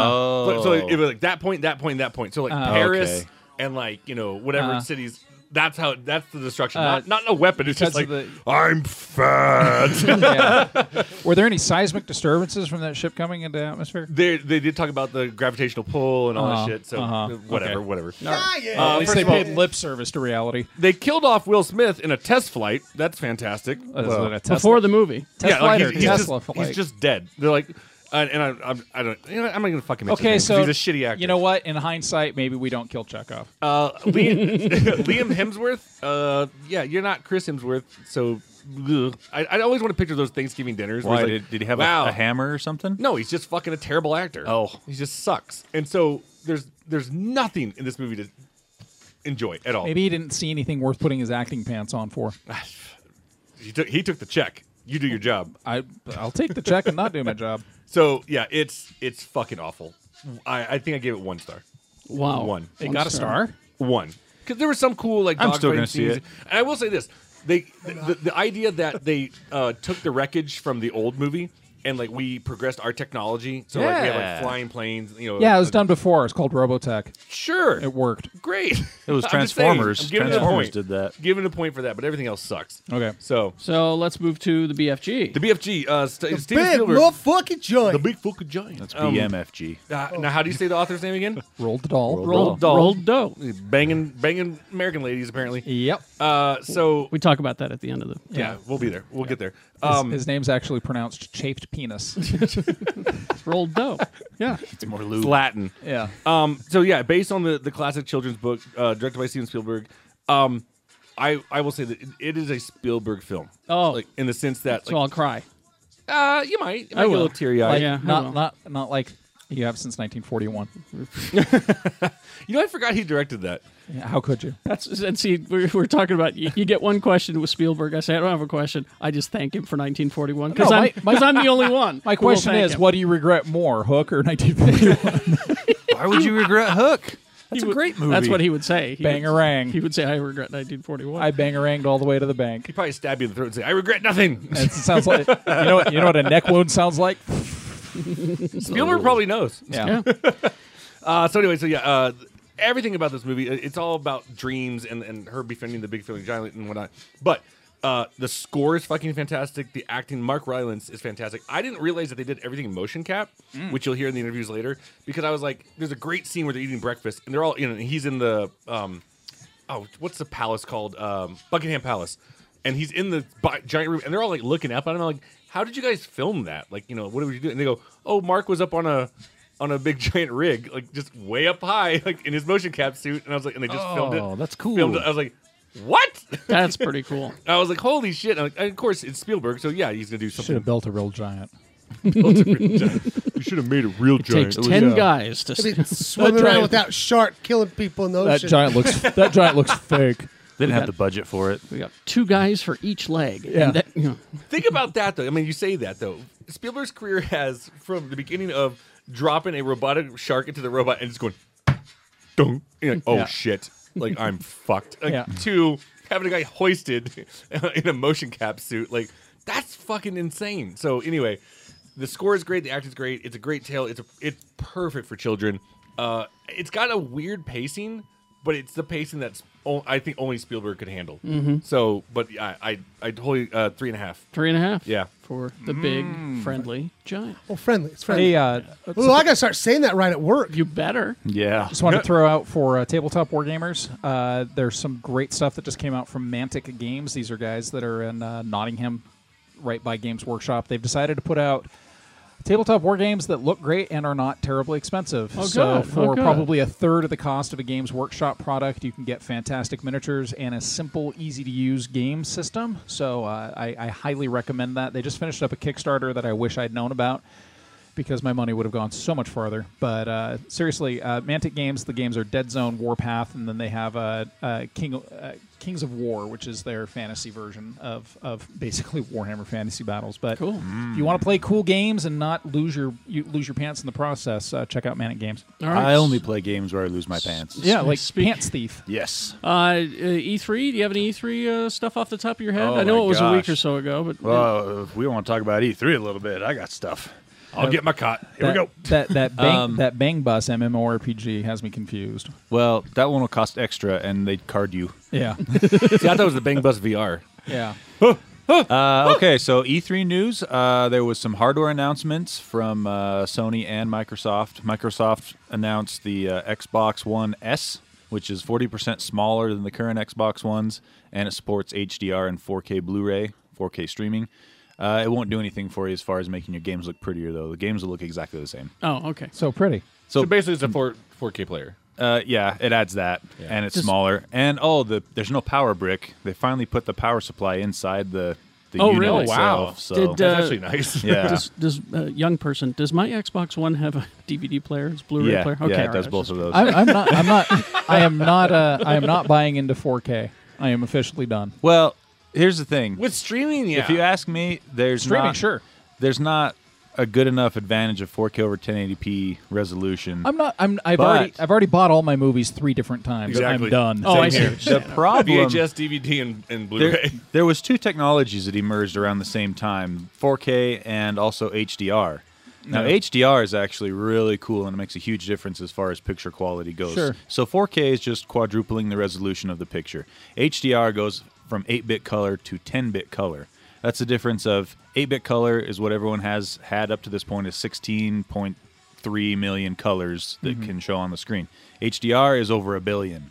[SPEAKER 7] so,
[SPEAKER 10] Oh.
[SPEAKER 7] so it was like that point, that point, that point. So like
[SPEAKER 9] Uh,
[SPEAKER 7] Paris
[SPEAKER 10] Okay.
[SPEAKER 7] and like you know whatever
[SPEAKER 9] Uh-huh.
[SPEAKER 7] cities. That's how. That's the destruction.
[SPEAKER 9] Uh,
[SPEAKER 7] not not a weapon. It's just like
[SPEAKER 9] because of
[SPEAKER 7] I'm fat.
[SPEAKER 9] *laughs* Yeah. Were there any seismic disturbances from that ship coming into atmosphere?
[SPEAKER 7] They they did talk about the gravitational pull and all
[SPEAKER 9] Uh-huh.
[SPEAKER 7] that shit. So
[SPEAKER 9] Uh-huh.
[SPEAKER 7] whatever,
[SPEAKER 9] Okay.
[SPEAKER 7] whatever.
[SPEAKER 9] Uh,
[SPEAKER 7] Uh,
[SPEAKER 9] at least
[SPEAKER 7] first
[SPEAKER 9] they
[SPEAKER 7] of all-
[SPEAKER 9] paid lip service to reality.
[SPEAKER 7] They killed off Will Smith in a test flight. That's fantastic.
[SPEAKER 9] Well, it a test
[SPEAKER 2] Before the movie.
[SPEAKER 9] Test
[SPEAKER 7] yeah, like
[SPEAKER 9] flight
[SPEAKER 7] he's,
[SPEAKER 9] or
[SPEAKER 7] he's just-
[SPEAKER 9] Tesla
[SPEAKER 7] he's
[SPEAKER 9] flight?
[SPEAKER 7] just, dead. They're like, uh, and, and I, I'm, I don't, you know, I'm not gonna fucking mention
[SPEAKER 9] Okay,
[SPEAKER 7] his
[SPEAKER 9] so
[SPEAKER 7] name 'cause he's a shitty actor.
[SPEAKER 9] You know what? In hindsight, maybe we don't kill Chekhov. *laughs*
[SPEAKER 7] Uh, Liam, Liam Hemsworth, uh, yeah, you're not Chris Hemsworth, so ugh. I, I always want to picture those Thanksgiving dinners. where
[SPEAKER 10] Why,
[SPEAKER 7] he's
[SPEAKER 10] did- did he have a-
[SPEAKER 7] wow.
[SPEAKER 10] a hammer or something?
[SPEAKER 7] No, he's just fucking a terrible actor. Oh, he just sucks. And so there's there's nothing in this movie to enjoy at all.
[SPEAKER 9] Maybe he didn't see anything worth putting his acting pants on for.
[SPEAKER 7] He took he took the check. You do your job.
[SPEAKER 9] I I'll take the check and not do my job.
[SPEAKER 7] *laughs* So yeah, it's it's fucking awful. I, I think I gave it one star.
[SPEAKER 9] Wow.
[SPEAKER 7] one.
[SPEAKER 9] Oh. It One got a star. star?
[SPEAKER 7] One, because there was some cool like.
[SPEAKER 10] I'm
[SPEAKER 7] dog
[SPEAKER 10] still
[SPEAKER 7] fighting
[SPEAKER 10] gonna see
[SPEAKER 7] scenes.
[SPEAKER 10] it.
[SPEAKER 7] And I will say this: they the, the, the idea that they uh, took the wreckage from the old movie and like we progressed our technology, so like we have
[SPEAKER 9] Yeah.
[SPEAKER 7] like flying planes. You know,
[SPEAKER 9] Yeah, it was done before. It's called Robotech.
[SPEAKER 7] Sure,
[SPEAKER 9] it worked.
[SPEAKER 7] great.
[SPEAKER 10] It was
[SPEAKER 7] *laughs* I'm just
[SPEAKER 10] Transformers.
[SPEAKER 7] saying, I'm giving it a
[SPEAKER 10] Transformers
[SPEAKER 7] point.
[SPEAKER 10] did that.
[SPEAKER 7] Giving it a point for that, but everything else sucks.
[SPEAKER 9] Okay.
[SPEAKER 7] So
[SPEAKER 2] so let's move to the BFG. The
[SPEAKER 7] BFG. Uh, St- Steven
[SPEAKER 3] big
[SPEAKER 7] Spielberg.
[SPEAKER 3] motherfucking joint.
[SPEAKER 7] The big fucking giant. That's
[SPEAKER 10] E BMFG.
[SPEAKER 7] Uh, Now, how do you say the author's name again?
[SPEAKER 9] Rolled doll.
[SPEAKER 7] Rolled doll.
[SPEAKER 2] Rolled dough.
[SPEAKER 7] Banging, banging American ladies apparently.
[SPEAKER 9] Yep.
[SPEAKER 7] Uh, so
[SPEAKER 2] we talk about that at the end of the.
[SPEAKER 7] Yeah, we'll be there. We'll get there.
[SPEAKER 9] His,
[SPEAKER 7] Um,
[SPEAKER 9] his name's actually pronounced chafed penis.
[SPEAKER 2] *laughs*
[SPEAKER 9] *laughs*
[SPEAKER 2] rolled dough. Yeah.
[SPEAKER 7] It's more lube. Latin.
[SPEAKER 9] Yeah.
[SPEAKER 7] Um. So yeah, based on the the classic children's book uh, directed by Steven Spielberg, um, I I will say that it, it is a Spielberg film.
[SPEAKER 2] Oh.
[SPEAKER 7] Like in the sense that
[SPEAKER 2] So
[SPEAKER 7] like,
[SPEAKER 2] I'll cry.
[SPEAKER 7] Uh, you might. You might
[SPEAKER 9] I
[SPEAKER 7] get
[SPEAKER 9] will.
[SPEAKER 7] a little teary eyed.
[SPEAKER 9] Like, not not not like you have since
[SPEAKER 2] *laughs*
[SPEAKER 7] *laughs*
[SPEAKER 9] 1941.
[SPEAKER 7] You know, I forgot he directed that.
[SPEAKER 9] Yeah, how could you?
[SPEAKER 2] That's and see, we're, we're talking about you, you get one question with Spielberg. I say I don't have a question. I just thank him for 1941 because
[SPEAKER 9] No,
[SPEAKER 2] I'm
[SPEAKER 9] my- my-
[SPEAKER 2] because I'm the
[SPEAKER 9] *laughs*
[SPEAKER 2] only one.
[SPEAKER 9] My
[SPEAKER 2] who will
[SPEAKER 9] question
[SPEAKER 2] thank
[SPEAKER 9] is,
[SPEAKER 2] him.
[SPEAKER 9] what do you regret more, Hook or
[SPEAKER 7] *laughs*
[SPEAKER 9] 1941?
[SPEAKER 10] Why would you regret Hook? That's
[SPEAKER 2] He
[SPEAKER 10] a
[SPEAKER 2] would-
[SPEAKER 10] great movie.
[SPEAKER 2] That's what he would say. He would-
[SPEAKER 9] Bangarang.
[SPEAKER 2] He would say, "I regret 1941."
[SPEAKER 9] I bangaranged all the way to the bank.
[SPEAKER 7] He probably stabbed you in the throat and said, "I regret nothing."
[SPEAKER 9] It sounds like you know what, you know what a neck wound sounds like. *laughs*
[SPEAKER 7] Spielberg probably knows.
[SPEAKER 9] Yeah.
[SPEAKER 7] *laughs* uh, so anyway, so yeah, uh, everything about this movie, it- it's all about dreams and, and her befriending the big feeling giant and whatnot. But uh, the score is fucking fantastic. The acting, Mark Rylance is fantastic. I didn't realize that they did everything in motion cap,
[SPEAKER 8] Mm.
[SPEAKER 7] which you'll hear in the interviews later, because I was like, there's a great scene where they're eating breakfast and they're all, you know, he's in the, um, oh, what's the palace called? Um, Buckingham Palace. And he's in the bi- giant room and they're all like looking up at him. I'm like, how did you guys film that? Like, you know, what did you do? And they go, oh, Mark was up on a, on a big *laughs* giant rig, like just way up high, *laughs* like in his motion cap suit. And I was like, and they just filmed it.
[SPEAKER 10] Oh, that's cool.
[SPEAKER 7] Filmed it. I was like, what?
[SPEAKER 2] That's pretty cool.
[SPEAKER 7] *laughs* I was like, holy shit. And, like, and of course, it's Spielberg. So yeah, he's going to do
[SPEAKER 9] Should
[SPEAKER 7] something.
[SPEAKER 9] have built a real giant.
[SPEAKER 7] you should have made a real
[SPEAKER 2] takes ten guys to
[SPEAKER 3] *laughs* They'd be
[SPEAKER 2] s-
[SPEAKER 3] swimming
[SPEAKER 2] That
[SPEAKER 3] around
[SPEAKER 2] giant-
[SPEAKER 3] with that shark, killing people in the
[SPEAKER 9] Oh, That
[SPEAKER 3] ocean.
[SPEAKER 9] giant *laughs* looks that
[SPEAKER 3] *laughs*
[SPEAKER 9] giant looks fake.
[SPEAKER 10] They didn't
[SPEAKER 2] that-
[SPEAKER 10] have the budget for it.
[SPEAKER 2] We got two guys for each leg. and
[SPEAKER 9] Yeah.
[SPEAKER 2] that- you know,
[SPEAKER 7] Think about that, though. I mean, you say that, though. Spielberg's career has, from the beginning of dropping a robotic shark into the robot and just going, Dunk. And you're like, oh
[SPEAKER 8] Yeah.
[SPEAKER 7] shit, like I'm fucked. Like,
[SPEAKER 8] Yeah.
[SPEAKER 7] Two, having a guy hoisted *laughs* in a motion cap suit, like that's fucking insane. So anyway, the score is great, the acting's great, it's a great tale, it's a, it's perfect for children. Uh, it's got a weird pacing, but it's the pacing that's o- I think only Spielberg could handle.
[SPEAKER 2] Mhm.
[SPEAKER 7] So, but I I I totally uh, three and a half.
[SPEAKER 2] three and a half.
[SPEAKER 7] Yeah.
[SPEAKER 2] for the
[SPEAKER 10] Mm.
[SPEAKER 2] big friendly giant.
[SPEAKER 3] Oh, friendly. It's friendly.
[SPEAKER 9] Hey, uh,
[SPEAKER 3] Ooh, I gotta start saying that right at work.
[SPEAKER 2] You better.
[SPEAKER 10] Yeah.
[SPEAKER 9] Just wanted to throw out for uh, tabletop war gamers. Uh, there's some great stuff that just came out from Mantic Games. These are guys that are in uh, Nottingham, right by Games Workshop. They've decided to put out tabletop war games that look great and are not terribly expensive.
[SPEAKER 2] Oh,
[SPEAKER 9] so
[SPEAKER 2] good. Oh,
[SPEAKER 9] for
[SPEAKER 2] good.
[SPEAKER 9] probably a third of the cost of a Games Workshop product, you can get fantastic miniatures and a simple, easy to use game system. So uh, I, I highly recommend that. They just finished up a Kickstarter that I wish I'd known about because my money would have gone so much farther. But uh, seriously, uh, Mantic Games, the games are Dead Zone, Warpath, and then they have uh, uh, King uh, Kings of War, which is their fantasy version of, of basically *laughs* Warhammer fantasy battles. But if you want to play cool games and not lose your you lose your pants in the process, uh, check out Manic Games.
[SPEAKER 10] I only play games where I lose my pants.
[SPEAKER 9] yeah, like Pants Thief.
[SPEAKER 10] Yes.
[SPEAKER 2] Uh, uh, E3, do you have any E3 uh, stuff off the top of your head?
[SPEAKER 10] Oh
[SPEAKER 2] I know
[SPEAKER 10] my
[SPEAKER 2] it was a week
[SPEAKER 10] gosh.
[SPEAKER 2] or so ago, but
[SPEAKER 10] Well, if we want to talk about E3 a little bit, I got stuff.
[SPEAKER 7] I'll get my cot. Here
[SPEAKER 9] Uh, that,
[SPEAKER 7] we go.
[SPEAKER 9] That
[SPEAKER 10] *laughs*
[SPEAKER 9] that bang,
[SPEAKER 10] Um,
[SPEAKER 9] that bang bus MMORPG has me confused.
[SPEAKER 10] Well, that one will cost extra, and they'd card you. *laughs*
[SPEAKER 9] Yeah.
[SPEAKER 7] See, I thought it was the Bang Bus VR.
[SPEAKER 9] Yeah.
[SPEAKER 10] uh, okay, so E3 news. Uh, there was some hardware announcements from uh, Sony and Microsoft. Microsoft announced the uh, Xbox One S, which is 40% smaller than the current Xbox Ones, and it supports HDR and 4K Blu-ray, 4K streaming. Uh, it won't do anything for you as far as making your games look prettier, though. The games will look exactly the same.
[SPEAKER 2] Oh, okay.
[SPEAKER 9] So pretty.
[SPEAKER 10] So,
[SPEAKER 7] basically, it's a four four K player.
[SPEAKER 10] Uh, yeah, it adds that, and it's
[SPEAKER 7] Just-
[SPEAKER 10] smaller. And oh, the there's no power brick. They finally put the power supply inside the the unit itself. So
[SPEAKER 2] Did, uh,
[SPEAKER 10] *laughs*
[SPEAKER 2] *laughs*
[SPEAKER 10] Yeah,
[SPEAKER 2] Does, does uh, young person? Does my Xbox One have a DVD player? It's Blu-ray
[SPEAKER 10] Yeah,
[SPEAKER 2] player.
[SPEAKER 10] yeah,
[SPEAKER 2] Okay,
[SPEAKER 10] it
[SPEAKER 2] all right,
[SPEAKER 10] does
[SPEAKER 2] I was
[SPEAKER 10] both
[SPEAKER 2] just-
[SPEAKER 10] of those.
[SPEAKER 9] I'm, I'm not. I'm
[SPEAKER 10] *laughs*
[SPEAKER 9] not. I am not. Uh, I am not buying into 4K. I am officially done.
[SPEAKER 10] Well, here's the thing
[SPEAKER 7] with streaming. Yeah,
[SPEAKER 10] If you ask me, there's
[SPEAKER 9] Streaming,
[SPEAKER 10] not,
[SPEAKER 9] sure.
[SPEAKER 10] There's not a good enough advantage of 4K over 1080p resolution.
[SPEAKER 9] I'm not. I'm. I've
[SPEAKER 10] But-
[SPEAKER 9] already. I've already bought all my movies three different times. I'm done.
[SPEAKER 10] The problem
[SPEAKER 7] VHS, DVD, and, and *laughs*
[SPEAKER 10] there,
[SPEAKER 7] Blu-ray.
[SPEAKER 10] there was two technologies that emerged around the same time: 4K and also HDR. Now
[SPEAKER 9] Yeah.
[SPEAKER 10] HDR is actually really cool and it makes a huge difference as far as picture quality goes.
[SPEAKER 9] Sure.
[SPEAKER 10] So 4K is just quadrupling the resolution of the picture. HDR goes from 8-bit color to 10-bit color. That's the difference of 8-bit color is what everyone has had up to this point is 16.3 million colors that
[SPEAKER 7] Mhm.
[SPEAKER 10] can show on the screen. HDR is over a billion.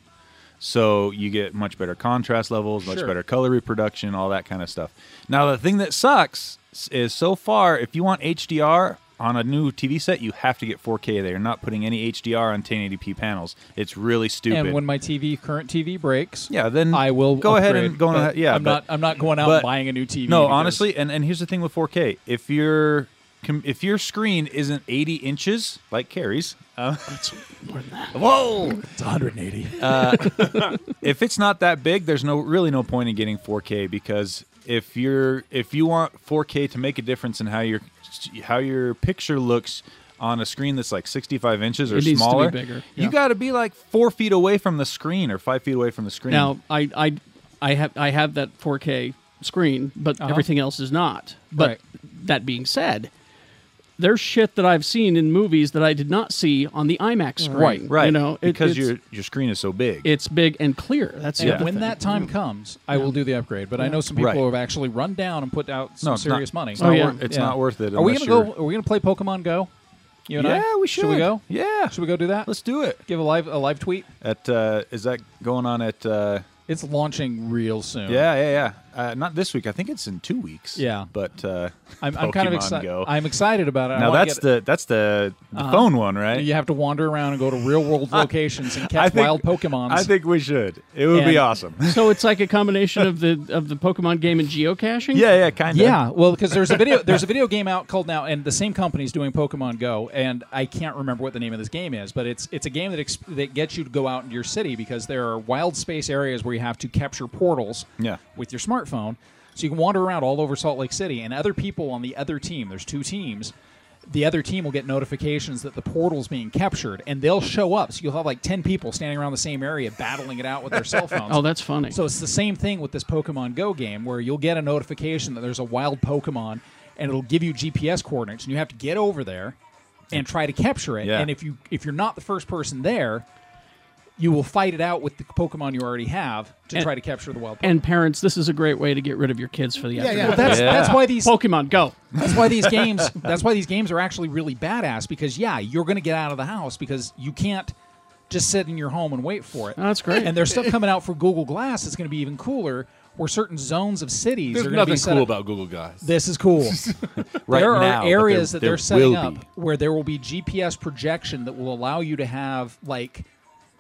[SPEAKER 10] So you get much better contrast levels, much
[SPEAKER 7] Sure.
[SPEAKER 10] better color reproduction, all that kind of stuff. Now the thing that sucks s- is so far, if you want HDR on a new TV set, you have to get 4K. They're not putting any HDR on 1080p panels. It's really stupid.
[SPEAKER 9] And when my TV, current TV breaks,
[SPEAKER 10] yeah, then
[SPEAKER 9] I will
[SPEAKER 10] go ahead
[SPEAKER 9] upgrade,
[SPEAKER 10] and go on
[SPEAKER 9] but
[SPEAKER 10] ahead. Yeah,
[SPEAKER 9] I'm
[SPEAKER 10] but-
[SPEAKER 9] not. I'm not going out
[SPEAKER 10] but-
[SPEAKER 9] and buying a new TV.
[SPEAKER 10] No,
[SPEAKER 9] because-
[SPEAKER 10] honestly, and and here's the thing with 4K: if your com- if your screen isn't 80 inches like Carrie's, uh, *laughs*
[SPEAKER 2] more than that.
[SPEAKER 10] Whoa,
[SPEAKER 9] it's 180.
[SPEAKER 10] Uh, *laughs* if it's not that big, there's no really no point in getting 4K because if you're if you want 4K to make a difference in how your how your picture looks on a screen that's like 65 inches or
[SPEAKER 2] It needs to be
[SPEAKER 10] smaller,
[SPEAKER 2] bigger, yeah.
[SPEAKER 10] you got to be like four feet away from the screen or five feet away from the screen.
[SPEAKER 2] Now I I I have I have that 4K screen, but
[SPEAKER 10] Uh-huh.
[SPEAKER 2] everything else is not. But
[SPEAKER 10] Right.
[SPEAKER 2] that being said, there's shit that I've seen in movies that I did not see on the IMAX screen.
[SPEAKER 10] right, right,
[SPEAKER 2] You know, it-
[SPEAKER 10] because
[SPEAKER 2] it's,
[SPEAKER 10] your your screen is so big.
[SPEAKER 2] it's big and clear. That's
[SPEAKER 9] And
[SPEAKER 2] the other
[SPEAKER 9] when
[SPEAKER 2] thing.
[SPEAKER 9] that time comes, I will do the upgrade. But I
[SPEAKER 2] Mm. Yeah.
[SPEAKER 9] know some people
[SPEAKER 10] Right.
[SPEAKER 9] have actually run down and put out some
[SPEAKER 10] No, it's not-
[SPEAKER 9] serious money.
[SPEAKER 10] it's not Oh, yeah. wor- it's not worth it
[SPEAKER 9] Are we
[SPEAKER 10] unless
[SPEAKER 9] gonna go? Are we gonna play Pokemon Go? You and I?
[SPEAKER 10] Yeah, we
[SPEAKER 9] we
[SPEAKER 10] should.
[SPEAKER 9] go?
[SPEAKER 10] Yeah.
[SPEAKER 9] Should we go do that?
[SPEAKER 10] Let's do it.
[SPEAKER 9] Give a live a live tweet.
[SPEAKER 10] At uh, is that going on at? Uh,
[SPEAKER 9] it's launching real soon.
[SPEAKER 10] Yeah, yeah, yeah. Uh, not this week. I think it's in two weeks.
[SPEAKER 9] Yeah.
[SPEAKER 10] but uh,
[SPEAKER 9] I'm, I'm kind of
[SPEAKER 10] Pokemon
[SPEAKER 9] excited.
[SPEAKER 10] Go.
[SPEAKER 9] I'm excited about it. I
[SPEAKER 10] Now
[SPEAKER 9] wanna
[SPEAKER 10] that's
[SPEAKER 9] get-
[SPEAKER 10] the that's the, the
[SPEAKER 9] Uh-huh.
[SPEAKER 10] phone one, right?
[SPEAKER 9] You have to wander around and go to real
[SPEAKER 10] *laughs*
[SPEAKER 9] world locations and catch wild Pokemon.
[SPEAKER 10] I think we should. It would be
[SPEAKER 2] And-
[SPEAKER 10] awesome.
[SPEAKER 2] so it's like a
[SPEAKER 10] *laughs*
[SPEAKER 2] combination of the of the Pokemon game and geocaching.
[SPEAKER 10] Yeah, yeah, kind
[SPEAKER 9] Yeah, well, because there's a
[SPEAKER 10] *laughs*
[SPEAKER 9] video there's a video game out called now, and the same company's doing Pokemon Go, and I can't remember what the name of this game is, but it's it's a game that exp- that gets you to go out into your city because there are wild space areas where you have to capture portals.
[SPEAKER 10] Yeah.
[SPEAKER 9] with your smartphone, so you can wander around all over Salt Lake City, and other people on the other team. There's two teams. The other team will get notifications that the portal's being captured, and they'll show up. So you'll have like ten people standing around the same area battling it out with their
[SPEAKER 2] *laughs*
[SPEAKER 9] cell phones.
[SPEAKER 2] Oh, that's funny.
[SPEAKER 9] So it's the same thing with this Pokemon Go game where you'll get a notification that there's a wild Pokemon and it'll give you GPS coordinates and you have to get over there and try to capture it.
[SPEAKER 10] Yeah.
[SPEAKER 9] And if you if you're not the first person there, you will fight it out with the Pokemon you already have to
[SPEAKER 2] And-
[SPEAKER 9] try to capture the wild Pokemon.
[SPEAKER 2] And parents, this is a great way to get rid of your kids for the
[SPEAKER 9] Yeah,
[SPEAKER 2] afternoon.
[SPEAKER 9] yeah. Well, that's- Yeah. that's why these-
[SPEAKER 2] Pokemon Go.
[SPEAKER 9] That's why these games. *laughs* That's why these games are actually really badass because yeah, you're going to get out of the house because you can't just sit in your home and wait for it.
[SPEAKER 2] that's great.
[SPEAKER 9] And there's stuff coming out for Google Glass that's going to be even cooler, where certain zones of cities
[SPEAKER 7] There's
[SPEAKER 9] are going to
[SPEAKER 7] nothing
[SPEAKER 9] be set
[SPEAKER 7] cool
[SPEAKER 9] up-
[SPEAKER 7] about Google Glass.
[SPEAKER 9] This is
[SPEAKER 10] *laughs*
[SPEAKER 9] cool.
[SPEAKER 7] Right
[SPEAKER 9] there are
[SPEAKER 7] now, but there-
[SPEAKER 9] areas that
[SPEAKER 7] there
[SPEAKER 9] they're setting
[SPEAKER 7] will
[SPEAKER 9] up
[SPEAKER 7] be.
[SPEAKER 9] where there will be GPS projection that will allow you to have like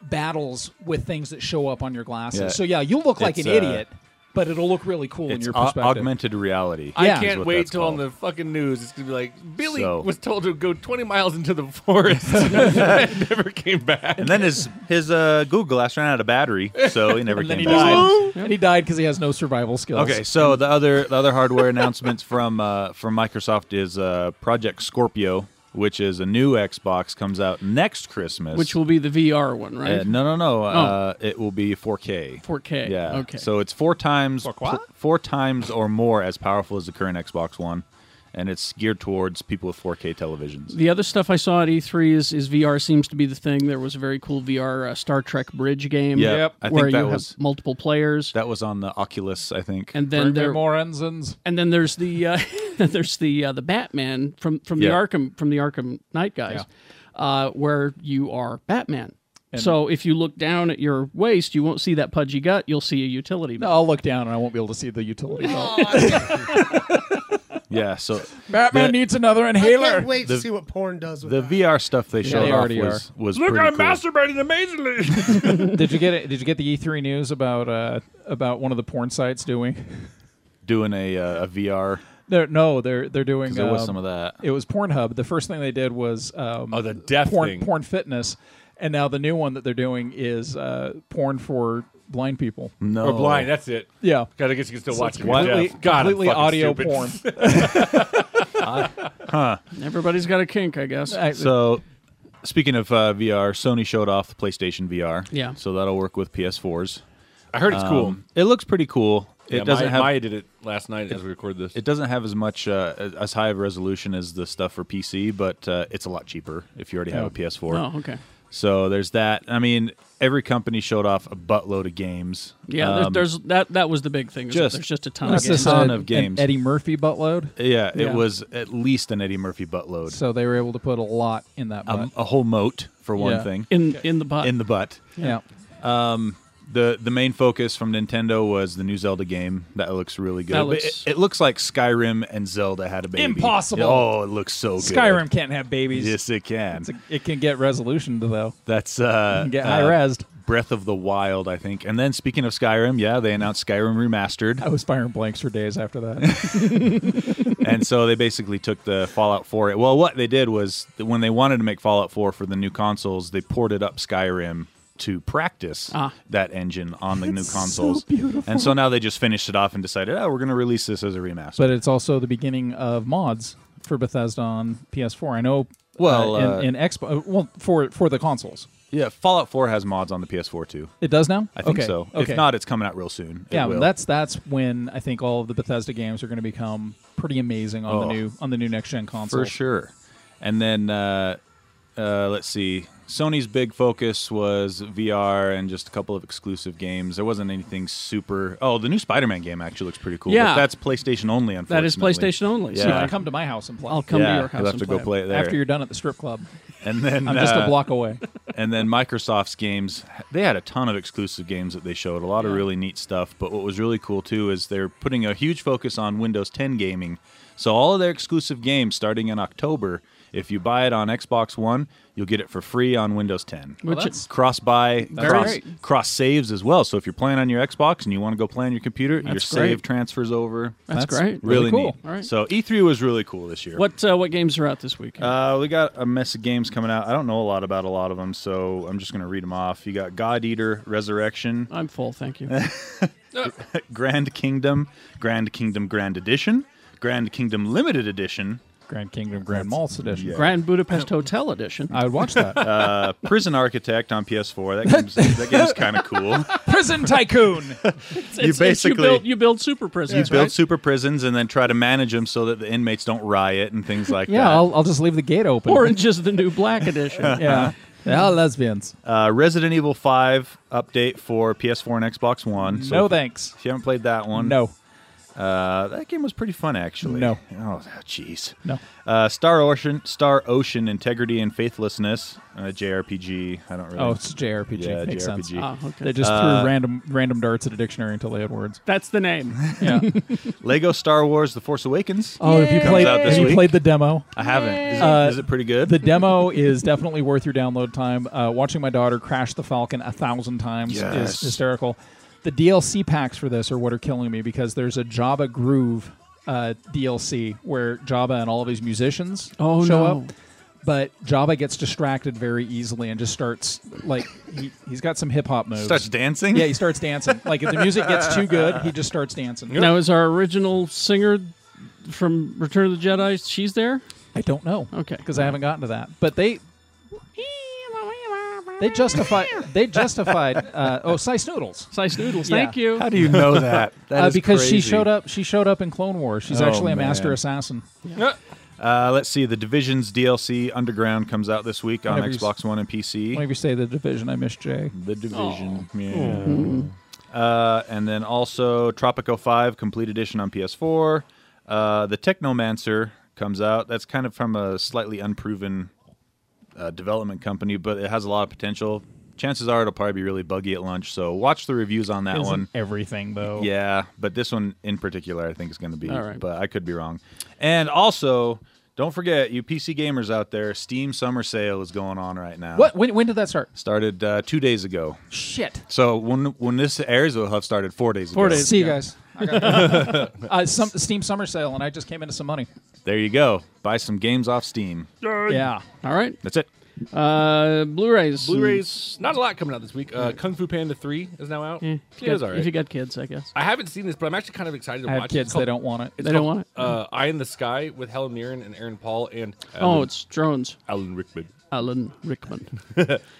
[SPEAKER 9] battles with things that show up on your glasses.
[SPEAKER 10] Yeah.
[SPEAKER 9] So yeah, you'll look like
[SPEAKER 10] It's,
[SPEAKER 9] an
[SPEAKER 10] uh,
[SPEAKER 9] idiot, but it'll look really cool in
[SPEAKER 10] It's
[SPEAKER 9] your
[SPEAKER 10] au-
[SPEAKER 9] perspective.
[SPEAKER 10] augmented reality.
[SPEAKER 7] I
[SPEAKER 9] Yeah.
[SPEAKER 10] is
[SPEAKER 7] can't
[SPEAKER 10] what
[SPEAKER 7] wait
[SPEAKER 10] that's
[SPEAKER 7] till on the fucking news it's gonna be like Billy
[SPEAKER 10] So-
[SPEAKER 7] was told to go 20 miles into the forest and never came back.
[SPEAKER 10] And then his his uh, Google Glass ran out of battery, so
[SPEAKER 2] *laughs*
[SPEAKER 10] he never
[SPEAKER 9] and
[SPEAKER 10] came
[SPEAKER 9] then he
[SPEAKER 10] back.
[SPEAKER 9] died. And he died because he has no survival skills.
[SPEAKER 10] Okay, so the other the other hardware announcements from uh, from Microsoft is uh, Project Scorpio, which is a new Xbox, comes out next Christmas.
[SPEAKER 2] Which will be the VR one, right?
[SPEAKER 10] Uh, no, no, no. Uh, it will be 4K.
[SPEAKER 2] 4K,
[SPEAKER 10] Yeah.
[SPEAKER 2] okay.
[SPEAKER 10] So it's four times pl- four times or more as powerful as the current Xbox One, and it's geared towards people with 4K televisions.
[SPEAKER 2] The other stuff I saw at E3 is, is VR seems to be the thing. There was a very cool VR uh, Star Trek bridge game.
[SPEAKER 10] Yeah, Yep. I think
[SPEAKER 2] where
[SPEAKER 10] that
[SPEAKER 2] you
[SPEAKER 10] was-
[SPEAKER 2] have multiple players.
[SPEAKER 10] That was on the Oculus, I think.
[SPEAKER 2] And then there
[SPEAKER 9] more ensigns.
[SPEAKER 2] And then there's the uh, *laughs* there's the uh, the Batman from from
[SPEAKER 10] Yeah.
[SPEAKER 2] the Arkham from the Arkham Knight guys, uh, where you are Batman.
[SPEAKER 9] And-
[SPEAKER 2] so if you look down at your waist, you won't see that pudgy gut. You'll see a utility
[SPEAKER 9] No,
[SPEAKER 2] belt.
[SPEAKER 9] I'll look down and I won't be able to see the utility
[SPEAKER 2] *laughs*
[SPEAKER 9] belt.
[SPEAKER 10] Yeah.
[SPEAKER 7] *laughs*
[SPEAKER 10] So
[SPEAKER 9] Batman
[SPEAKER 10] the,
[SPEAKER 9] needs another
[SPEAKER 3] I
[SPEAKER 9] inhaler.
[SPEAKER 3] can't wait
[SPEAKER 10] The-
[SPEAKER 3] to see what porn does with
[SPEAKER 10] the VR stuff they
[SPEAKER 9] Yeah,
[SPEAKER 10] showed
[SPEAKER 9] they
[SPEAKER 10] off
[SPEAKER 9] already
[SPEAKER 10] was,
[SPEAKER 9] are.
[SPEAKER 10] was
[SPEAKER 7] Look,
[SPEAKER 10] pretty
[SPEAKER 7] I'm
[SPEAKER 10] cool.
[SPEAKER 3] *laughs*
[SPEAKER 7] masturbating amazingly. *laughs*
[SPEAKER 9] E did you get it? Did you get the E3 news about uh, about one of the porn sites doing?
[SPEAKER 10] doing a, uh, a VR.
[SPEAKER 9] They're, no, they're they're doing.
[SPEAKER 10] 'Cause there was
[SPEAKER 9] um,
[SPEAKER 10] some of that.
[SPEAKER 9] It was Pornhub. The first thing they did was um,
[SPEAKER 10] Oh, the death
[SPEAKER 9] porn,
[SPEAKER 10] thing.
[SPEAKER 9] porn fitness, and now the new one that they're doing is uh, porn for blind people.
[SPEAKER 10] No.
[SPEAKER 7] Or blind, that's it.
[SPEAKER 9] Yeah,
[SPEAKER 7] God, I guess you can still
[SPEAKER 9] So
[SPEAKER 7] watch
[SPEAKER 9] it's
[SPEAKER 7] it with
[SPEAKER 9] completely,
[SPEAKER 7] Jeff. God, I'm
[SPEAKER 9] completely
[SPEAKER 7] fucking
[SPEAKER 9] audio
[SPEAKER 7] stupid.
[SPEAKER 9] porn.
[SPEAKER 7] *laughs*
[SPEAKER 10] Huh.
[SPEAKER 2] Everybody's got a kink, I guess.
[SPEAKER 10] So, speaking of uh, VR, Sony showed off the PlayStation VR.
[SPEAKER 2] Yeah.
[SPEAKER 10] So that'll work with PS4s.
[SPEAKER 7] I heard it's cool.
[SPEAKER 10] Um, It looks pretty cool.
[SPEAKER 7] Yeah,
[SPEAKER 10] it doesn't
[SPEAKER 7] Maya-
[SPEAKER 10] have.
[SPEAKER 7] Maya did it last night as we record this.
[SPEAKER 10] It doesn't have as much uh, as- as high of resolution as the stuff for PC, but uh, it's a lot cheaper if you already have
[SPEAKER 2] Oh.
[SPEAKER 10] a PS4.
[SPEAKER 2] Oh, okay.
[SPEAKER 10] So there's that. I mean, every company showed off a buttload of games.
[SPEAKER 2] Yeah,
[SPEAKER 10] Um,
[SPEAKER 2] there's, there's that. That was the big thing. is that
[SPEAKER 10] just-
[SPEAKER 2] there's just a ton
[SPEAKER 10] That's
[SPEAKER 2] of games.
[SPEAKER 10] a ton of games.
[SPEAKER 9] An Eddie Murphy buttload.
[SPEAKER 10] Yeah, it was at least an Eddie Murphy buttload.
[SPEAKER 9] So they were able to put a lot in that.
[SPEAKER 10] Um,
[SPEAKER 9] Butt.
[SPEAKER 10] a whole moat for one
[SPEAKER 9] Yeah.
[SPEAKER 10] thing.
[SPEAKER 2] In- in the butt.
[SPEAKER 10] In the butt.
[SPEAKER 9] Yeah.
[SPEAKER 10] Um, the the main focus from Nintendo was the new Zelda game. That looks really good.
[SPEAKER 9] That
[SPEAKER 10] But
[SPEAKER 9] looks-
[SPEAKER 10] It, it looks like Skyrim and Zelda had a baby.
[SPEAKER 9] Impossible.
[SPEAKER 10] Oh, it looks so good.
[SPEAKER 9] Skyrim can't have babies.
[SPEAKER 10] Yes, it can.
[SPEAKER 9] It's a- it can get resolution though. *laughs*
[SPEAKER 10] That's uh,
[SPEAKER 9] You can get
[SPEAKER 10] uh,
[SPEAKER 9] high-resed.
[SPEAKER 10] Breath of the Wild, I think. And then speaking of Skyrim, yeah, they announced Skyrim remastered.
[SPEAKER 9] I was firing blanks for days after
[SPEAKER 10] *laughs*
[SPEAKER 9] that.
[SPEAKER 10] and so they basically took the Fallout 4. Well, what they did was that when they wanted to make Fallout 4 for the new consoles, they ported up Skyrim to practice
[SPEAKER 2] Ah.
[SPEAKER 10] that engine on the new
[SPEAKER 9] It's so
[SPEAKER 10] consoles.
[SPEAKER 9] beautiful.
[SPEAKER 10] And so now they just finished it off and decided, oh, we're going to release this as a remaster.
[SPEAKER 9] but it's also the beginning of mods for Bethesda on PS4. I know.
[SPEAKER 10] Well,
[SPEAKER 9] uh,
[SPEAKER 10] uh,
[SPEAKER 9] in, in Expo, well, for for the consoles,
[SPEAKER 10] yeah, Fallout 4 has mods on the PS4 too.
[SPEAKER 9] it does now.
[SPEAKER 10] I think
[SPEAKER 9] okay.
[SPEAKER 10] so.
[SPEAKER 9] Okay.
[SPEAKER 10] If not, it's coming out real soon. It
[SPEAKER 9] yeah,
[SPEAKER 10] will.
[SPEAKER 9] that's that's when I think all of the Bethesda games are going to become pretty amazing on
[SPEAKER 10] Oh.
[SPEAKER 9] the new on the new next gen console.
[SPEAKER 10] For sure. And then uh, uh, let's see. Sony's big focus was VR and just a couple of exclusive games. There wasn't anything super. Oh, the new Spider-Man game actually looks pretty cool.
[SPEAKER 2] Yeah.
[SPEAKER 10] but that's PlayStation only.
[SPEAKER 2] That
[SPEAKER 10] Unfortunately,
[SPEAKER 2] is PlayStation only.
[SPEAKER 10] Yeah.
[SPEAKER 2] So
[SPEAKER 9] You can come to my house and play.
[SPEAKER 2] I'll come
[SPEAKER 10] Yeah,
[SPEAKER 2] to your house
[SPEAKER 10] you'll have
[SPEAKER 2] and
[SPEAKER 10] to go play it there.
[SPEAKER 9] after you're done at the strip club.
[SPEAKER 10] And then
[SPEAKER 9] I'm just a
[SPEAKER 10] uh,
[SPEAKER 9] block away.
[SPEAKER 10] and then Microsoft's games, they had a ton of exclusive games that they showed, a lot of really neat stuff. But what was really cool too is they're putting a huge focus on Windows 10 gaming. So all of their exclusive games starting in October, if you buy it on Xbox One, you'll get it for free on Windows 10.
[SPEAKER 2] Well, Which- that's-
[SPEAKER 10] cross buy,
[SPEAKER 2] Very
[SPEAKER 10] cross,
[SPEAKER 2] great.
[SPEAKER 10] cross saves as well. So if you're playing on your Xbox and you want to go play on your computer, your
[SPEAKER 2] That's
[SPEAKER 10] save
[SPEAKER 2] great.
[SPEAKER 10] transfers over.
[SPEAKER 2] That's great.
[SPEAKER 10] Really,
[SPEAKER 2] Really cool.
[SPEAKER 10] neat.
[SPEAKER 2] All right.
[SPEAKER 10] So E3 was really cool this year.
[SPEAKER 2] What uh, what games are out this week?
[SPEAKER 10] Uh, we got a mess of games coming out. I don't know a lot about a lot of them, so I'm just going to read them off. You got God Eater, Resurrection.
[SPEAKER 2] I'm full, thank you.
[SPEAKER 10] *laughs* Grand Kingdom, Grand Kingdom Grand Edition, Grand Kingdom Limited Edition,
[SPEAKER 9] Grand Kingdom Grand Malt's edition.
[SPEAKER 2] Grand Budapest Hotel Edition.
[SPEAKER 9] I would watch
[SPEAKER 2] *laughs*
[SPEAKER 9] that.
[SPEAKER 10] *laughs* uh, Prison Architect on PS4. That game's,
[SPEAKER 9] *laughs*
[SPEAKER 10] that game's kind of cool.
[SPEAKER 9] Prison Tycoon.
[SPEAKER 2] *laughs* It's-
[SPEAKER 10] You
[SPEAKER 2] it's-
[SPEAKER 10] basically-
[SPEAKER 2] you build, you build super
[SPEAKER 10] You
[SPEAKER 2] prisons.
[SPEAKER 10] build
[SPEAKER 2] right?
[SPEAKER 10] super prisons and then try to manage them so that the inmates don't riot and things like
[SPEAKER 9] yeah,
[SPEAKER 10] that.
[SPEAKER 9] I'll, I'll just leave the gate open.
[SPEAKER 2] Orange is the new black edition.
[SPEAKER 9] yeah. They're all lesbians.
[SPEAKER 10] Uh, Resident Evil 5 update for PS4 and Xbox One.
[SPEAKER 9] No
[SPEAKER 10] if-
[SPEAKER 9] thanks.
[SPEAKER 10] If you haven't played that one,
[SPEAKER 9] No.
[SPEAKER 10] Uh, that game was pretty fun, actually.
[SPEAKER 9] No.
[SPEAKER 10] Oh, jeez.
[SPEAKER 9] No.
[SPEAKER 10] Uh, Star Ocean, Star Ocean, Integrity and Faithlessness, uh, JRPG. I don't really.
[SPEAKER 9] Oh, it's JRPG.
[SPEAKER 10] Yeah,
[SPEAKER 9] Makes sense.
[SPEAKER 10] JRPG.
[SPEAKER 2] Ah, okay.
[SPEAKER 9] They just
[SPEAKER 10] Uh,
[SPEAKER 9] threw random random darts at a dictionary until they had words.
[SPEAKER 2] That's the name.
[SPEAKER 9] Yeah.
[SPEAKER 2] *laughs*
[SPEAKER 10] Lego Star Wars: The Force Awakens.
[SPEAKER 9] Oh, have you
[SPEAKER 10] comes
[SPEAKER 9] played?
[SPEAKER 10] out this
[SPEAKER 9] Have you
[SPEAKER 10] week.
[SPEAKER 9] played the demo?
[SPEAKER 10] I haven't. Is it,
[SPEAKER 9] Uh,
[SPEAKER 10] is it pretty good?
[SPEAKER 9] The
[SPEAKER 10] *laughs*
[SPEAKER 9] demo *laughs* is definitely worth your download time. Uh, watching my daughter crash the Falcon a thousand times
[SPEAKER 10] Yes.
[SPEAKER 9] is hysterical. The DLC packs for this are what are killing me because there's a Java Groove uh, DLC where Java and all of his musicians
[SPEAKER 2] Oh,
[SPEAKER 9] show
[SPEAKER 2] no.
[SPEAKER 9] up. But Java gets distracted very easily and just starts like he, he's got some hip hop moves.
[SPEAKER 10] Starts dancing?
[SPEAKER 9] Yeah, he starts dancing. Like if the music gets too good, he just starts dancing.
[SPEAKER 2] Now is our original singer from Return of the Jedi? She's there.
[SPEAKER 9] I don't know.
[SPEAKER 2] Okay,
[SPEAKER 9] because I haven't gotten to that. But they they justified they justified uh, oh Sice Noodles.
[SPEAKER 2] Sice Noodles.
[SPEAKER 9] Yeah.
[SPEAKER 2] Thank you.
[SPEAKER 10] How do
[SPEAKER 9] *laughs*
[SPEAKER 10] you know that? That
[SPEAKER 9] uh,
[SPEAKER 10] is
[SPEAKER 9] because she
[SPEAKER 10] crazy.
[SPEAKER 9] showed up she showed up in Clone Wars. She's
[SPEAKER 10] Oh,
[SPEAKER 9] actually a
[SPEAKER 10] man.
[SPEAKER 9] master assassin.
[SPEAKER 10] Uh, let's see. The Division's DLC Underground comes out this week on
[SPEAKER 9] Whenever you
[SPEAKER 10] Xbox
[SPEAKER 9] s-
[SPEAKER 10] One and PC.
[SPEAKER 9] Whenever you say the division, I miss Jay.
[SPEAKER 10] The Division. Yeah.
[SPEAKER 9] Mhm.
[SPEAKER 10] Uh, and then also Tropico 5 Complete Edition on PS4. Uh, the Technomancer comes out. That's kind of from a slightly unproven uh, development company, but it has a lot of potential. Chances are it'll probably be really buggy at lunch, so watch the reviews on that
[SPEAKER 9] Isn't
[SPEAKER 10] one.
[SPEAKER 9] everything though.
[SPEAKER 10] Yeah, but this one in particular, I think is going to be.
[SPEAKER 9] All right.
[SPEAKER 10] But I could be wrong. And also, don't forget, you PC gamers out there, Steam Summer Sale is going on right now.
[SPEAKER 9] What when, when did that start?
[SPEAKER 10] Started uh, two days ago.
[SPEAKER 9] Shit.
[SPEAKER 10] So when when this airs, it'll have started four days ago.
[SPEAKER 9] See you guys. I
[SPEAKER 10] *laughs*
[SPEAKER 9] got uh, some Steam Summer Sale, and I just came into some money.
[SPEAKER 10] There you go. Buy some games off Steam.
[SPEAKER 9] Yeah.
[SPEAKER 2] All right.
[SPEAKER 10] That's it.
[SPEAKER 2] Uh, Blu-rays.
[SPEAKER 7] Blu-rays. Not a lot coming out this week. Uh, Kung Fu Panda Three is now out.
[SPEAKER 2] Yeah, if
[SPEAKER 7] It
[SPEAKER 2] you got-
[SPEAKER 7] is all right.
[SPEAKER 2] If you got kids, I guess.
[SPEAKER 7] I haven't seen this, but I'm actually kind of excited to
[SPEAKER 9] I have
[SPEAKER 7] watch. it.
[SPEAKER 9] kids,
[SPEAKER 7] It's called-
[SPEAKER 9] they don't want it.
[SPEAKER 7] it's
[SPEAKER 2] They don't
[SPEAKER 7] called,
[SPEAKER 2] want it?
[SPEAKER 7] Uh, Eye in the Sky with Helen Mirren and Aaron Paul and
[SPEAKER 2] oh,
[SPEAKER 7] Alan-
[SPEAKER 2] it's drones.
[SPEAKER 7] Alan Rickman.
[SPEAKER 2] Alan
[SPEAKER 7] *laughs*
[SPEAKER 2] Rickman.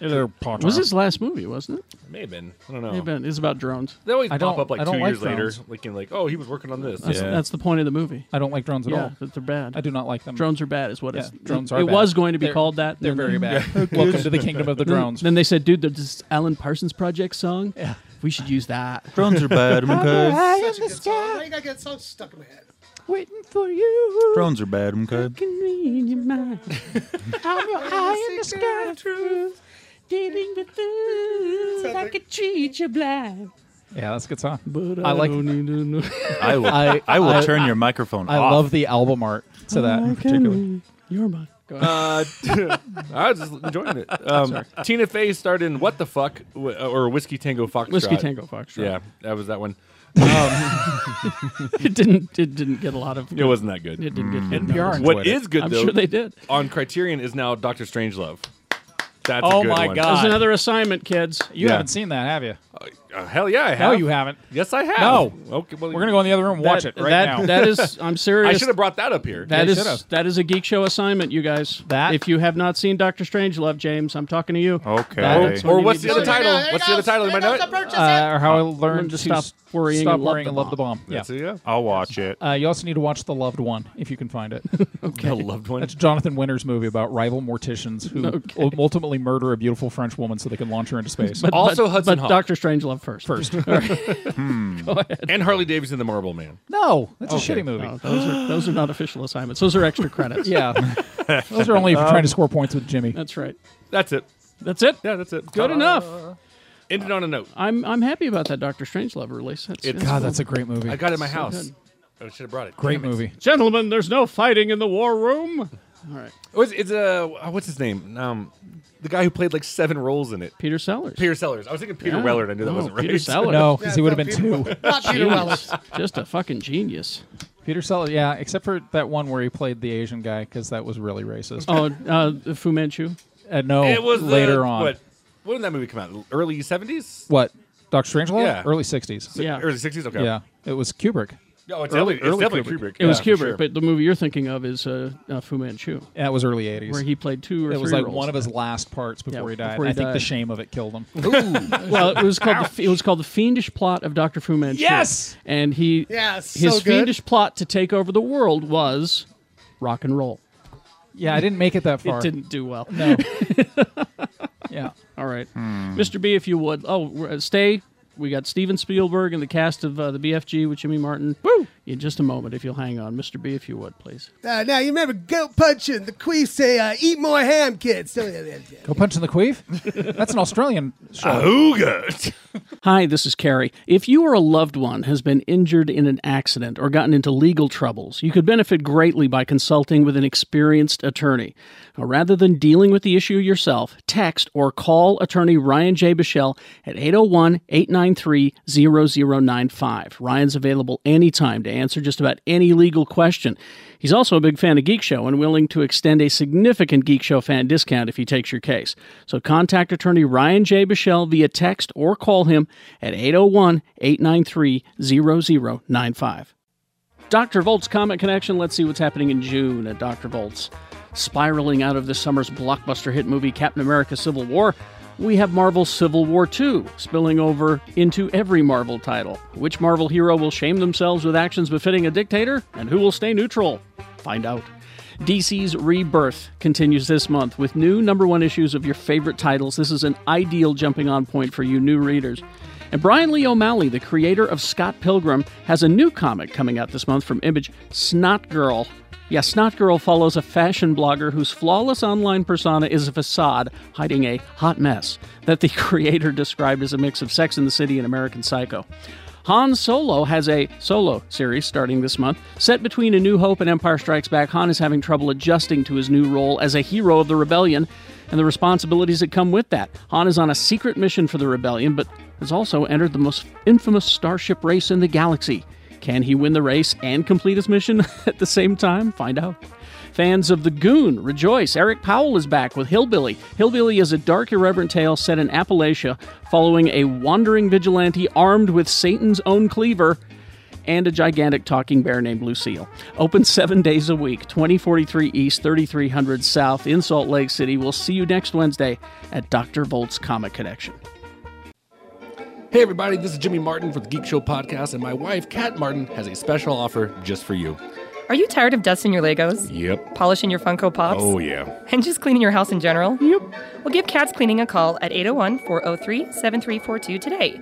[SPEAKER 9] Hello, Potter.
[SPEAKER 2] Was his last movie, wasn't it?
[SPEAKER 7] May have been. I don't know.
[SPEAKER 2] May have been. It's about Uh, drones.
[SPEAKER 7] They always
[SPEAKER 9] I
[SPEAKER 7] pop
[SPEAKER 9] don't-
[SPEAKER 7] up like
[SPEAKER 9] I don't
[SPEAKER 7] two
[SPEAKER 9] like
[SPEAKER 7] years later,
[SPEAKER 9] drones.
[SPEAKER 7] like, in like, oh, he was working on this.
[SPEAKER 2] That's, that's the point of the movie.
[SPEAKER 9] I don't like drones at
[SPEAKER 2] yeah,
[SPEAKER 9] all.
[SPEAKER 2] that they're bad.
[SPEAKER 9] I do not like them.
[SPEAKER 2] Drones are bad. Is what
[SPEAKER 9] Yeah,
[SPEAKER 2] it's.
[SPEAKER 9] drones
[SPEAKER 2] it,
[SPEAKER 9] are
[SPEAKER 2] It
[SPEAKER 9] bad.
[SPEAKER 2] was going to be
[SPEAKER 9] They're-
[SPEAKER 2] called that.
[SPEAKER 9] They're
[SPEAKER 2] and
[SPEAKER 9] very
[SPEAKER 2] then- *laughs*
[SPEAKER 9] bad. Welcome to the kingdom of the
[SPEAKER 2] Then-
[SPEAKER 9] drones.
[SPEAKER 2] Then they said, "Dude, there's this Alan Parsons Project song. We should use that."
[SPEAKER 10] Drones
[SPEAKER 2] *laughs*
[SPEAKER 10] are bad because
[SPEAKER 3] Such a good song. Why you gotta get so stuck in my head?
[SPEAKER 9] Waiting for you.
[SPEAKER 10] drones are bad because.
[SPEAKER 2] I'm your eye in the sky of truth, dealing with things I could treat you blind.
[SPEAKER 9] Yeah, that's a good song.
[SPEAKER 2] But
[SPEAKER 9] I like-
[SPEAKER 2] don't need to know.
[SPEAKER 10] I will. I,
[SPEAKER 9] I-
[SPEAKER 10] will
[SPEAKER 9] I-
[SPEAKER 10] turn your microphone
[SPEAKER 9] I
[SPEAKER 10] off.
[SPEAKER 9] love the album art to that in particular.
[SPEAKER 2] You're mine. Go ahead.
[SPEAKER 7] Uh, *laughs* I was just
[SPEAKER 2] *laughs*
[SPEAKER 7] enjoying it. Um, Tina Fey starred in What the Fuck Wh- or Whiskey Tango Foxtrot.
[SPEAKER 2] Whiskey Tango Foxtrot.
[SPEAKER 7] Yeah, that
[SPEAKER 2] *laughs*
[SPEAKER 7] was that one. Um,
[SPEAKER 2] it didn't. It didn't get a lot of.
[SPEAKER 7] It wasn't that good.
[SPEAKER 2] It didn't get. good
[SPEAKER 9] NPR.
[SPEAKER 2] numbers.
[SPEAKER 7] What
[SPEAKER 9] enjoyed it.
[SPEAKER 7] is good
[SPEAKER 2] I'm
[SPEAKER 7] though?
[SPEAKER 2] sure they did.
[SPEAKER 7] On Criterion is now Doctor Strangelove. That's a
[SPEAKER 9] Oh
[SPEAKER 7] good
[SPEAKER 9] my
[SPEAKER 7] one.
[SPEAKER 9] God.
[SPEAKER 2] That was another assignment, kids.
[SPEAKER 9] You
[SPEAKER 7] Yeah.
[SPEAKER 9] haven't seen that, have you?
[SPEAKER 7] Uh, hell yeah, I have.
[SPEAKER 9] No, you haven't.
[SPEAKER 7] Yes, I have.
[SPEAKER 9] No.
[SPEAKER 7] Okay, well,
[SPEAKER 9] We're gonna go in the other room and watch
[SPEAKER 2] That-
[SPEAKER 9] it right
[SPEAKER 2] that,
[SPEAKER 9] now.
[SPEAKER 2] That is. I'm serious.
[SPEAKER 7] *laughs* I should have brought that up here.
[SPEAKER 2] That
[SPEAKER 9] They
[SPEAKER 2] is
[SPEAKER 9] should've.
[SPEAKER 2] that is a geek show assignment, you guys.
[SPEAKER 9] That-
[SPEAKER 2] if you have not seen Doctor Strangelove, James, I'm talking to you.
[SPEAKER 10] Okay.
[SPEAKER 2] That's what
[SPEAKER 7] or
[SPEAKER 2] you
[SPEAKER 7] what's
[SPEAKER 2] need to
[SPEAKER 7] the other
[SPEAKER 2] do.
[SPEAKER 7] title?
[SPEAKER 3] There you
[SPEAKER 7] What's the
[SPEAKER 3] go.
[SPEAKER 7] other title?
[SPEAKER 3] There
[SPEAKER 7] Anybody
[SPEAKER 3] you
[SPEAKER 7] know
[SPEAKER 3] go.
[SPEAKER 7] it?
[SPEAKER 3] Purchase
[SPEAKER 9] uh,
[SPEAKER 3] it.
[SPEAKER 9] or how I learned
[SPEAKER 2] to
[SPEAKER 9] to
[SPEAKER 2] stop
[SPEAKER 9] s-
[SPEAKER 2] worrying
[SPEAKER 9] stop
[SPEAKER 2] and love
[SPEAKER 9] worrying
[SPEAKER 2] the
[SPEAKER 9] and love the bomb. Yeah.
[SPEAKER 7] That's it, yeah.
[SPEAKER 10] I'll watch it.
[SPEAKER 9] Uh, you also need to watch The Loved One
[SPEAKER 2] *laughs*
[SPEAKER 9] if you can find it.
[SPEAKER 7] Okay. loved one.
[SPEAKER 9] That's Jonathan Winter's movie about rival morticians who
[SPEAKER 2] Okay.
[SPEAKER 9] ul- ultimately murder a beautiful French woman so they can launch her into space.
[SPEAKER 2] But,
[SPEAKER 7] Also
[SPEAKER 2] but,
[SPEAKER 7] Hudson
[SPEAKER 2] but
[SPEAKER 7] Hawk. Hmm.
[SPEAKER 2] Doctor Strangelove first. *laughs*
[SPEAKER 9] First.
[SPEAKER 7] *laughs* And Harley Davidson, the Marble Man.
[SPEAKER 9] no, that's
[SPEAKER 7] Oh,
[SPEAKER 9] a shitty movie.
[SPEAKER 2] No, those are those are not official assignments. Those are extra credits.
[SPEAKER 9] *laughs* Yeah. Those are only if you're trying to score points with Jimmy.
[SPEAKER 2] that's right.
[SPEAKER 7] That's it.
[SPEAKER 2] That's it.
[SPEAKER 7] Yeah, that's it.
[SPEAKER 2] Good enough.
[SPEAKER 7] Ended on a note.
[SPEAKER 2] I'm I'm happy about that Doctor Strangelove release. That's,
[SPEAKER 7] It-
[SPEAKER 2] that's
[SPEAKER 9] God,
[SPEAKER 2] cool.
[SPEAKER 9] that's a great movie.
[SPEAKER 7] I got it in my
[SPEAKER 2] So
[SPEAKER 7] house.
[SPEAKER 2] good.
[SPEAKER 7] I should have brought it.
[SPEAKER 9] great movie.
[SPEAKER 2] gentlemen. There's no fighting in the war room.
[SPEAKER 7] Oh, it's, it's uh, what's his name? Um, the guy who played like seven roles in it.
[SPEAKER 2] Peter Sellers.
[SPEAKER 7] Peter Sellers. I was thinking Peter
[SPEAKER 2] Yeah.
[SPEAKER 7] Weller. and I knew that
[SPEAKER 2] Oh,
[SPEAKER 7] wasn't right.
[SPEAKER 2] Peter Sellers.
[SPEAKER 9] No, because he
[SPEAKER 3] Yeah,
[SPEAKER 9] would have been
[SPEAKER 3] it's
[SPEAKER 9] two.
[SPEAKER 3] not Peter- Not Peter Weller.
[SPEAKER 2] Genius. Just a fucking genius.
[SPEAKER 9] Peter Sellers, yeah, except for that one where he played the Asian guy because that was really racist.
[SPEAKER 2] Oh, uh, Fu Manchu.
[SPEAKER 9] Uh, no,
[SPEAKER 7] It was the-
[SPEAKER 9] later on.
[SPEAKER 7] What, when did that movie come out? Early seventies,
[SPEAKER 9] What? Doctor Strangelove?
[SPEAKER 7] Yeah.
[SPEAKER 9] Early 60s.
[SPEAKER 2] Yeah.
[SPEAKER 7] early sixties. Okay,
[SPEAKER 9] Yeah. It was Kubrick.
[SPEAKER 2] Oh,
[SPEAKER 7] No, Oh, it's
[SPEAKER 10] Early-
[SPEAKER 7] early,
[SPEAKER 10] early
[SPEAKER 7] it's definitely
[SPEAKER 10] Kubrick.
[SPEAKER 7] Kubrick.
[SPEAKER 2] It was
[SPEAKER 7] yeah,
[SPEAKER 2] Kubrick,
[SPEAKER 7] for sure.
[SPEAKER 2] but the movie you're thinking of is uh, uh, Fu Manchu,
[SPEAKER 9] Yeah, it was early 80s.
[SPEAKER 2] where he played two or
[SPEAKER 9] it
[SPEAKER 2] three
[SPEAKER 9] was like
[SPEAKER 2] roles.
[SPEAKER 9] one of his last parts before he died.
[SPEAKER 2] before he
[SPEAKER 9] I think
[SPEAKER 2] died.
[SPEAKER 9] the shame of it killed him.
[SPEAKER 2] well, it was called the, it was called the fiendish plot of Doctor Fu Manchu.
[SPEAKER 9] Yes!
[SPEAKER 2] and he
[SPEAKER 3] Yeah, so
[SPEAKER 2] his
[SPEAKER 3] good.
[SPEAKER 2] fiendish plot to take over the world was rock and roll.
[SPEAKER 9] yeah, I didn't make it that far.
[SPEAKER 2] *laughs* It didn't do well.
[SPEAKER 9] No.
[SPEAKER 2] *laughs*
[SPEAKER 9] yeah.
[SPEAKER 2] All right, Mr. B, if you would, oh, we're- uh, stay. We got Steven Spielberg and the cast of uh, the BFG with Jimmy Martin. Woo! In just a moment, if you'll hang on, Mr. B, if you would, please.
[SPEAKER 3] Uh, now you remember goat punching. The queef say, uh, "Eat more ham, kids." So, yeah, yeah, yeah.
[SPEAKER 9] Go punch in the queef? *laughs* That's an Australian show.
[SPEAKER 2] Hi, this is Carrie. If you or a loved one has been injured in an accident or gotten into legal troubles, you could benefit greatly by consulting with an experienced attorney. Now, rather than dealing with the issue yourself, text or call attorney Ryan J. Bichelle at 801 893 0095. Ryan's available anytime to answer just about any legal question. He's also a big fan of Geek Show and willing to extend a significant Geek Show fan discount if he takes your case. So contact attorney Ryan J. Bichelle via text or call him at 801 893 0095. Dr. Volt's Comic Connection. Let's see what's happening in June at Dr. Volt's. Spiraling out of this summer's blockbuster hit movie Captain America Civil War, we have Marvel's Civil War II spilling over into every Marvel title. Which Marvel hero will shame themselves with actions befitting a dictator, and who will stay neutral? Find out. DC's Rebirth continues this month with new number one issues of your favorite titles. This is an ideal jumping on point for you new readers. And Brian Lee O'Malley, the creator of Scott Pilgrim, has a new comic coming out this month from Image Snot Girl. Yeah, Snot Girl follows a fashion blogger whose flawless online persona is a facade hiding a hot mess that the *laughs* creator described as a mix of Sex in the City and American Psycho. Han Solo has a solo series starting this month. Set between A New Hope and Empire Strikes Back, Han is having trouble adjusting to his new role as a hero of the rebellion and the responsibilities that come with that. Han is on a secret mission for the rebellion, but has also entered the most infamous starship race in the galaxy. Can he win the race and complete his mission *laughs* at the same time? Find out. Fans of The Goon, rejoice. Eric Powell is back with Hillbilly. Hillbilly is a dark, irreverent tale set in Appalachia following a wandering vigilante armed with Satan's own cleaver and a gigantic talking bear named Lucille. Open *laughs* seven days a week, 2043 East, 3300 South in Salt Lake City. We'll see you next Wednesday at Dr. Volt's Comic Connection.
[SPEAKER 7] Hey, everybody, this is Jimmy Martin for the Geek Show Podcast, and my wife, Kat Martin, has a special offer just for you.
[SPEAKER 12] Are you tired of dusting your Legos?
[SPEAKER 7] Yep.
[SPEAKER 12] Polishing your Funko Pops?
[SPEAKER 7] Oh, yeah.
[SPEAKER 12] And just cleaning your house in general?
[SPEAKER 2] Yep.
[SPEAKER 12] Well, give Cats Cleaning a call at 801 403 7342 today.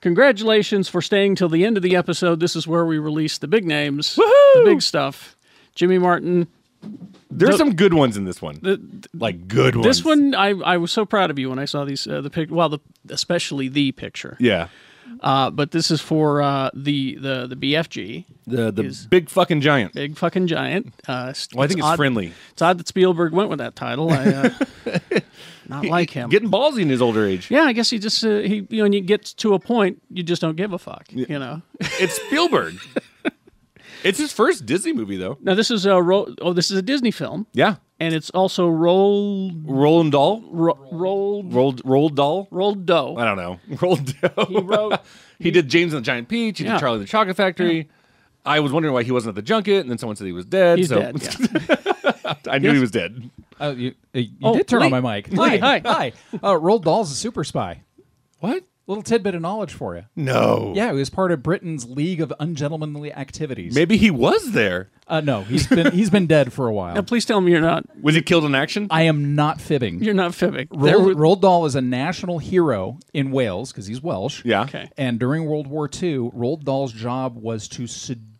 [SPEAKER 2] Congratulations for staying till the end of the episode. This is where we release the big names, the big stuff. Jimmy Martin.
[SPEAKER 7] There's
[SPEAKER 2] the-
[SPEAKER 7] some good ones in this one. like, good ones.
[SPEAKER 2] This one, I, I was so proud of you when I saw these uh, the pic. Well, the, especially the picture.
[SPEAKER 7] Yeah.
[SPEAKER 2] Uh, but this is for uh, the the the BFG.
[SPEAKER 7] The, the big fucking giant.
[SPEAKER 2] Big fucking giant. Uh,
[SPEAKER 7] Well, I think it's
[SPEAKER 2] odd-
[SPEAKER 7] friendly.
[SPEAKER 2] It's odd that Spielberg went with that title. I, uh,
[SPEAKER 7] *laughs*
[SPEAKER 2] not like him.
[SPEAKER 7] Getting ballsy in his older age.
[SPEAKER 2] Yeah, I guess he just uh, he you know when you get to a point you just don't give a fuck. You know.
[SPEAKER 7] *laughs* It's Spielberg. it's his first Disney movie, though.
[SPEAKER 2] Now this is a ro- oh this is a Disney film.
[SPEAKER 7] Yeah.
[SPEAKER 2] And it's also roll
[SPEAKER 7] Roland Dahl?
[SPEAKER 2] ro- rolled
[SPEAKER 7] Rolled, rolled Dahl?
[SPEAKER 2] rolled dough.
[SPEAKER 7] I don't know. *laughs* Rolled Dahl.
[SPEAKER 2] He wrote
[SPEAKER 7] *laughs* He did James and the Giant Peach. He
[SPEAKER 2] Yeah.
[SPEAKER 7] did Charlie and the Chocolate Factory. I was wondering why he wasn't at the junket, and then someone said he was dead.
[SPEAKER 2] He's
[SPEAKER 7] so
[SPEAKER 2] dead,
[SPEAKER 7] *laughs* I knew
[SPEAKER 2] Yes.
[SPEAKER 7] he was dead.
[SPEAKER 9] Oh, you, uh, you
[SPEAKER 2] Oh,
[SPEAKER 9] did turn
[SPEAKER 2] Lee.
[SPEAKER 9] on my mic.
[SPEAKER 2] Lee, hi.
[SPEAKER 9] hi. Uh, Roald Dahl's a super spy.
[SPEAKER 7] What?
[SPEAKER 9] Little tidbit of knowledge for you.
[SPEAKER 7] No.
[SPEAKER 9] Yeah, he was part of Britain's League of Ungentlemanly Activities.
[SPEAKER 7] Maybe he was there.
[SPEAKER 9] Uh, no, he's been *laughs* he's been dead for a
[SPEAKER 2] *laughs* Now
[SPEAKER 9] while.
[SPEAKER 2] please tell me you're not
[SPEAKER 7] Was he killed in action?
[SPEAKER 9] I am not fibbing.
[SPEAKER 2] you're not fibbing. There
[SPEAKER 9] Roald,
[SPEAKER 2] were-
[SPEAKER 9] Roald Dahl is a national hero in Wales because he's Welsh.
[SPEAKER 7] yeah.
[SPEAKER 2] okay.
[SPEAKER 9] And during World War II, Roald Dahl's job was to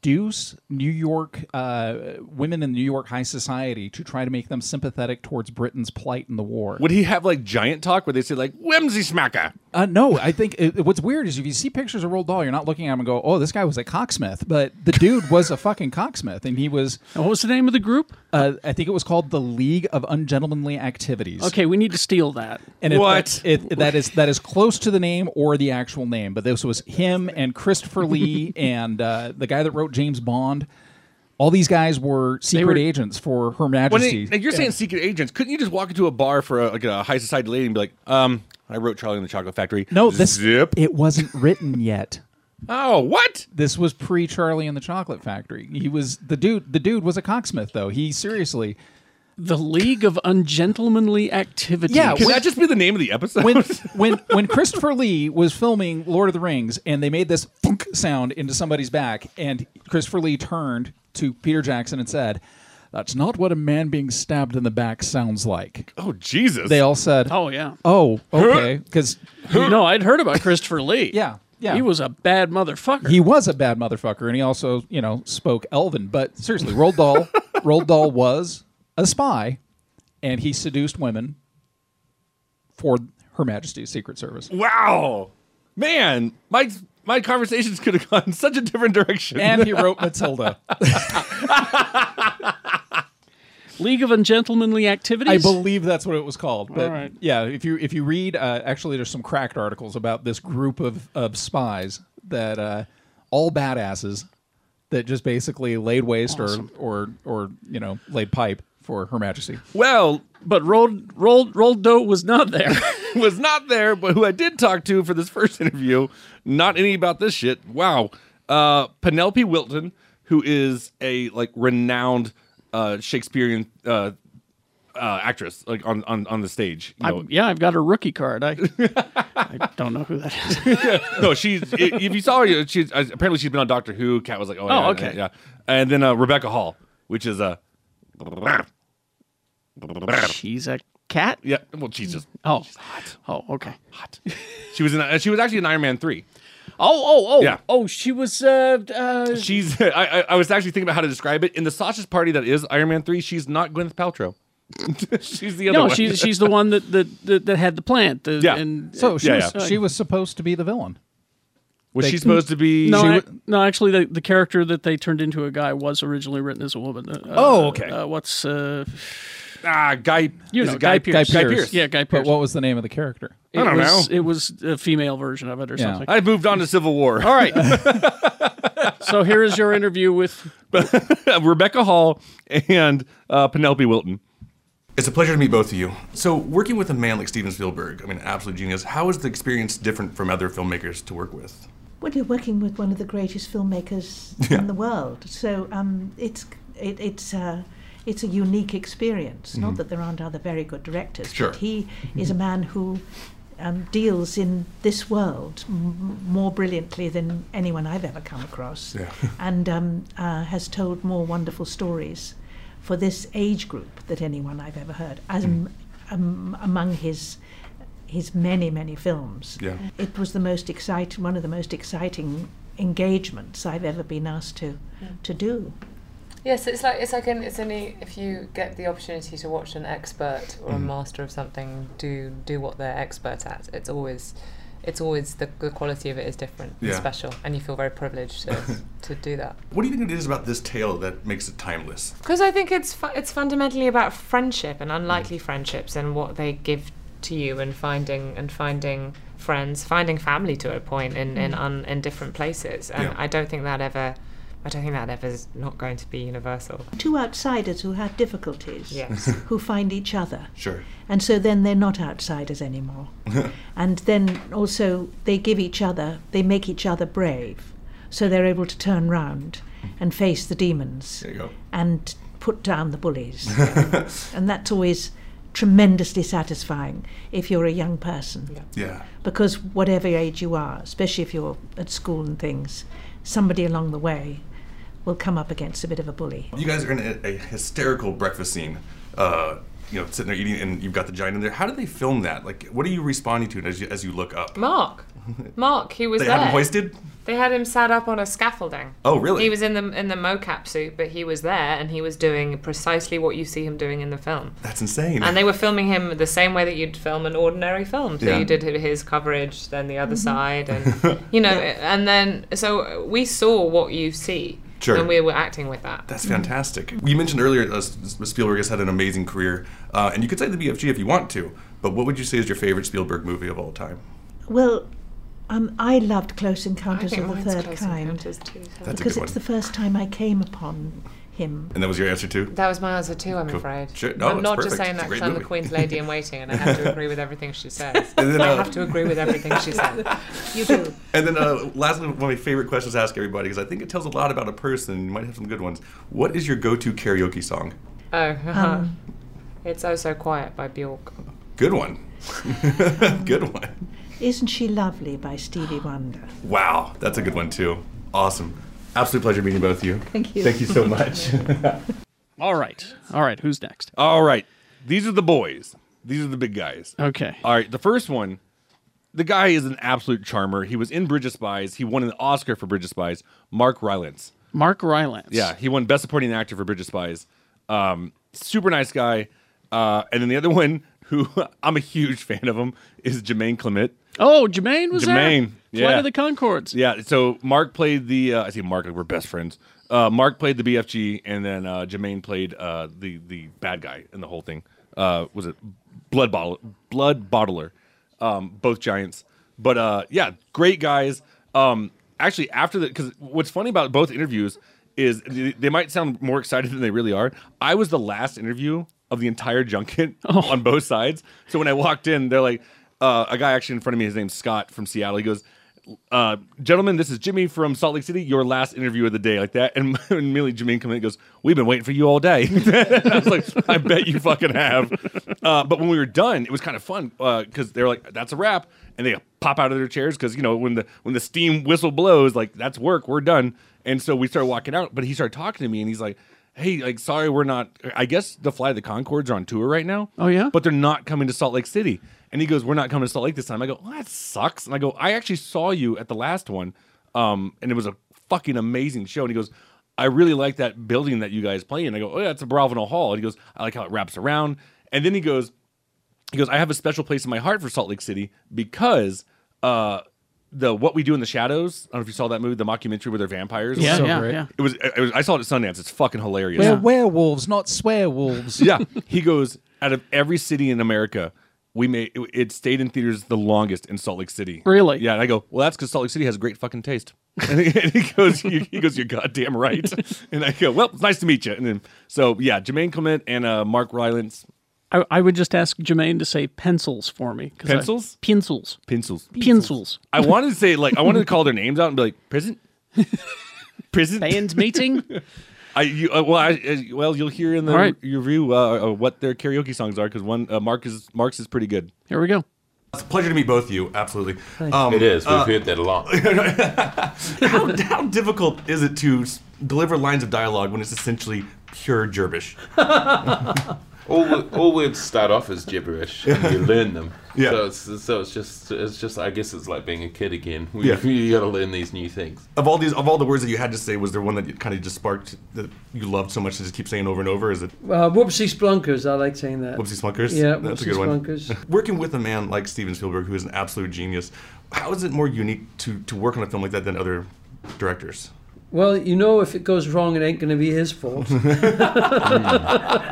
[SPEAKER 9] seduce New York uh, women in New York high society to try to make them sympathetic towards Britain's plight in the war.
[SPEAKER 7] Would he have like giant talk where they say like whimsy smacker?
[SPEAKER 9] Uh, no, I think it, what's weird is if you see pictures of Roald Dahl, you're not looking at him and go, "Oh, this guy was a cocksmith," but the dude was a fucking cocksmith, and he was.
[SPEAKER 2] Now, what was the name of the group?
[SPEAKER 9] Uh, I think it was called the League of Ungentlemanly Activities.
[SPEAKER 2] Okay, we need to steal that.
[SPEAKER 9] And if
[SPEAKER 7] What?
[SPEAKER 9] That, if that is that is close to the name or the actual name, but this was him and Christopher
[SPEAKER 2] *laughs*
[SPEAKER 9] Lee and uh, the guy that wrote James Bond. All these guys were secret
[SPEAKER 2] were-
[SPEAKER 9] agents for Her
[SPEAKER 7] When
[SPEAKER 9] Majesty.
[SPEAKER 7] they, like, you're saying secret agents, couldn't you just walk into a bar for a, like a high society lady and be like, um, I wrote Charlie and the Chocolate Factory.
[SPEAKER 9] no, this
[SPEAKER 7] zip.
[SPEAKER 9] it wasn't written yet.
[SPEAKER 7] Oh, what?
[SPEAKER 9] This was pre Charlie and the Chocolate Factory. He was the dude. The dude was a cocksmith, though. He seriously
[SPEAKER 2] The League of Ungentlemanly Activities.
[SPEAKER 9] Yeah,
[SPEAKER 7] Can that just be the name of the
[SPEAKER 9] *laughs*
[SPEAKER 7] episode?
[SPEAKER 9] when when when Christopher Lee was filming Lord of the Rings and they made this thunk sound into somebody's back, and Christopher Lee turned to Peter Jackson and said, "That's not what a man being stabbed in the back sounds like."
[SPEAKER 7] oh Jesus!
[SPEAKER 9] They all said, "Oh,
[SPEAKER 2] Oh yeah.
[SPEAKER 9] okay," because
[SPEAKER 2] no, I'd heard about Christopher Lee.
[SPEAKER 9] *laughs* Yeah, yeah.
[SPEAKER 2] He was a bad motherfucker.
[SPEAKER 9] he was a bad motherfucker, and he also you know spoke Elven. But seriously, Roald
[SPEAKER 2] *laughs*
[SPEAKER 9] Dahl, Roald Dahl was a spy, and he seduced women for Her Majesty's Secret Service.
[SPEAKER 7] wow, *laughs* man, my my conversations could have gone *laughs* such a different direction.
[SPEAKER 9] And he
[SPEAKER 7] *laughs*
[SPEAKER 9] wrote Matilda.
[SPEAKER 2] League of Ungentlemanly Activities.
[SPEAKER 9] I believe that's what it was called. But
[SPEAKER 2] All right.
[SPEAKER 9] yeah, if you if you read, uh, actually, there's some cracked articles about this group of of spies that uh, all badasses that just basically laid waste or or or you know laid pipe for Her Majesty.
[SPEAKER 7] well,
[SPEAKER 2] But Rold Rold Rold Doe was not there.
[SPEAKER 7] *laughs* was not there, but who I did talk to for this first interview, not any about this shit. Wow. Uh, Penelope Wilton, who is a like renowned uh, Shakespearean uh, uh, actress, like on on, on the stage. You
[SPEAKER 2] I-
[SPEAKER 7] know.
[SPEAKER 2] yeah, I've got a rookie card.
[SPEAKER 7] *laughs*
[SPEAKER 2] I, I don't know who that is.
[SPEAKER 7] no, she's i- if you saw her, she's uh, apparently she's been on Doctor Who. Cat was like, oh, yeah,
[SPEAKER 2] okay.
[SPEAKER 7] yeah. And then uh, Rebecca Hall, which is a
[SPEAKER 2] She's a cat.
[SPEAKER 7] yeah. Well, she's just
[SPEAKER 2] Oh, oh, okay.
[SPEAKER 7] hot. She was in. uh, She was actually in Iron Man three.
[SPEAKER 2] Oh, oh, oh.
[SPEAKER 7] Yeah.
[SPEAKER 2] Oh, she was. Uh, uh,
[SPEAKER 7] She's. *laughs* I, I, I was actually thinking about how to describe it in the sausage party that is Iron Man three. She's not Gwyneth Paltrow. *laughs* she's the other
[SPEAKER 2] no,
[SPEAKER 7] one.
[SPEAKER 2] she's she's
[SPEAKER 7] *laughs*
[SPEAKER 2] the one that that, that, that had the plant. The,
[SPEAKER 7] Yeah.
[SPEAKER 2] And, uh,
[SPEAKER 9] So she
[SPEAKER 7] Yeah,
[SPEAKER 9] was,
[SPEAKER 7] yeah.
[SPEAKER 9] she was supposed to be the villain.
[SPEAKER 7] Was
[SPEAKER 9] They-
[SPEAKER 7] she supposed to be?
[SPEAKER 2] No,
[SPEAKER 9] She
[SPEAKER 2] I-
[SPEAKER 9] wa-
[SPEAKER 2] no. Actually, the, the character that they turned into a guy was originally written as a woman. Uh,
[SPEAKER 9] Oh, okay.
[SPEAKER 2] Uh, what's uh,
[SPEAKER 7] ah guy?
[SPEAKER 2] You
[SPEAKER 7] is
[SPEAKER 2] know,
[SPEAKER 7] it
[SPEAKER 2] guy, Pierce.
[SPEAKER 9] Guy Pierce.
[SPEAKER 2] Yeah, Guy Pierce.
[SPEAKER 9] But what was the name of the character?
[SPEAKER 2] It was, It was a female version of it or
[SPEAKER 9] Yeah.
[SPEAKER 2] something.
[SPEAKER 7] I moved on to Civil War. All *laughs* right,
[SPEAKER 2] so here is your interview with
[SPEAKER 7] *laughs* Rebecca Hall and uh, Penelope Wilton.
[SPEAKER 13] It's a pleasure to meet both of you. So, working with a man like Steven Spielberg, I mean, absolute genius, how is the experience different from other filmmakers to work with?
[SPEAKER 14] Well, you're working with one of the greatest filmmakers in the world, so um, it's it, it's uh, it's a unique experience. Not
[SPEAKER 13] Mhm.
[SPEAKER 14] that there aren't other very good directors,
[SPEAKER 13] Sure.
[SPEAKER 14] but he is a man who um, deals in this world m- more brilliantly than anyone I've ever come across,
[SPEAKER 13] Yeah. *laughs*
[SPEAKER 14] and um, uh, has told more wonderful stories for this age group than anyone I've ever heard.
[SPEAKER 13] Mm.
[SPEAKER 14] As m- um, among his his many many films.
[SPEAKER 13] Yeah.
[SPEAKER 14] It was the most exciting, one of the most exciting engagements I've ever been asked to to do.
[SPEAKER 15] Yes, it's like it's like an, it's only if you get the opportunity to watch an expert or a
[SPEAKER 14] Mm-hmm.
[SPEAKER 13] Mhm.
[SPEAKER 15] master of something do do what they're expert at. It's always it's always the, the quality of it is different, and
[SPEAKER 13] Yeah.
[SPEAKER 15] special, and you feel very privileged
[SPEAKER 14] *laughs*
[SPEAKER 15] to, to do that.
[SPEAKER 13] What do you think it is about this tale that makes it timeless?
[SPEAKER 15] Because I think it's fu- it's fundamentally about friendship and unlikely
[SPEAKER 14] Mm.
[SPEAKER 15] friendships and what they give to you and finding and finding friends, finding family to a point in in,
[SPEAKER 14] Mm.
[SPEAKER 15] un, in different places. And
[SPEAKER 14] Yeah.
[SPEAKER 15] I don't think that ever, I don't think that ever is not going to be universal.
[SPEAKER 14] Two outsiders who have difficulties,
[SPEAKER 15] Yes.
[SPEAKER 14] who find each other,
[SPEAKER 13] Sure.
[SPEAKER 14] and so then they're not outsiders anymore. and then also they give each other, they make each other brave, so they're able to turn round and face the demons
[SPEAKER 13] There you go.
[SPEAKER 14] and put down the
[SPEAKER 13] *laughs*
[SPEAKER 14] bullies. and that's always tremendously satisfying if you're a young person.
[SPEAKER 13] Yeah.
[SPEAKER 14] because whatever age you are, especially if you're at school and things, somebody along the way will come up against a bit of a bully.
[SPEAKER 13] You guys are in a, a hysterical breakfast scene. Uh, you know, sitting there eating, and you've got the giant in there. How do they film that? Like, what are you responding to as you, as you look up? *laughs*
[SPEAKER 15] Mark, Mark, he was
[SPEAKER 13] they
[SPEAKER 15] there.
[SPEAKER 13] have him hoisted?
[SPEAKER 15] They had him sat up on a scaffolding.
[SPEAKER 13] Oh, really?
[SPEAKER 15] He was in the in the mocap suit, but he was there and he was doing precisely what you see him doing in the film.
[SPEAKER 13] That's insane.
[SPEAKER 15] And they were filming him the same way that you'd film an ordinary film. So
[SPEAKER 13] Yeah. Mm-hmm.
[SPEAKER 15] you did his coverage, then the other
[SPEAKER 13] *laughs*
[SPEAKER 15] side, and you know, and then so we saw what you see,
[SPEAKER 13] Sure.
[SPEAKER 15] and we were acting with that. Mm.
[SPEAKER 13] That's fantastic. You mentioned earlier uh, S- Spielberg has had an amazing career, uh, and you could say the BFG if you want to, but what would you say is your favorite Spielberg movie of all time?
[SPEAKER 14] Well, um, I loved Close Encounters
[SPEAKER 15] think
[SPEAKER 14] of the
[SPEAKER 15] mine's
[SPEAKER 14] Third
[SPEAKER 15] Close
[SPEAKER 14] Kind
[SPEAKER 13] That's a
[SPEAKER 14] because
[SPEAKER 13] good
[SPEAKER 14] it's
[SPEAKER 13] one.
[SPEAKER 14] the first time I came upon him.
[SPEAKER 13] And that was your answer too?
[SPEAKER 15] That was my answer too. I'm
[SPEAKER 13] Cool.
[SPEAKER 15] afraid.
[SPEAKER 13] Sure. No,
[SPEAKER 15] I'm
[SPEAKER 13] it's
[SPEAKER 15] not
[SPEAKER 13] perfect.
[SPEAKER 15] just saying
[SPEAKER 13] It's a
[SPEAKER 15] that
[SPEAKER 13] great
[SPEAKER 15] because I'm the
[SPEAKER 13] movie.
[SPEAKER 15] Queen's lady in waiting, and I
[SPEAKER 13] *laughs*
[SPEAKER 15] have to agree with everything she *laughs* says.
[SPEAKER 13] And then,
[SPEAKER 15] I
[SPEAKER 13] uh,
[SPEAKER 15] have to agree with everything she
[SPEAKER 14] *laughs*
[SPEAKER 15] says.
[SPEAKER 14] You do.
[SPEAKER 13] And then, uh, lastly, one of my favorite questions to ask everybody because I think it tells a lot about a person. You might have some good ones. What is your go-to karaoke song?
[SPEAKER 15] Oh, *laughs*
[SPEAKER 14] Um,
[SPEAKER 15] it's oh so quiet by Bjork.
[SPEAKER 13] Good one. *laughs* good one.
[SPEAKER 14] Isn't She Lovely by Stevie Wonder?
[SPEAKER 13] Wow, that's a good one too. Awesome. Absolute pleasure meeting both of you.
[SPEAKER 14] Thank you.
[SPEAKER 13] Thank you
[SPEAKER 14] *laughs*
[SPEAKER 13] so much.
[SPEAKER 2] *laughs* All right. All right. Who's next?
[SPEAKER 7] All right. These are the boys. These are the big guys.
[SPEAKER 2] Okay.
[SPEAKER 7] All right. The first one, the guy is an absolute charmer. He was in Bridge of Spies. He won an Oscar for Bridge of Spies. Mark Rylance.
[SPEAKER 2] Mark Rylance.
[SPEAKER 7] Yeah, he won Best Supporting Actor for Bridge of Spies. Um, super nice guy. Uh, and then the other *laughs* one, who I'm a huge fan of him, is Jermaine Clement.
[SPEAKER 2] Oh, Jermaine was there.
[SPEAKER 7] Jermaine,
[SPEAKER 2] Flight
[SPEAKER 7] yeah.
[SPEAKER 2] of the Concords.
[SPEAKER 7] Yeah. So Mark played the. Uh, I see Mark. Like we're best friends. Uh, Mark played the BFG, and then uh, Jermaine played uh, the the bad guy in the whole thing. Uh, was it blood bottle blood bottler? Um, both giants. But uh, yeah, great guys. Um, actually, after the because what's funny about both interviews is they, they might sound more excited than they really are. I was the last interview of the entire junket on both sides. So when I walked in, they're like, uh, a guy actually in front of me, his name's Scott from Seattle. He goes, uh, gentlemen, this is Jimmy from Salt Lake City. Your last interview of the day, like that, and *laughs* immediately Jimmy comes in and goes, "We've been waiting for you all day." *laughs* I was like, "I bet you fucking have." Uh, but when we were done, it was kind of fun because they were like, "That's a wrap," and they pop out of their chairs because you know when the when the steam whistle blows, like that's work, we're done. And so we started walking out, but he started talking to me, and he's like, hey, like, sorry, we're not. I guess the Fly the Concords are on tour right now.
[SPEAKER 2] Oh, yeah?
[SPEAKER 7] But they're not coming to Salt Lake City. And he goes, we're not coming to Salt Lake this time. I go, well, that sucks. And I go, I actually saw you at the last one, um, and it was a fucking amazing show. And he goes, I really like that building that you guys play in. I go, oh, yeah, it's a Bravenal Hall. And he goes, I like how it wraps around. And then he goes, he goes, I have a special place in my heart for Salt Lake City because uh, the what we do in the shadows. I don't know if you saw that movie, the mockumentary where they're vampires.
[SPEAKER 2] Yeah, So yeah, great. yeah.
[SPEAKER 7] It was, it was. I saw it at Sundance. It's fucking hilarious.
[SPEAKER 9] We're werewolves, not swear wolves.
[SPEAKER 7] yeah. He goes out of every city in America. We made it, it stayed in theaters the longest in Salt Lake City.
[SPEAKER 2] Really?
[SPEAKER 7] Yeah. And I go, well, that's because Salt Lake City has great fucking taste. *laughs* And he, and he goes, you, he goes, you're
[SPEAKER 2] *laughs*
[SPEAKER 7] goddamn right. And I go, well, it's nice to meet you. And then so yeah, Jermaine Clement and uh, Mark Rylance.
[SPEAKER 2] I, I would just ask Jermaine to say pencils for me. 'cause I-
[SPEAKER 7] Pencils?
[SPEAKER 2] pencils.
[SPEAKER 7] Pencils.
[SPEAKER 2] Pencils.
[SPEAKER 7] I wanted to say like I wanted to call their names out and be
[SPEAKER 2] *laughs*
[SPEAKER 7] like prison, prison
[SPEAKER 2] fans meeting.
[SPEAKER 7] *laughs* I you, uh, well I, uh, well you'll hear in the
[SPEAKER 2] All right.
[SPEAKER 7] review uh, uh, what their karaoke songs are because one uh, Mark is Mark's is pretty good.
[SPEAKER 2] Here we go.
[SPEAKER 13] It's a pleasure to meet both of you. Absolutely.
[SPEAKER 7] Thank
[SPEAKER 16] Um,
[SPEAKER 7] you. It is. We've
[SPEAKER 16] uh,
[SPEAKER 7] heard
[SPEAKER 13] that a lot. *laughs* how, how difficult is it to s- deliver lines of dialogue when it's essentially pure gibberish?
[SPEAKER 16] all, wo- all words start off as gibberish, and you
[SPEAKER 13] *laughs*
[SPEAKER 16] learn them.
[SPEAKER 13] Yeah.
[SPEAKER 16] So it's, so it's just it's just I guess it's like being a kid again. *laughs*
[SPEAKER 13] Yeah.
[SPEAKER 16] You got to learn these new things.
[SPEAKER 13] Of all these, of all the words that you had to say, was there one that kind of just sparked that you loved so much and just keep saying over and over? Is it
[SPEAKER 17] Uh, whoopsie splunkers. I like saying that.
[SPEAKER 13] Whoopsie Splunkers.
[SPEAKER 17] Uh, Yeah,
[SPEAKER 13] that's
[SPEAKER 17] whoopsie
[SPEAKER 13] a good one. *laughs*
[SPEAKER 17] splunkers.
[SPEAKER 13] Working with a man like Steven Spielberg, who is an absolute genius, how is it more unique to to work on a film like that than other directors?
[SPEAKER 17] Well, you know, if it goes wrong, it ain't going to be his
[SPEAKER 13] *laughs*
[SPEAKER 17] fault. *laughs*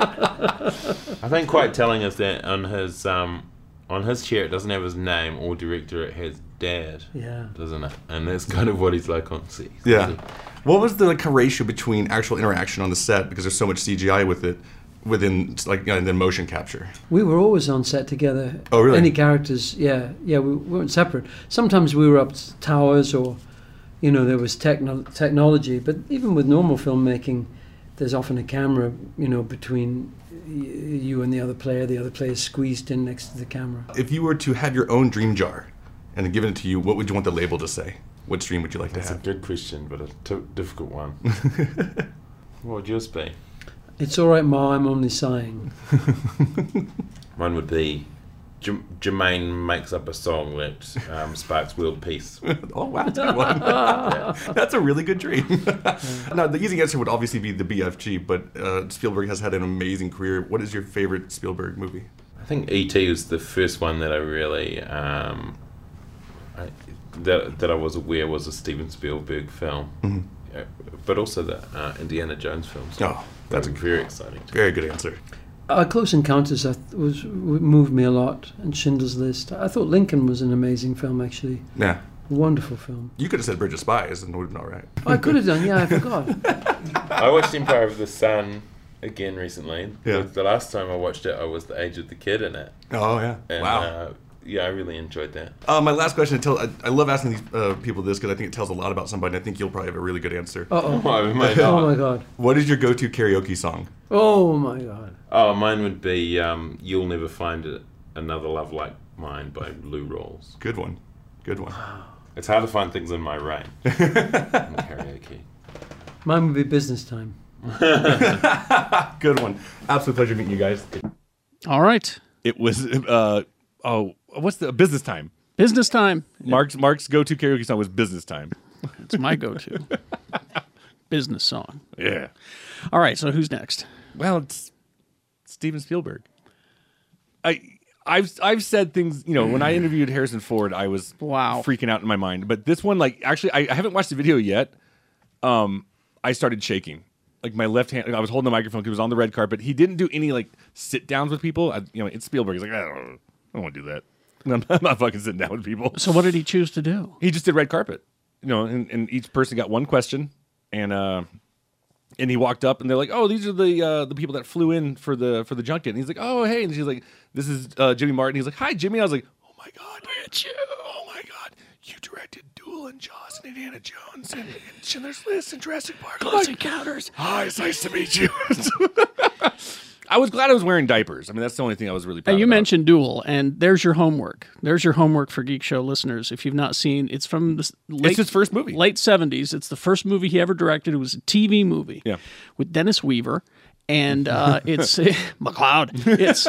[SPEAKER 16] I think quite telling is that on his um on his chair it doesn't have his name or director. It has dad.
[SPEAKER 17] Yeah.
[SPEAKER 16] Doesn't it? And that's kind of what he's like on sea.
[SPEAKER 13] Yeah. What was the like, ratio between actual interaction on the set because there's so much CGI with it, within like you know, and then motion capture?
[SPEAKER 17] We were always on set together.
[SPEAKER 13] Oh, really?
[SPEAKER 17] Any characters? Yeah, yeah. We weren't separate. Sometimes we were up t- towers, or you know, there was techno- technology. But even with normal filmmaking, there's often a camera, you know, between y- you and the other player. The other player is squeezed in next to the camera.
[SPEAKER 13] If you were to have your own dream jar, and then given it to you, what would you want the label to say? What dream would you like
[SPEAKER 16] That's
[SPEAKER 13] to
[SPEAKER 16] a
[SPEAKER 13] have?
[SPEAKER 16] good question, but a t-
[SPEAKER 13] *laughs*
[SPEAKER 16] difficult one. what would yours be?
[SPEAKER 17] It's all right, Ma. I'm
[SPEAKER 13] *laughs*
[SPEAKER 17] only sighing.
[SPEAKER 16] Mine would be J- Jermaine makes up a song that um, sparks world peace.
[SPEAKER 13] *laughs* oh wow, that's a good one. That's a really good dream. *laughs* now, the easy answer would obviously be the BFG, but uh, Spielberg has had an amazing career. What is your favorite Spielberg movie?
[SPEAKER 16] I think E.T. was the first one that I really um, I, that that I was aware was a Steven Spielberg film,
[SPEAKER 13] Mhm.
[SPEAKER 16] Uh, but also the uh, Indiana Jones films.
[SPEAKER 13] Oh, that's
[SPEAKER 16] They
[SPEAKER 13] a
[SPEAKER 16] were very exciting.
[SPEAKER 13] Very good answer.
[SPEAKER 17] Uh, Close Encounters I th- was w- moved me a lot, and Schindler's List. I thought Lincoln was an amazing film, actually.
[SPEAKER 13] Yeah.
[SPEAKER 17] Wonderful film.
[SPEAKER 13] You could have said Bridge of Spies, and it would have been all right.
[SPEAKER 17] I could have done. Yeah, I forgot.
[SPEAKER 16] *laughs* I watched Empire of the Sun again recently.
[SPEAKER 13] Yeah.
[SPEAKER 16] The, the last time I watched it, I was the age of the kid in it.
[SPEAKER 13] Oh, yeah.
[SPEAKER 16] And,
[SPEAKER 13] Wow.
[SPEAKER 16] Uh, yeah, I really enjoyed that.
[SPEAKER 13] Uh, my last question. I, tell, I, I love asking these uh, people this because I think it tells a lot about somebody. and I think you'll probably have a really good answer.
[SPEAKER 16] *laughs*
[SPEAKER 17] Uh-oh. Oh, my God. *laughs* Oh, my God.
[SPEAKER 13] What is your go-to karaoke song? *laughs*
[SPEAKER 17] Oh my God.
[SPEAKER 16] Oh, mine would be um, "You'll Never Find a, Another Love Like Mine" by Lou Rawls.
[SPEAKER 13] Good one, good one.
[SPEAKER 16] It's hard to find things in
[SPEAKER 13] *laughs*
[SPEAKER 16] my rain. in karaoke.
[SPEAKER 17] Mine would be business time.
[SPEAKER 13] good one. Absolute pleasure meeting you guys.
[SPEAKER 2] All right.
[SPEAKER 7] It was uh oh what's the business time?
[SPEAKER 2] Business time.
[SPEAKER 7] Mark's Mark's go to karaoke song was business time.
[SPEAKER 2] It's my go
[SPEAKER 7] *laughs*
[SPEAKER 2] to. Business song.
[SPEAKER 7] Yeah.
[SPEAKER 2] All right. So who's next?
[SPEAKER 7] Well, it's Steven Spielberg. I I've I've said things, you know, when I interviewed Harrison Ford, I was wow freaking out in my mind. But this one, like actually I, I haven't watched the video yet. Um I started shaking. Like my left hand, I was holding the microphone because it was on the red carpet. He didn't do any like sit downs with people. I, you know, it's Spielberg. He's like, I don't, I don't want to do that. *laughs* I'm not, I'm not fucking sitting down with people.
[SPEAKER 2] So what did he choose to do?
[SPEAKER 7] He just did red carpet, you know, and, and each person got one question, and uh, and he walked up, and they're like, "Oh, these are the uh, the people that flew in for the for the junket." And he's like, "Oh, hey," and she's like, "This is uh, Jimmy Martin." He's like, "Hi, Jimmy." I was like, "Oh my god, it's you! Oh my god, you directed Duel and Jaws and Indiana Jones and, and Schindler's List and Jurassic Park."
[SPEAKER 6] Close
[SPEAKER 7] Encounters. Hi, it's nice to meet you. *laughs* I was glad I was wearing diapers. I mean, that's the only thing I was really proud.
[SPEAKER 2] And you mentioned Duel, and there's your homework. There's your homework for Geek Show listeners. If you've not seen, it's from the s- late,
[SPEAKER 7] his first movie,
[SPEAKER 2] late seventies. It's the first movie he ever directed. It was a TV movie, yeah. with Dennis Weaver, and
[SPEAKER 7] *laughs*
[SPEAKER 2] uh, it's *laughs* McLeod. It's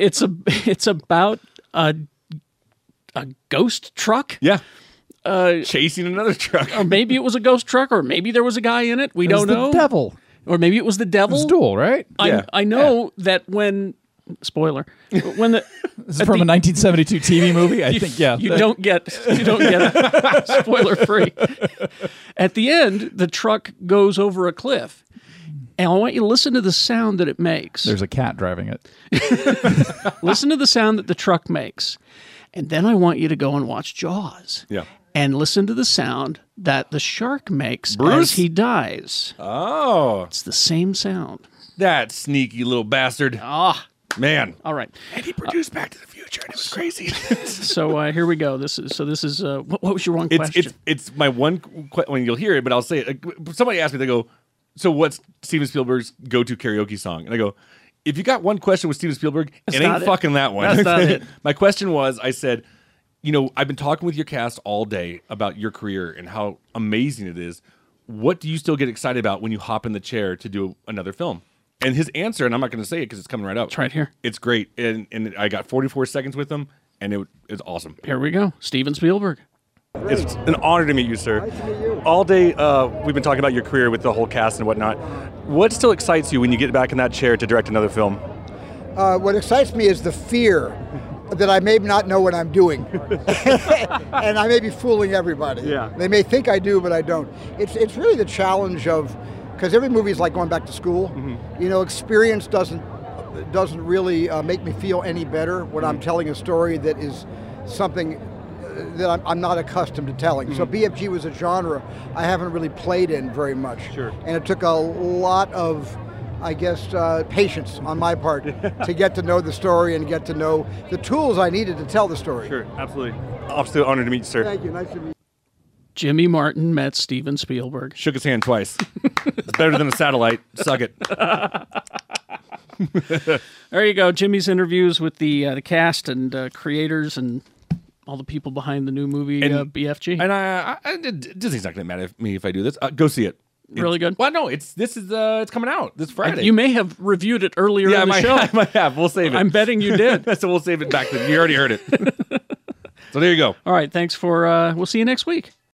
[SPEAKER 2] it's a it's about a a ghost truck.
[SPEAKER 7] Yeah.
[SPEAKER 2] Uh,
[SPEAKER 7] Chasing another truck,
[SPEAKER 2] or maybe it was a ghost truck, or maybe there was a guy in it. We
[SPEAKER 9] It was
[SPEAKER 2] don't
[SPEAKER 9] the
[SPEAKER 2] know.
[SPEAKER 9] devil.
[SPEAKER 2] or maybe it was the devil.
[SPEAKER 9] It's Duel, right?
[SPEAKER 2] I, I know that when spoiler when the
[SPEAKER 9] *laughs* This is from a 1972 TV movie. I
[SPEAKER 2] *laughs* you-
[SPEAKER 9] think yeah.
[SPEAKER 2] You don't get you don't get it. *laughs* spoiler free. At the end, the truck goes over a cliff. And I want you to listen to the sound that it makes.
[SPEAKER 9] There's a cat driving it.
[SPEAKER 2] listen to the sound that the truck makes. And then I want you to go and watch Jaws.
[SPEAKER 7] Yeah.
[SPEAKER 2] And listen to the sound that the shark makes
[SPEAKER 7] Bruce?
[SPEAKER 2] as he dies.
[SPEAKER 7] Oh.
[SPEAKER 2] It's the same sound.
[SPEAKER 7] That sneaky little bastard.
[SPEAKER 2] Ah.
[SPEAKER 7] Man.
[SPEAKER 2] All right.
[SPEAKER 7] And he produced Back to the Future, and it was crazy. *laughs*
[SPEAKER 2] so uh, here we go. This is so. This is uh, what, what was your one
[SPEAKER 7] it's,
[SPEAKER 2] question?
[SPEAKER 7] it's it's my one question. Well, you'll hear it, but I'll say it. Like, Somebody asked me, they go, "So what's Steven Spielberg's go-to karaoke song?" And I go, "If you got one question with Steven Spielberg,
[SPEAKER 2] That's
[SPEAKER 7] it ain't
[SPEAKER 2] not it.
[SPEAKER 7] fucking that one."
[SPEAKER 2] That's
[SPEAKER 7] *laughs*
[SPEAKER 2] not it.
[SPEAKER 7] my question was, I said, "You know, I've been talking with your cast all day about your career and how amazing it is. What do you still get excited about when you hop in the chair to do another film?" And his answer, and I'm not going to say it because it's coming right up. It's
[SPEAKER 2] right here.
[SPEAKER 7] It's great, and and I got 44 seconds with him, and it it's awesome.
[SPEAKER 2] Here we go. Steven Spielberg.
[SPEAKER 18] It's an honor to meet you, sir. All day, uh, we've been talking about your career with the whole cast and whatnot. What still excites you when you get back in that chair to direct another film?
[SPEAKER 19] *laughs* Uh, what excites me is the fear that I may not know what I'm doing, *laughs* and I may be fooling everybody.
[SPEAKER 20] Yeah.
[SPEAKER 19] They may think I do, but I don't. It's it's really the challenge of because every movie is like going back to school. You know, experience doesn't doesn't really uh, make me feel any better when I'm telling a story that is something uh, that I'm, I'm not accustomed to telling. So BFG was a genre I haven't really played in very much, sure. and it took a lot of I guess uh, patience on my part to get to know the story and get to know the tools I needed to tell the story.
[SPEAKER 18] Sure, absolutely. Absolute honor to meet you, sir.
[SPEAKER 19] Thank you. Nice to meet you.
[SPEAKER 2] Jimmy Martin met Steven
[SPEAKER 7] *laughs*
[SPEAKER 2] Spielberg.
[SPEAKER 7] Shook his hand twice. it's better than a satellite.
[SPEAKER 2] *laughs*
[SPEAKER 7] Suck it. Uh,
[SPEAKER 2] There you go. Jimmy's interviews with the uh, the cast and uh, creators and all the people behind the new movie
[SPEAKER 7] And-
[SPEAKER 2] uh, BFG.
[SPEAKER 7] And I, I, I- Disney's not going to mad at me if I do this. Uh, go see it.
[SPEAKER 2] Really good.
[SPEAKER 7] Well, no, it's this is uh, it's coming out this Friday.
[SPEAKER 2] You may have reviewed it earlier
[SPEAKER 7] yeah, I
[SPEAKER 2] in the
[SPEAKER 7] might,
[SPEAKER 2] show.
[SPEAKER 7] I might have. We'll save it.
[SPEAKER 2] I'm betting you did.
[SPEAKER 7] *laughs* so
[SPEAKER 2] *laughs*
[SPEAKER 7] we'll save it back. Then you already heard it. so there you go.
[SPEAKER 2] All right. Thanks for. Uh, we'll see you next week.